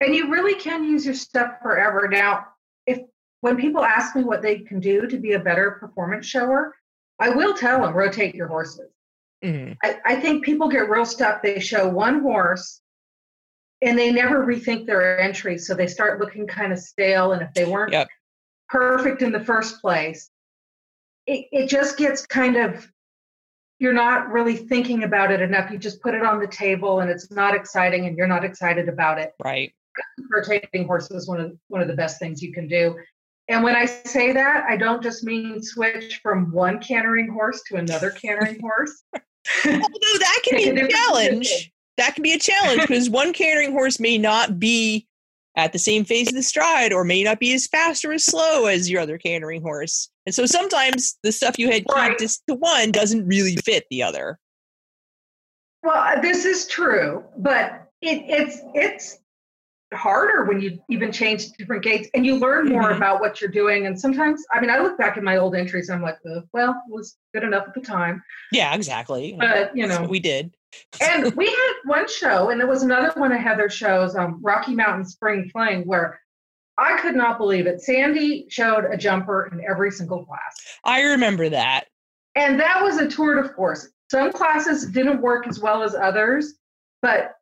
Speaker 6: And you really can use your stuff forever. Now, if when people ask me what they can do to be a better performance shower, I will tell them rotate your horses.
Speaker 2: Mhm.
Speaker 6: I, I think people get real stuck. They show one horse and they never rethink their entry. So they start looking kind of stale. And if they weren't
Speaker 2: Yep.
Speaker 6: perfect in the first place, it, it just gets kind of, you're not really thinking about it enough. You just put it on the table and it's not exciting and you're not excited about it
Speaker 2: Right.
Speaker 6: rotating horse is one of one of the best things you can do. And when I say that, I don't just mean switch from one cantering horse to another cantering horse.
Speaker 2: Although that can be
Speaker 6: Take a
Speaker 2: a
Speaker 6: different
Speaker 2: challenge.
Speaker 6: position.
Speaker 2: That can be a challenge because one carrying horse may not be at the same phase of the stride or may not be as fast or as slow as your other carrying horse. And so sometimes the stuff you had
Speaker 6: Right.
Speaker 2: kept to to one doesn't really fit the other.
Speaker 6: Well, uh, this is true, but it, it's it's harder when you even change to different gates and you learn more
Speaker 2: Mhm.
Speaker 6: about what you're doing. And sometimes, I mean, I look back at my old entries, I'm like, "Ugh, well, it was good enough at the time,
Speaker 2: Yeah, exactly.
Speaker 6: but you
Speaker 2: That's
Speaker 6: know,
Speaker 2: what we did.
Speaker 6: and we had one show, and there was another one of Heather's shows, um, Rocky Mountain Spring Fling, where I could not believe it. Sandy showed a jumper in every single class.
Speaker 2: I remember that.
Speaker 6: And that was a tour de force. Some classes didn't work as well as others, but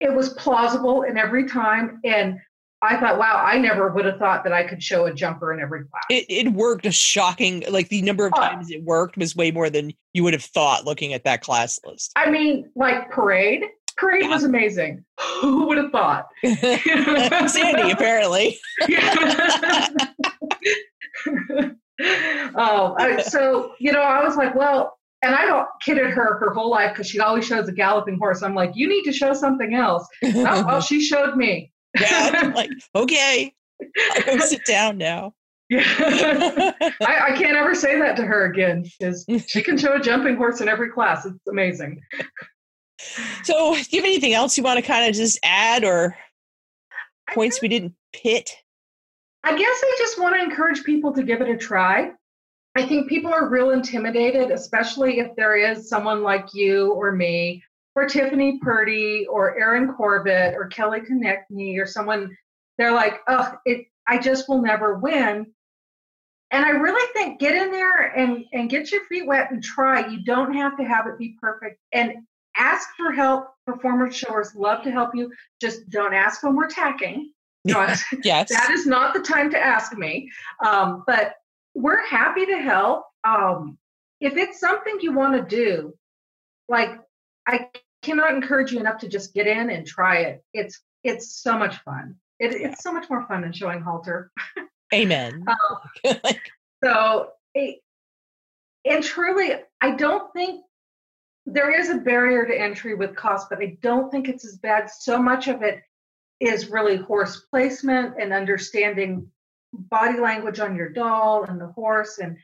Speaker 6: it was plausible in every time. And I thought, wow, I never would have thought that I could show a jumper in every class.
Speaker 2: it, it worked a shocking like the number of
Speaker 6: Oh.
Speaker 2: times it worked was way more than you would have thought looking at that class list
Speaker 6: I mean, like parade. Parade was amazing. Who would have thought?
Speaker 2: sandy apparently
Speaker 6: oh, I- so you know, I was like, well, and I don't kid at her her whole life because she always shows a galloping horse. I'm like, you need to show something else. oh, well, she showed me.
Speaker 2: yeah I'm like okay i'll go sit down now
Speaker 6: Yeah. I, I can't ever say that to her again because she can show a jumping horse in every class. It's amazing.
Speaker 2: so do you have anything else you want to kind of just add or points we didn't pit
Speaker 6: I guess I just want to encourage people to give it a try. I think people are real intimidated, especially if there is someone like you or me, or Tiffany Purdy, or Erin Corbett, or Kelly Konechny, or someone. They're like, oh, it. I just will never win. And I really think get in there and, and get your feet wet and try. You don't have to have it be perfect. And ask for help. Performance showers love to help you. Just don't ask when we're tacking. Don't-
Speaker 4: Yes.
Speaker 6: that is not the time to ask me. Um, but we're happy to help. Um, if it's something you want to do, like I cannot encourage you enough to just get in and try it. It's it's so much fun. It, It's so much more fun than showing halter. Um,
Speaker 4: Amen.
Speaker 6: So, it, and truly, I don't think there is a barrier to entry with cost, but I don't think it's as bad. So much of it is really horse placement and understanding body language on your doll and the horse. And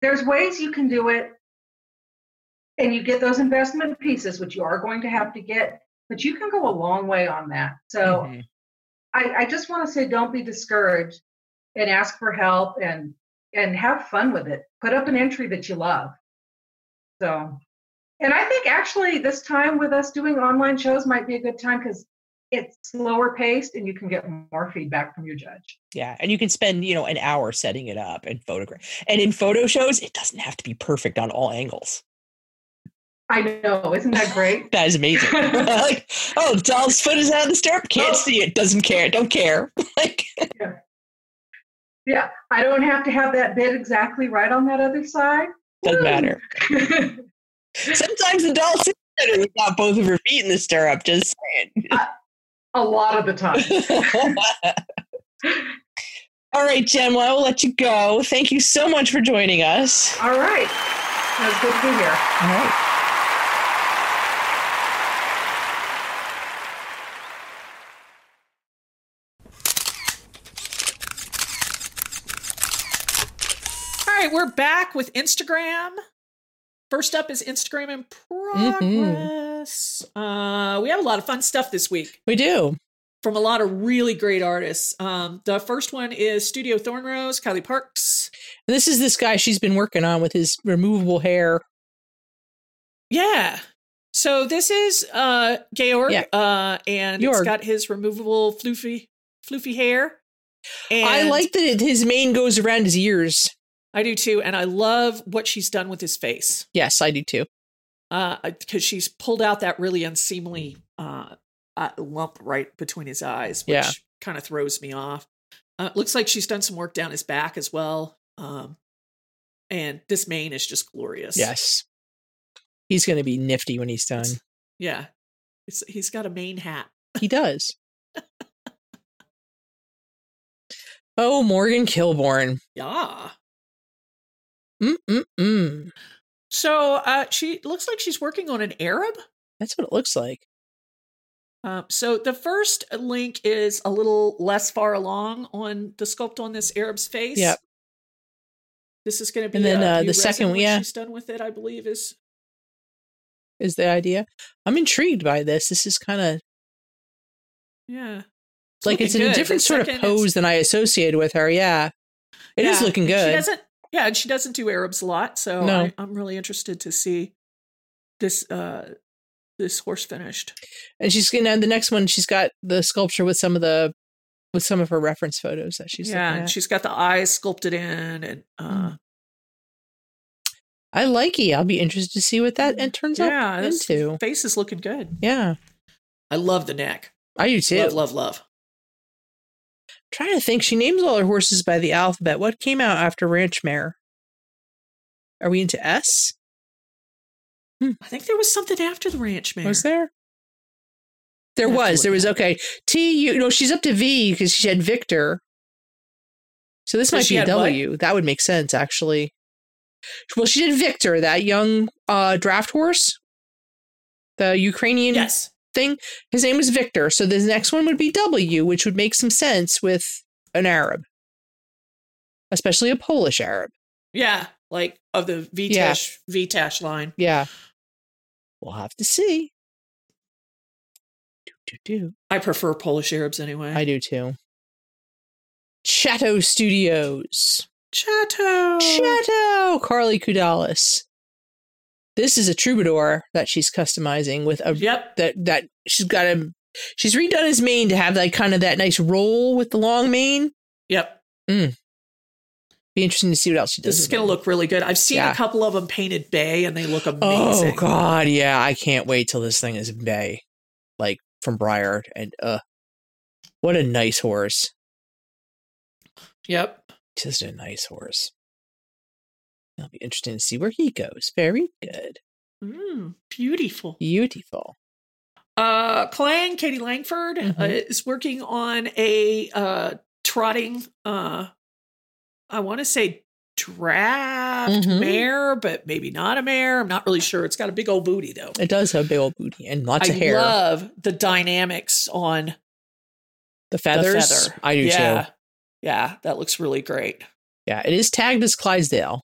Speaker 6: there's ways you can do it, and you get those investment pieces, which you are going to have to get, but you can go a long way on that. So,
Speaker 2: Mm-hmm.
Speaker 4: Mhm.
Speaker 6: I, I just want to say don't be discouraged and ask for help and and have fun with it. Put up an entry that you love. So and I think actually this time with us doing online shows might be a good time because it's slower paced and you can get more feedback from your judge.
Speaker 4: Yeah. And you can spend, you know, an hour setting it up and photograph. And in photo shows, it doesn't have to be perfect on all angles.
Speaker 6: I know, isn't that great?
Speaker 4: That is amazing. like, oh, the doll's foot is out of the stirrup. Can't
Speaker 6: Oh.
Speaker 4: see it. Doesn't care. Don't care. like,
Speaker 6: yeah, I don't have to have that bit exactly right on that other side.
Speaker 4: doesn't
Speaker 6: Woo.
Speaker 4: matter. Sometimes the doll sits better without both of her feet in the stirrup. Just
Speaker 6: Uh, a lot of the time.
Speaker 4: saying. all right, Jen. Well, I will let you go. Thank you so much for joining us.
Speaker 6: All right. That was good to be here.
Speaker 4: All right.
Speaker 3: All right, we're back with Instagram. First up is Instagram in
Speaker 2: Mm-hmm.
Speaker 3: progress. Uh, we have a lot of fun stuff this week
Speaker 4: We do.
Speaker 3: from a lot of really great artists. Um, the first one is Studio Thornrose, Kylie Parks.
Speaker 4: This is this guy she's been working on with his removable hair.
Speaker 3: Yeah. So this is uh, Georg,
Speaker 4: Yeah.
Speaker 3: uh, and it's
Speaker 4: Georg.
Speaker 3: got his removable floofy, floofy hair. And
Speaker 4: I like that it, his mane goes around his ears.
Speaker 3: I do too, and I love what she's done with his face.
Speaker 4: Yes, I do too.
Speaker 3: because Uh, she's pulled out that really unseemly uh, uh, lump right between his eyes, which
Speaker 4: Yeah.
Speaker 3: kind of throws me off. Uh, looks like she's done some work down his back as well. Um, and this mane is just glorious.
Speaker 4: Yes. He's going to be nifty when he's done.
Speaker 3: Yeah. It's, he's got a mane hat.
Speaker 4: He does. oh, Morgan Kilborn.
Speaker 3: Yeah.
Speaker 4: Mm-mm-mm.
Speaker 3: So uh, she looks like she's working on an Arab.
Speaker 4: That's what it looks like.
Speaker 3: Um, so the first link is a little less far along on the sculpt on this Arab's face.
Speaker 4: Yep.
Speaker 3: This is going to be
Speaker 4: And then,
Speaker 3: a
Speaker 4: uh,
Speaker 3: new
Speaker 4: the second-
Speaker 3: resin when
Speaker 4: yeah.
Speaker 3: she's done with it. I believe is
Speaker 4: Is the idea? I'm intrigued by this. This is kind of
Speaker 3: yeah. It's
Speaker 4: like
Speaker 3: looking
Speaker 4: it's in a
Speaker 3: good.
Speaker 4: different
Speaker 3: The
Speaker 4: sort of
Speaker 3: second is-
Speaker 4: pose than I associated with her. Yeah, it is
Speaker 3: yeah,
Speaker 4: looking
Speaker 3: and She
Speaker 4: good.
Speaker 3: doesn't. Yeah, and she doesn't do Arabs a lot, so
Speaker 4: No.
Speaker 3: I, I'm really interested to see this uh this horse finished.
Speaker 4: And she's gonna the next one. She's got the sculpture with some of the with some of her reference photos that she's.
Speaker 3: yeah,
Speaker 4: looking
Speaker 3: and
Speaker 4: at. Mm-hmm.
Speaker 3: she's got the eyes sculpted in, and uh,
Speaker 4: I like it. I'll be interested to see what that and turns
Speaker 3: Mm, yeah,
Speaker 4: out
Speaker 3: this
Speaker 4: into.
Speaker 3: face is looking good.
Speaker 4: Yeah,
Speaker 3: I love the neck.
Speaker 4: I do too.
Speaker 3: Love, love, love.
Speaker 4: trying to think. She names all her horses by the alphabet. What came out after Ranch Mare? Are we into S?
Speaker 3: I think there was something after the ranch man.
Speaker 4: Was there? There
Speaker 3: I have to
Speaker 4: was.
Speaker 3: look
Speaker 4: There was
Speaker 3: it
Speaker 4: okay. T U. No, she's up to V because she had Victor. So this
Speaker 3: So
Speaker 4: might
Speaker 3: she
Speaker 4: be a
Speaker 3: had what?
Speaker 4: W. That would make sense actually. Well, she did Victor, that young uh, draft horse, the Ukrainian
Speaker 3: Yes.
Speaker 4: thing. His name was Victor. So the next one would be W, which would make some sense with an Arab, especially a Polish Arab.
Speaker 3: Yeah. Like of the VTash
Speaker 4: Yeah.
Speaker 3: VTash line.
Speaker 4: Yeah. We'll have to see. Do, do, do.
Speaker 3: I prefer Polish Arabs anyway.
Speaker 4: I do too. Chateau Studios.
Speaker 3: Chateau.
Speaker 4: Chateau! Carly Kudalis. This is a troubadour that she's customizing with a
Speaker 3: Yep.
Speaker 4: that that she's got a she's redone his mane to have that kind of that nice roll with the long mane.
Speaker 3: Yep.
Speaker 4: Mm. Be interesting to see what else she
Speaker 3: This
Speaker 4: does.
Speaker 3: is going to look really good. I've seen
Speaker 4: Yeah.
Speaker 3: a couple of them painted bay, and they look amazing.
Speaker 4: oh God, yeah, I can't wait till this thing is in May, like from Briar and uh, what a nice horse,
Speaker 3: Yep.
Speaker 4: just a nice horse. It'll be interesting to see where he goes. Very good,
Speaker 3: Mm, beautiful.
Speaker 4: beautiful.
Speaker 3: Uh, Clang, Katie Langford uh,
Speaker 4: Mhm.
Speaker 3: is working on a uh, trotting. Uh, I want to say draft
Speaker 4: Mhm.
Speaker 3: mare, but maybe not a mare. I'm not really sure. It's got a big old booty though.
Speaker 4: It does have big old booty and lots
Speaker 3: I
Speaker 4: of hair.
Speaker 3: love the dynamics on
Speaker 4: the feathers,
Speaker 3: the feather.
Speaker 4: I do
Speaker 3: yeah.
Speaker 4: too.
Speaker 3: Yeah, that looks really great.
Speaker 4: Yeah, it is tagged as Clydesdale.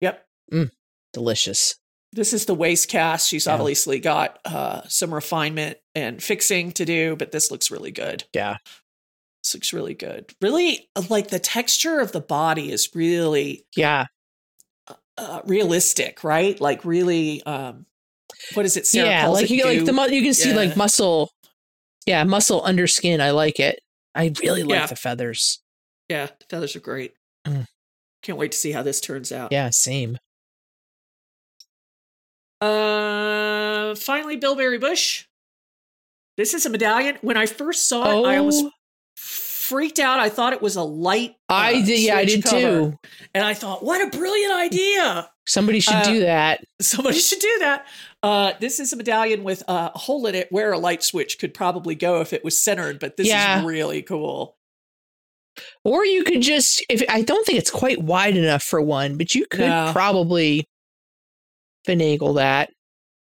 Speaker 3: Yep.
Speaker 4: Delicious.
Speaker 3: This is the waist cast. She's
Speaker 4: Yeah.
Speaker 3: obviously got uh, some refinement and fixing to do, but this looks really good.
Speaker 4: Yeah.
Speaker 3: This looks really good. Really, uh, like the texture of the body is really
Speaker 4: Yeah.
Speaker 3: uh, realistic, right? Like really, um, what is it? Sarah
Speaker 4: yeah,
Speaker 3: calls
Speaker 4: like
Speaker 3: it
Speaker 4: you like the
Speaker 3: goop.
Speaker 4: mu- you can see
Speaker 3: Yeah.
Speaker 4: like muscle. Yeah, muscle under skin. I like it. I really like
Speaker 3: Yeah.
Speaker 4: the feathers.
Speaker 3: yeah, the feathers are great.
Speaker 4: Mm.
Speaker 3: Can't wait to see how this turns out.
Speaker 4: Yeah, same.
Speaker 3: Uh, finally, Bilberry Bush. This is a medallion. When I first saw
Speaker 4: Oh,
Speaker 3: it, I was freaked out. I thought it was a light.
Speaker 4: I
Speaker 3: uh,
Speaker 4: did. Yeah, I
Speaker 3: switch
Speaker 4: did
Speaker 3: color.
Speaker 4: too.
Speaker 3: And I thought, what a brilliant idea.
Speaker 4: Somebody should
Speaker 3: Uh,
Speaker 4: do that.
Speaker 3: Somebody should do that. Uh, this is a medallion with uh, a hole in it where a light switch could probably go if it was centered, but this
Speaker 4: Yeah.
Speaker 3: is really cool.
Speaker 4: Or you could just if I don't think it's quite wide enough for one, but you could
Speaker 3: No.
Speaker 4: probably finagle that.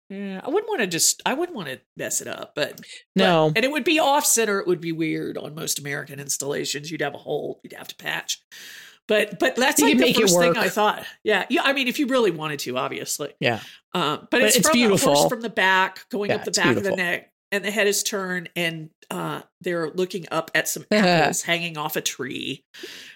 Speaker 3: Yeah, I wouldn't want to just, I wouldn't want to mess it up, but
Speaker 4: No.
Speaker 3: But- and it would be off center. It would be weird on most American installations. You'd have a hole. You'd have to patch. But but that's
Speaker 4: You
Speaker 3: like
Speaker 4: could
Speaker 3: the
Speaker 4: make it
Speaker 3: first thing
Speaker 4: work.
Speaker 3: I thought. Yeah, yeah. I mean, if you really wanted to, obviously.
Speaker 4: Yeah.
Speaker 3: Um, but, it's,
Speaker 4: it's
Speaker 3: from a horse
Speaker 4: beautiful.
Speaker 3: from the back, going
Speaker 4: Yeah,
Speaker 3: up the
Speaker 4: it's
Speaker 3: back of
Speaker 4: beautiful.
Speaker 3: the neck, and the head is turned, and uh, they're looking up at some apples hanging off a tree,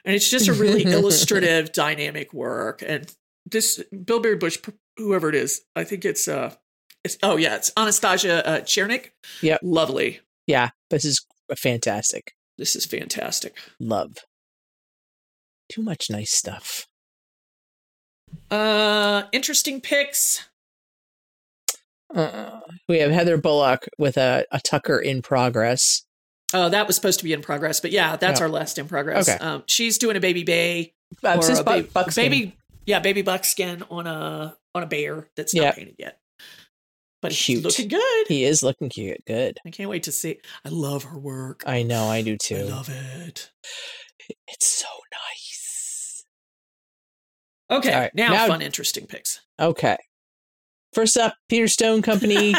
Speaker 3: and it's just a really illustrative, dynamic work. And this Bilberry Bush, whoever it is, I think it's uh, it's oh yeah, it's Anastasia uh, Chernik.
Speaker 4: Yep.
Speaker 3: lovely.
Speaker 4: yeah, this is fantastic.
Speaker 3: This is fantastic.
Speaker 4: Love. Too much nice stuff.
Speaker 3: Uh, interesting picks. Uh-uh.
Speaker 4: Uh, we have Heather Bullock with a, a Tucker in progress.
Speaker 3: Oh, that was supposed to be in progress, but yeah, that's
Speaker 4: Yeah.
Speaker 3: our last in progress.
Speaker 4: Okay.
Speaker 3: Um, she's doing a baby bay
Speaker 4: Uh,
Speaker 3: or
Speaker 4: since
Speaker 3: a ba-
Speaker 4: Bu- Buckskin.
Speaker 3: baby, yeah, baby buckskin on a on a bear that's
Speaker 4: Yeah.
Speaker 3: not painted yet, but
Speaker 4: Cute.
Speaker 3: it's looking good.
Speaker 4: He is looking cute. Good.
Speaker 3: I can't wait to see. I love her work.
Speaker 4: I know. I do
Speaker 3: I
Speaker 4: too.
Speaker 3: love it.
Speaker 4: It's so nice.
Speaker 3: Okay,
Speaker 4: All right,
Speaker 3: now,
Speaker 4: now-
Speaker 3: fun, interesting picks.
Speaker 4: Okay. First up, Peter Stone Company.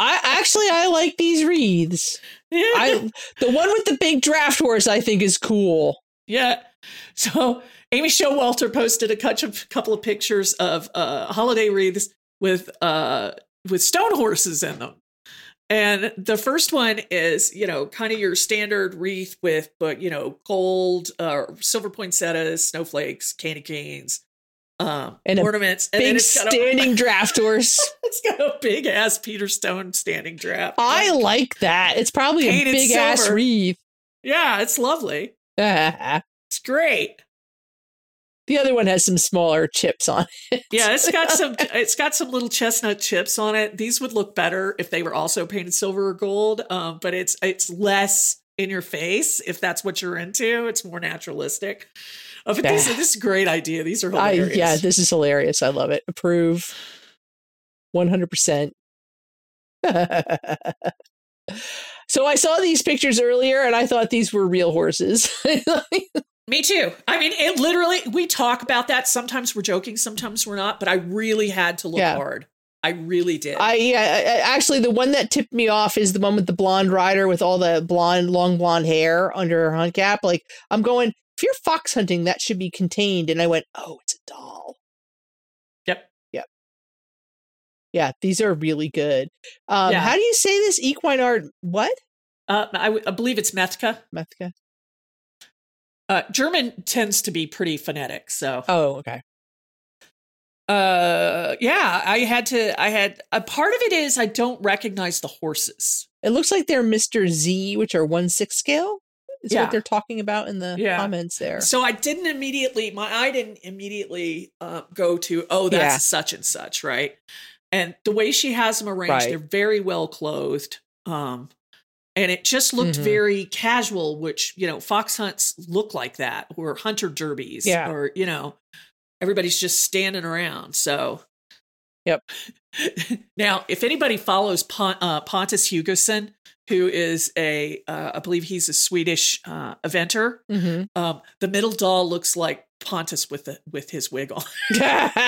Speaker 4: I actually I like these wreaths. I the one with the big draft horse I think is cool.
Speaker 3: Yeah. So Amy Showalter posted a couch of- couple of pictures of uh, holiday wreaths with uh, with stone horses in them. And the first one is, you know, kind of your standard wreath with, but you know, gold, uh, silver poinsettias, snowflakes, candy canes, um,
Speaker 4: And a
Speaker 3: ornaments, and then
Speaker 4: Big
Speaker 3: it's got,
Speaker 4: standing draft horse.
Speaker 3: a, it's got a big ass Peter Stone standing draft.
Speaker 4: I like that. It's probably
Speaker 3: Painted
Speaker 4: a big ass
Speaker 3: silver.
Speaker 4: wreath.
Speaker 3: yeah, it's lovely.
Speaker 4: the
Speaker 3: It's great.
Speaker 4: other one has some smaller chips on.
Speaker 3: Yeah, it's got some it's got some little chestnut chips on it. These would look better if they were also painted silver or gold. Um, but it's it's less in your face if that's what you're into. It's more naturalistic. Uh, but these,
Speaker 4: Yeah.
Speaker 3: this is a great idea. These are
Speaker 4: I
Speaker 3: hilarious.
Speaker 4: yeah, this is hilarious. I love it. Approve. One hundred percent. So I saw these pictures earlier, and I thought these were real horses.
Speaker 3: Me too. I mean, it literally we talk about that. Sometimes we're joking, sometimes we're not, but I really had to look
Speaker 4: Yeah.
Speaker 3: hard. I really did.
Speaker 4: I yeah, I- I- actually the one that tipped me off is the one with the blonde rider with all the blonde, long blonde hair under her hunt cap. Like I'm going, if you're fox hunting, that should be contained. And I went, oh, it's a doll.
Speaker 3: Yep.
Speaker 4: Yep. Yeah, these are really good. Um,
Speaker 3: Yeah.
Speaker 4: How do you say this? Equine art? What?
Speaker 3: uh, I, w- I believe it's Methka.
Speaker 4: Methka?
Speaker 3: Uh, German tends to be pretty phonetic, so
Speaker 4: Oh, okay.
Speaker 3: uh yeah i had to i had a part of it is i don't recognize the horses
Speaker 4: It looks like they're Mr. Z, which are one six scale. Is
Speaker 3: Yeah.
Speaker 4: what they're talking about in the
Speaker 3: Yeah.
Speaker 4: comments there.
Speaker 3: So I didn't immediately, my eye didn't immediately uh, go to, oh, that's
Speaker 4: Yeah.
Speaker 3: such and such, right? And the way she has them arranged,
Speaker 4: Right.
Speaker 3: they're very well clothed. Um, and it just looked
Speaker 4: Mhm.
Speaker 3: very casual, which, you know, fox hunts look like that, or hunter derbies,
Speaker 4: Yeah.
Speaker 3: or, you know, everybody's just standing around. So,
Speaker 4: Yep.
Speaker 3: now, if anybody follows Pon- uh, Pontus Hugoson, who is a, uh, I believe he's a Swedish uh, eventer,
Speaker 4: hmm
Speaker 3: um, the middle doll looks like Pontus with the, with his wig on.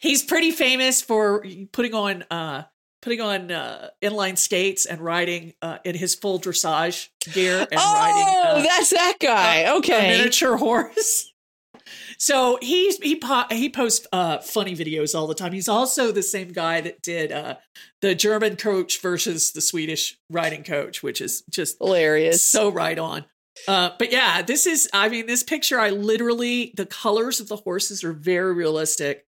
Speaker 3: He's pretty famous for putting on uh, putting on uh, inline skates and riding uh, in his full dressage gear and
Speaker 4: oh,
Speaker 3: riding uh,
Speaker 4: that's that guy.
Speaker 3: a
Speaker 4: okay.
Speaker 3: miniature horse. So he's he po- he posts uh, funny videos all the time. He's also the same guy that did uh, the German coach versus the Swedish riding coach, which is just
Speaker 4: Hilarious.
Speaker 3: so right on. Uh, but yeah, this is, I mean, this picture, I literally, the colors of the horses are very realistic.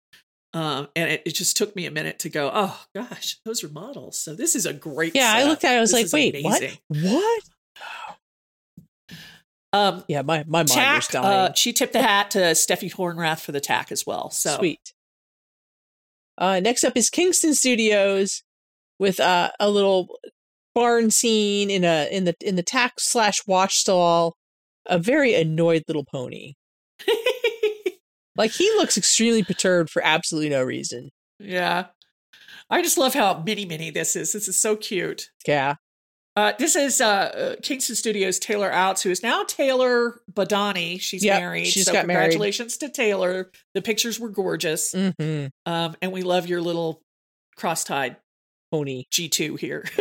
Speaker 3: Um, and it, it just took me a minute to go, oh gosh, those are models. So this is a great
Speaker 4: yeah, I
Speaker 3: setup.
Speaker 4: looked at it. I was
Speaker 3: This
Speaker 4: like,
Speaker 3: is
Speaker 4: wait,
Speaker 3: amazing."
Speaker 4: what? What?
Speaker 3: Um,
Speaker 4: Yeah, my, my mind was
Speaker 3: tack,
Speaker 4: dying.
Speaker 3: uh, she tipped the hat to Steffi Hornrath for the tack as well. So
Speaker 4: Sweet. Uh, next up is Kingston Studios with uh, a little barn scene in a in the in the tack slash wash stall. A very annoyed little pony. Like he looks extremely perturbed for absolutely no reason.
Speaker 3: yeah. I just love how mini mini this is. This is so cute.
Speaker 4: Yeah.
Speaker 3: Uh, this is uh, uh, Kingston Studios Taylor Outs, who is now Taylor Badani. She's
Speaker 4: Yep,
Speaker 3: married.
Speaker 4: she's
Speaker 3: so
Speaker 4: got married.
Speaker 3: congratulations to Taylor. The pictures were gorgeous.
Speaker 4: Mm-hmm.
Speaker 3: Um, and we love your little cross-tied
Speaker 4: Pony
Speaker 3: G2 here.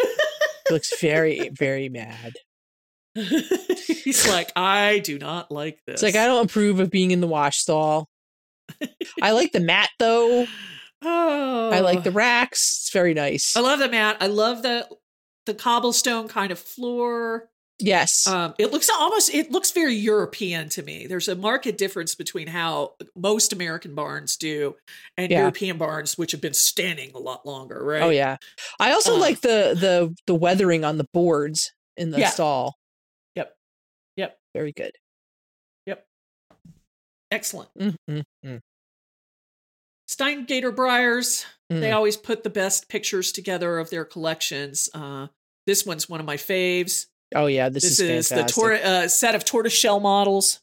Speaker 4: He looks very very mad.
Speaker 3: He's like, I do not like this.
Speaker 4: It's like I don't approve of being in the wash stall. I like the mat though.
Speaker 3: Oh.
Speaker 4: I like the racks. It's very nice.
Speaker 3: I love the mat. I love the the cobblestone kind of floor.
Speaker 4: yes.
Speaker 3: Um, it looks almost it looks very European to me. There's a marked difference between how most American barns do and
Speaker 4: Yeah.
Speaker 3: European barns, which have been standing a lot longer, right?
Speaker 4: Oh yeah. I also
Speaker 3: Uh,
Speaker 4: like the the the weathering on the boards in the
Speaker 3: Yeah.
Speaker 4: stall.
Speaker 3: Yep. Yep.
Speaker 4: Very good.
Speaker 3: Excellent.
Speaker 4: Mm-hmm.
Speaker 3: Steingater Briars, they
Speaker 4: Mm.
Speaker 3: always put the best pictures together of their collections. Uh, this one's one of my faves.
Speaker 4: Oh yeah, this,
Speaker 3: This,
Speaker 4: is,
Speaker 3: is, the
Speaker 4: fantastic.
Speaker 3: tor- uh, set of tortoiseshell models.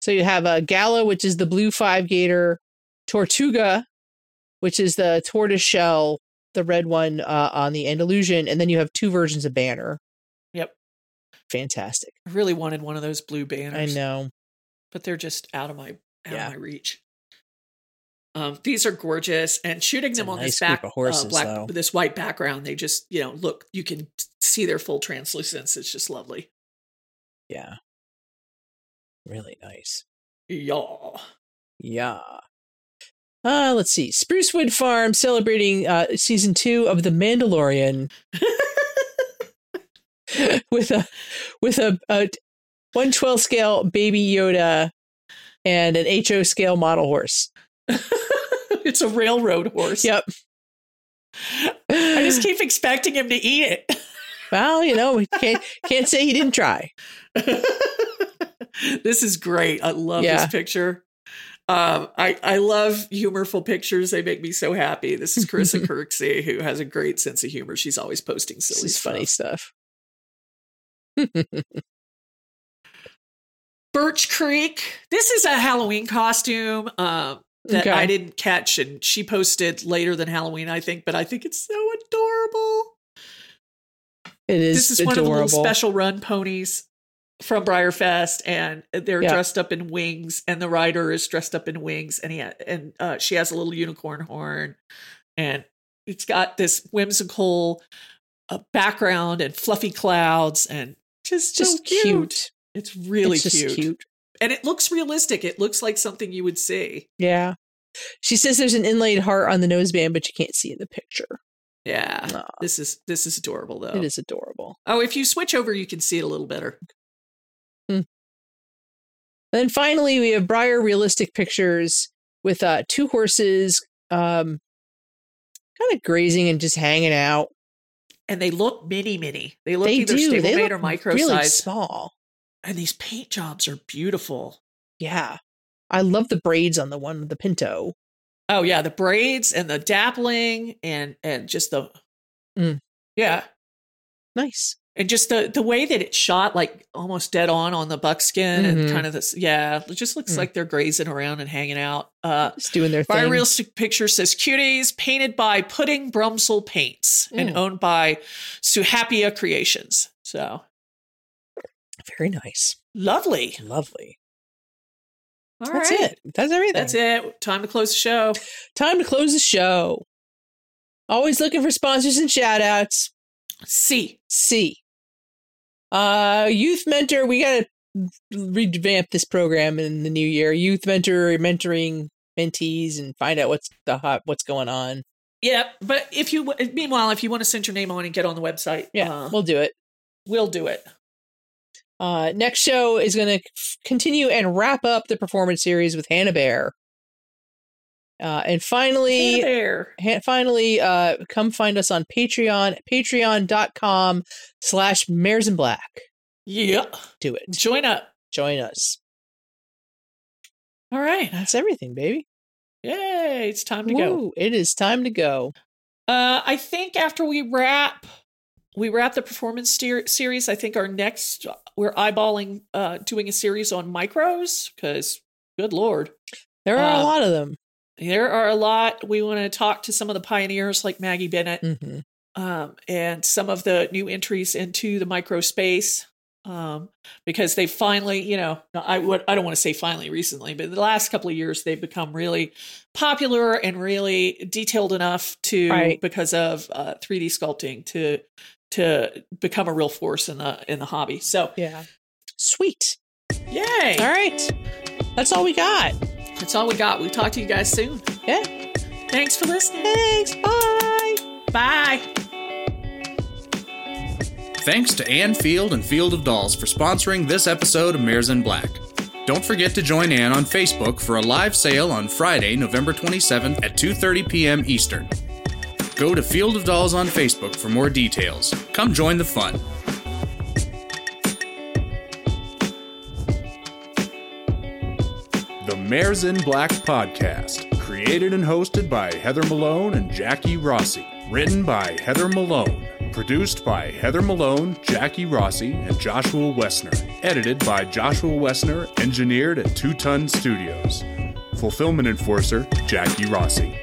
Speaker 4: so you have a gala, which is the blue five gator, tortuga, which is the tortoise shell, the red one uh, on the Andalusian, and then you have two versions of banner.
Speaker 3: Yep.
Speaker 4: Fantastic.
Speaker 3: I really wanted one of those blue banners.
Speaker 4: I know.
Speaker 3: but they're just out of my out
Speaker 4: Yeah.
Speaker 3: of my reach. Um, these are gorgeous, and shooting
Speaker 4: It's a
Speaker 3: them on this
Speaker 4: nice group
Speaker 3: back
Speaker 4: of horses,
Speaker 3: uh, black
Speaker 4: though.
Speaker 3: this white background, they just you know look you can see their full translucence. It's just lovely.
Speaker 4: Yeah. Really nice.
Speaker 3: Yeah,
Speaker 4: Yeah. Uh, let's see. Sprucewood Farm celebrating uh, season two of The Mandalorian with a with a, a one twelve scale baby Yoda and an HO scale model horse.
Speaker 3: it's a railroad horse.
Speaker 4: Yep.
Speaker 3: I just keep expecting him to eat
Speaker 4: well, you know, we can't can't say he didn't try.
Speaker 3: it. this is great. I love
Speaker 4: Yeah.
Speaker 3: this picture. Um, I I love humorful pictures. They make me so happy. This is Carissa Kirksey, who has a great sense of humor. She's always posting
Speaker 4: This
Speaker 3: silly
Speaker 4: is
Speaker 3: stuff.
Speaker 4: funny stuff.
Speaker 3: Birch Creek. This is a Halloween costume um, that
Speaker 4: Okay.
Speaker 3: I didn't catch, and she posted later than Halloween, I think. But I think it's so adorable.
Speaker 4: It is
Speaker 3: this is one
Speaker 4: adorable.
Speaker 3: of the little special run ponies from Briarfest, and they're
Speaker 4: Yeah.
Speaker 3: dressed up in wings, and the rider is dressed up in wings, and he ha- and uh, she has a little unicorn horn, and it's got this whimsical uh, background and fluffy clouds, and just
Speaker 4: just
Speaker 3: so cute.
Speaker 4: cute.
Speaker 3: It's really
Speaker 4: it's just
Speaker 3: cute and it looks realistic. It looks like something you would see.
Speaker 4: Yeah. She says there's an inlaid heart on the noseband, but you can't see it in the picture.
Speaker 3: Yeah,
Speaker 4: Aw.
Speaker 3: this is this is adorable though.
Speaker 4: It is adorable.
Speaker 3: Oh, if you switch over, you can see it a little better.
Speaker 4: And then finally, we have Briar realistic pictures with uh, two horses, um, kind of grazing and just hanging out.
Speaker 3: and they look mini mini. They look
Speaker 4: They
Speaker 3: either
Speaker 4: do. They
Speaker 3: stable made
Speaker 4: look
Speaker 3: or micro
Speaker 4: Really
Speaker 3: size.
Speaker 4: small.
Speaker 3: And these paint jobs are beautiful.
Speaker 4: Yeah. I love the braids on the one with the pinto.
Speaker 3: Oh yeah, the braids and the dappling and and just the
Speaker 4: Mm.
Speaker 3: yeah,
Speaker 4: Nice.
Speaker 3: and just the the way that it's shot, like almost dead on on the buckskin and
Speaker 4: Mhm.
Speaker 3: kind of this yeah, it just looks
Speaker 4: Mm.
Speaker 3: like they're grazing around and hanging out. Uh,
Speaker 4: Just doing their
Speaker 3: Fire
Speaker 4: thing.
Speaker 3: Real Stick Picture says cuties, painted by Pudding Brumsel Paints and
Speaker 4: Mm.
Speaker 3: owned by Suhapia Creations. So
Speaker 4: Very nice.
Speaker 3: lovely.
Speaker 4: Lovely.
Speaker 3: All
Speaker 4: That's
Speaker 3: right.
Speaker 4: it. That's everything.
Speaker 3: That's it. Time to close the show.
Speaker 4: Time to close the show. Always looking for sponsors and shout outs.
Speaker 3: C.
Speaker 4: C. Uh, Youth Mentor, we got to revamp this program in the new year. Youth Mentor, mentoring mentees and find out what's the hot, what's going on.
Speaker 3: Yeah, but if you meanwhile, if you want to send your name on and get on the website,
Speaker 4: Yeah,
Speaker 3: uh,
Speaker 4: we'll do it.
Speaker 3: we'll do it.
Speaker 4: Uh, next show is going to continue and wrap up the performance series with Hannah Bear. Uh, and finally,
Speaker 3: Hannah Bear.
Speaker 4: ha- finally, uh, come find us on Patreon, patreon.com slash mares in black.
Speaker 3: Yeah,
Speaker 4: Do it.
Speaker 3: join up.
Speaker 4: Join us.
Speaker 3: All right,
Speaker 4: That's everything, baby.
Speaker 3: yay! It's time to go.
Speaker 4: Woo, it is time to go.
Speaker 3: Uh, I think after we wrap, we wrap the performance steer- series. I think our next, we're eyeballing uh, doing a series on micros because, good lord,
Speaker 4: There are
Speaker 3: Uh,
Speaker 4: a lot of them.
Speaker 3: there are a lot. We want to talk to some of the pioneers like Maggie Bennett
Speaker 4: hmm
Speaker 3: um, and some of the new entries into the micro space um, because they finally, you know, I would I don't want to say finally recently, but the last couple of years they've become really popular and really detailed enough to
Speaker 4: Right.
Speaker 3: because of uh, 3D sculpting to to become a real force in the in the hobby. So
Speaker 4: Yeah. Sweet.
Speaker 3: yay!
Speaker 4: All right. That's all we got.
Speaker 3: That's all we got. We'll talk to you guys soon.
Speaker 4: Yeah.
Speaker 3: Thanks for listening.
Speaker 4: Thanks. Bye.
Speaker 3: Bye.
Speaker 1: Thanks to Ann Field and Field of Dolls for sponsoring this episode of Mares in Black. Don't forget to join Ann on Facebook for a live sale on Friday, November 27th at 2:30 p.m. Eastern. Go to Field of Dolls on Facebook for more details. Come join the fun.
Speaker 5: The Mares in Black podcast, created and hosted by Heather Malone and Jackie Rossi. Written by Heather Malone. Produced by Heather Malone, Jackie Rossi, and Joshua Wessner. Edited by Joshua Wessner, engineered at Two Ton Studios. Fulfillment Enforcer, Jackie Rossi.